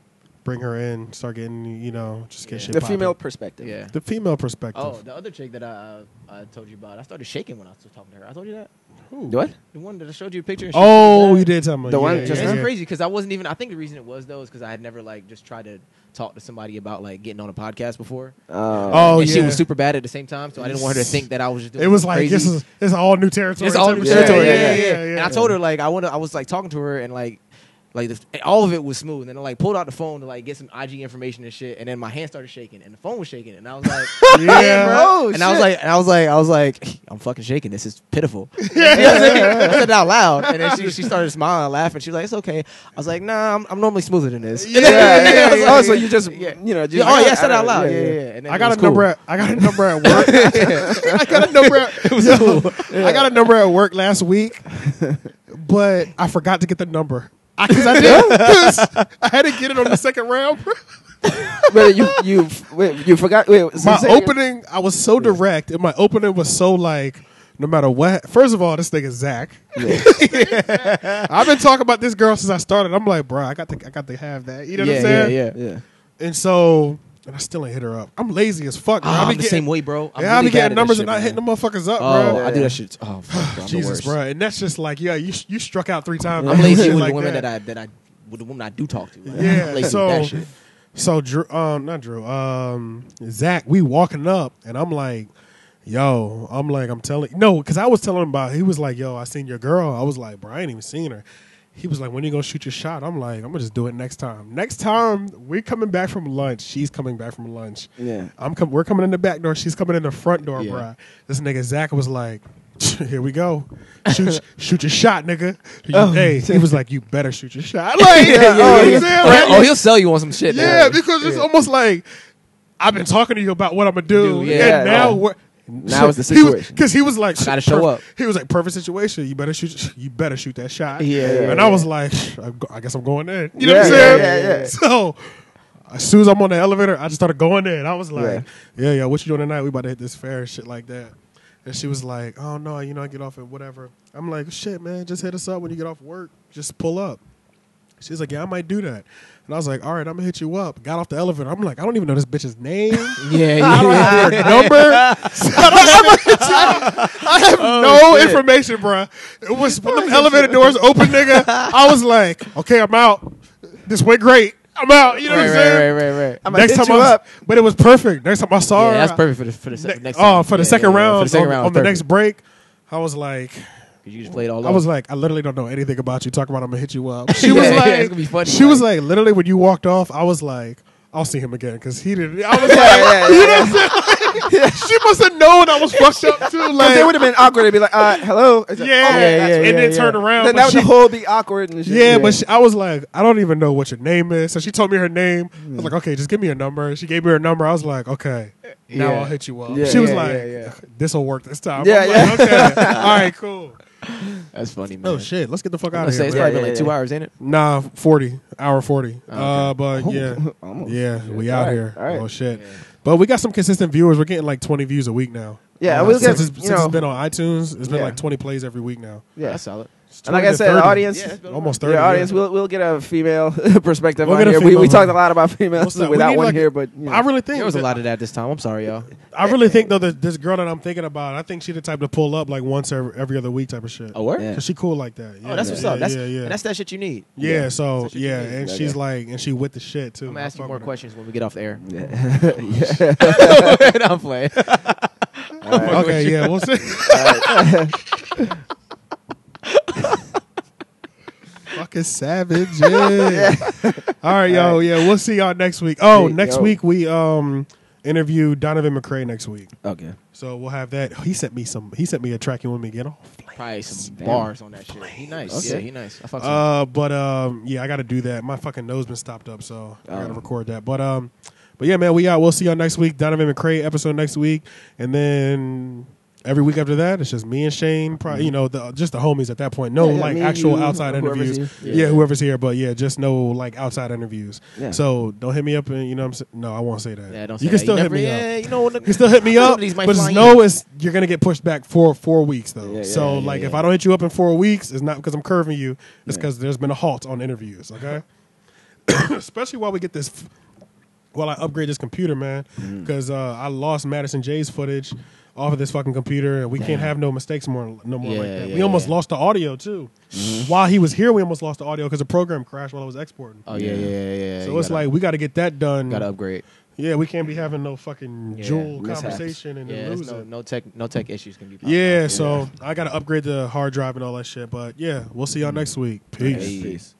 Speaker 4: bring her in. Start getting you know just get
Speaker 3: Yeah.
Speaker 4: shit.
Speaker 1: The female
Speaker 4: poppin'.
Speaker 1: perspective.
Speaker 3: Yeah.
Speaker 4: the female perspective.
Speaker 3: Oh, the other chick that I uh, I told you about, I started shaking when I was talking to her. I told you that
Speaker 4: Who?
Speaker 1: Do what?
Speaker 3: the one that I showed you a picture. and she was
Speaker 4: Oh,
Speaker 3: bad.
Speaker 4: you did tell me.
Speaker 1: The one
Speaker 4: Yeah,
Speaker 1: just
Speaker 4: yeah,
Speaker 3: It's
Speaker 1: now?
Speaker 4: yeah.
Speaker 3: crazy because I wasn't even. I think the reason it was though is because I had never like just tried to talk to somebody about like getting on a podcast before.
Speaker 1: Oh.
Speaker 4: Oh,
Speaker 3: and
Speaker 4: yeah.
Speaker 3: she was super bad at the same time, so I didn't want her to think that I was just. Doing
Speaker 4: It was like
Speaker 3: crazy.
Speaker 4: this is this is all new territory.
Speaker 3: It's all
Speaker 4: type
Speaker 3: new
Speaker 4: of
Speaker 1: Yeah,
Speaker 4: shit.
Speaker 3: territory.
Speaker 1: yeah,
Speaker 3: Yeah, yeah,
Speaker 1: yeah,
Speaker 3: And I told her like I wanted. I was like talking to her and like. Like this, and all of it was smooth, and then like pulled out the phone to like get some IG information and shit, and then my hand started shaking, and the phone was shaking, and I was like,
Speaker 4: Yeah,
Speaker 1: bro.
Speaker 3: and I was like, and I was like, I was like, I'm fucking shaking. This is pitiful. I was like- I said it out loud, and then she, she started smiling, and laughing. She was like, "It's okay." I was like, "Nah, I'm, I'm normally smoother than this."
Speaker 1: Yeah, yeah, yeah. Oh, so you just,
Speaker 3: Yeah.
Speaker 1: you know, just.
Speaker 3: Yeah, oh yeah, I said it out loud. Yeah, yeah. yeah. And then
Speaker 4: I
Speaker 3: it
Speaker 4: got
Speaker 3: was
Speaker 4: a number. At, I got a number at work. I got a number. At, yo, I got a number at work last week, but I forgot to get the number. I, Cause I did. 'cause I had to get it on the second round.
Speaker 1: Wait, you, you, wait, you forgot. Wait, so
Speaker 4: my
Speaker 1: you said you-
Speaker 4: opening, I was so direct, and my opening was so like, no matter what. First of all, this thing is Zach. I've been talking about this girl since I started. I'm like, bro, I got to, I got to have that. You know
Speaker 3: yeah,
Speaker 4: what I'm saying?
Speaker 3: yeah, yeah.
Speaker 1: Yeah.
Speaker 4: And so and I still ain't hit her up. I'm lazy as fuck. Bro.
Speaker 3: Ah,
Speaker 4: I
Speaker 3: I'm
Speaker 4: be
Speaker 3: the
Speaker 4: getting,
Speaker 3: same way, bro. I'm
Speaker 4: yeah,
Speaker 3: really
Speaker 4: I be
Speaker 3: bad at
Speaker 4: getting
Speaker 3: that
Speaker 4: numbers
Speaker 3: shit,
Speaker 4: and not
Speaker 3: man.
Speaker 4: hitting the motherfuckers up,
Speaker 3: Oh,
Speaker 4: bro.
Speaker 3: I do that shit. Oh, fuck, bro, I'm the
Speaker 4: Jesus,
Speaker 3: worst.
Speaker 4: bro, and that's just like, yeah, you you struck out three times.
Speaker 3: I'm lazy with the women that. I that I with the women I do talk to. Like,
Speaker 4: Yeah,
Speaker 3: I'm lazy
Speaker 4: so
Speaker 3: with that shit.
Speaker 4: so Drew, um, not Drew, um, Zach. We walking up, and I'm like, "Yo," I'm like, "I'm telling no," because I was telling him about. He was like, "Yo, I seen your girl." I was like, "Bro, I ain't even seen her." He was like, "When you gonna shoot your shot?" I'm like, "I'm gonna just do it next time. Next time we're coming back from lunch. She's coming back from lunch.
Speaker 1: Yeah.
Speaker 4: I'm com- we're coming in the back door. She's coming in the front door,
Speaker 1: Yeah.
Speaker 4: bruh. This nigga Zach was like, "Here we go, shoot, shoot your shot, nigga." You-
Speaker 3: Oh.
Speaker 4: Hey, he was like, "You better shoot your shot." Like,
Speaker 1: yeah, yeah.
Speaker 4: oh, you see
Speaker 3: Oh,
Speaker 4: what I'm
Speaker 3: oh,
Speaker 4: saying?
Speaker 3: he'll sell you on some shit.
Speaker 4: yeah,
Speaker 3: man.
Speaker 4: because it's almost like I've been talking to you about what I'm gonna do,
Speaker 3: Dude, yeah.
Speaker 4: and now
Speaker 1: Yeah.
Speaker 4: we're.
Speaker 1: Now it's the situation.
Speaker 4: because he was like,
Speaker 3: I gotta show
Speaker 4: "Perf-
Speaker 3: up."
Speaker 4: He was like, "Perfect situation. You better shoot. You better shoot that shot."
Speaker 1: Yeah, yeah,
Speaker 4: and
Speaker 1: yeah.
Speaker 4: I was like, "I'm go- "I guess I'm going in." You know
Speaker 1: Yeah,
Speaker 4: what I'm
Speaker 1: yeah,
Speaker 4: saying?
Speaker 1: yeah, yeah.
Speaker 4: So as soon as I'm on the elevator, I just started going in. I was like, "Yeah, yeah, what you doing tonight? We about to hit this fair, and shit like that." And she was like, "Oh no, you know, I get off at whatever." I'm like, "Shit, man, just hit us up when you get off work. Just pull up." She's like, yeah, I might do that. And I was like, all right, I'm gonna hit you up. Got off the elevator. I'm like, I don't even know this bitch's name.
Speaker 3: yeah,
Speaker 4: I don't
Speaker 3: yeah.
Speaker 4: have her number. I have
Speaker 3: Oh,
Speaker 4: no information, bruh. It was when the elevator doors open, nigga. I was like, okay, I'm out. This went great. I'm out. You know
Speaker 3: Right,
Speaker 4: what I'm
Speaker 3: right,
Speaker 4: saying?
Speaker 3: right, right, right.
Speaker 1: I'm
Speaker 4: Next
Speaker 1: hit
Speaker 4: time
Speaker 1: you
Speaker 4: I was,
Speaker 1: up.
Speaker 4: but it was perfect. Next time I saw her,
Speaker 3: Yeah, that's perfect for the for the se-
Speaker 4: ne-
Speaker 3: next.
Speaker 4: oh,
Speaker 3: time.
Speaker 4: for the
Speaker 3: Yeah,
Speaker 4: second
Speaker 3: yeah, yeah.
Speaker 4: round,
Speaker 3: For the second
Speaker 4: on,
Speaker 3: round,
Speaker 4: on the
Speaker 3: perfect.
Speaker 4: next break, I was like,
Speaker 3: 'Cause you just played all.
Speaker 4: I was like, I literally don't know anything about you. Talk about I'm gonna hit you up. She
Speaker 3: Yeah,
Speaker 4: was
Speaker 3: yeah,
Speaker 4: like,
Speaker 3: it's gonna be funny,
Speaker 4: she was
Speaker 3: like-
Speaker 4: like, literally when you walked off, I was like, I'll see him again because he didn't. I was like,
Speaker 1: yeah,
Speaker 4: you know what I'm saying? she must have known I was fucked up too.
Speaker 1: Because
Speaker 4: Like,
Speaker 1: they would have been awkward to be like, uh, hello. It's
Speaker 4: yeah,
Speaker 1: like, oh, that's
Speaker 4: and
Speaker 1: right.
Speaker 4: then
Speaker 3: yeah,
Speaker 4: turned
Speaker 3: yeah.
Speaker 4: around.
Speaker 1: Then
Speaker 4: but
Speaker 1: that would
Speaker 4: she-
Speaker 1: the whole be awkward and shit.
Speaker 4: yeah, but she, I was like, I don't even know what your name is. So she told me her name. I was like, okay, just give me a number. She gave me her number. I was like, okay, now
Speaker 3: Yeah.
Speaker 4: I'll hit you up.
Speaker 1: Yeah,
Speaker 4: she was
Speaker 1: yeah,
Speaker 4: like,
Speaker 1: yeah, yeah.
Speaker 4: this will work this time.
Speaker 1: Yeah,
Speaker 4: I'm
Speaker 1: yeah.
Speaker 4: like, okay, all right, cool.
Speaker 3: that's funny, man.
Speaker 4: Oh shit, let's get the fuck
Speaker 3: I'm
Speaker 4: out
Speaker 3: gonna
Speaker 4: of
Speaker 3: say
Speaker 4: here.
Speaker 3: it's
Speaker 4: man.
Speaker 1: Yeah,
Speaker 3: probably been
Speaker 1: yeah,
Speaker 3: like two
Speaker 1: yeah.
Speaker 3: hours, ain't it?
Speaker 4: Nah, forty hour forty. Uh, but
Speaker 1: Oh,
Speaker 4: yeah,
Speaker 1: almost.
Speaker 4: yeah, we out
Speaker 1: Alright,
Speaker 4: here.
Speaker 1: alright.
Speaker 4: Oh shit! But we got some consistent viewers. We're getting like twenty views a week now.
Speaker 1: Yeah,
Speaker 4: uh,
Speaker 1: we'll get-
Speaker 4: since, it's,
Speaker 1: you
Speaker 4: since
Speaker 1: know-
Speaker 4: it's been on iTunes, it's been
Speaker 1: Yeah.
Speaker 4: like twenty plays every week now.
Speaker 1: yeah.
Speaker 3: that's solid.
Speaker 4: It's
Speaker 1: And like
Speaker 4: 20
Speaker 1: I
Speaker 4: to
Speaker 1: said,
Speaker 4: 30.
Speaker 1: audience,
Speaker 3: Yeah, it's been-
Speaker 4: almost
Speaker 1: the
Speaker 4: thirty. yeah.
Speaker 1: audience, we'll, we'll get a female perspective
Speaker 4: We'll
Speaker 1: on
Speaker 4: get a
Speaker 1: here. We,
Speaker 4: female
Speaker 1: we talked a
Speaker 4: one.
Speaker 1: lot about females
Speaker 4: What's that? We
Speaker 1: without
Speaker 4: need,
Speaker 1: one
Speaker 4: like-
Speaker 1: here, but you know.
Speaker 4: I really think
Speaker 3: There was a
Speaker 4: that-
Speaker 3: lot of that this time. I'm sorry, y'all.
Speaker 4: I really think though that this girl that I'm thinking about, I think she the type to pull up like once every, every other week type of shit.
Speaker 3: Oh, word?
Speaker 1: Yeah.
Speaker 4: 'Cause she cool like that. Yeah,
Speaker 3: Oh, that's
Speaker 4: yeah,
Speaker 3: what's up. That's
Speaker 4: yeah, yeah.
Speaker 3: and that's that shit you need.
Speaker 4: yeah, so
Speaker 3: what you
Speaker 4: yeah,
Speaker 3: need.
Speaker 4: and
Speaker 1: Yeah,
Speaker 4: she's
Speaker 1: yeah.
Speaker 4: like, and she with the shit too.
Speaker 3: I'm gonna ask you
Speaker 4: fuck
Speaker 3: more
Speaker 4: with her.
Speaker 3: questions when we get off the air.
Speaker 1: yeah.
Speaker 3: I'm playing.
Speaker 1: All right.
Speaker 4: Okay, yeah, we'll see. Fucking savage. Yeah. All right, yo, yeah, we'll see y'all next week. Oh,
Speaker 1: Hey,
Speaker 4: next
Speaker 1: yo.
Speaker 4: week we um interview Donovan McRae next week.
Speaker 1: Okay.
Speaker 4: So we'll have that. He sent me some. He sent me a track. You want me to get off?
Speaker 3: Probably some
Speaker 1: Damn.
Speaker 3: bars on that shit. He nice.
Speaker 1: Okay.
Speaker 3: Yeah, he nice. I fucks with him.
Speaker 4: Uh, but um, yeah, I got to do that. My fucking nose been stopped up, so I got to
Speaker 1: Oh.
Speaker 4: record that. But um, but yeah, man, we out. We'll see y'all next week. Donovan McCray episode next week, and then every week after that, it's just me and Shane. Probably, you know, the, just the homies at that point. No,
Speaker 1: Yeah, yeah,
Speaker 4: like
Speaker 1: me,
Speaker 4: actual
Speaker 1: you,
Speaker 4: outside
Speaker 1: whoever's
Speaker 4: interviews.
Speaker 1: here.
Speaker 4: Yeah. whoever's here, but yeah, just no like outside interviews.
Speaker 1: Yeah.
Speaker 4: So don't hit me up, and you know, what I'm saying. No, I won't say that.
Speaker 3: Yeah, don't say
Speaker 4: you can
Speaker 3: that.
Speaker 4: still
Speaker 3: you
Speaker 4: hit
Speaker 3: never,
Speaker 4: me up.
Speaker 3: yeah, You know what?
Speaker 4: You can still hit me
Speaker 3: Some
Speaker 4: up,
Speaker 3: of these
Speaker 4: but
Speaker 3: might
Speaker 4: just
Speaker 3: fly
Speaker 4: know it's you're gonna get pushed back for four weeks though.
Speaker 1: Yeah, yeah,
Speaker 4: so
Speaker 1: yeah,
Speaker 4: like,
Speaker 1: yeah.
Speaker 4: if I don't hit you up in four weeks, it's not because I'm curving you. It's because there's been a halt on interviews. Okay, especially while we get this, f- while I upgrade this computer, man,
Speaker 3: Mm.
Speaker 4: because uh, I lost Madison Jay's footage off of this fucking computer, and we can't have no mistakes more, no more like
Speaker 3: Yeah,
Speaker 4: that.
Speaker 3: yeah,
Speaker 4: we almost
Speaker 3: yeah. Mm-hmm.
Speaker 4: lost the audio too. While he was here, we almost lost the audio because the program crashed while I was exporting.
Speaker 3: Oh yeah, yeah, yeah, yeah.
Speaker 4: so
Speaker 3: you
Speaker 4: it's
Speaker 3: gotta-
Speaker 4: like we got to get that done.
Speaker 3: gotta upgrade.
Speaker 4: Yeah, we can't be having no fucking
Speaker 3: Yeah,
Speaker 4: jewel
Speaker 1: mishaps.
Speaker 4: conversation and
Speaker 3: Yeah,
Speaker 4: then
Speaker 3: it's
Speaker 4: lose
Speaker 3: no,
Speaker 4: it.
Speaker 3: no tech, no tech issues can be. popping
Speaker 4: Yeah,
Speaker 3: up.
Speaker 4: so I got to upgrade the hard drive and all that shit. But yeah, we'll see y'all next week. Peace.
Speaker 1: Peace.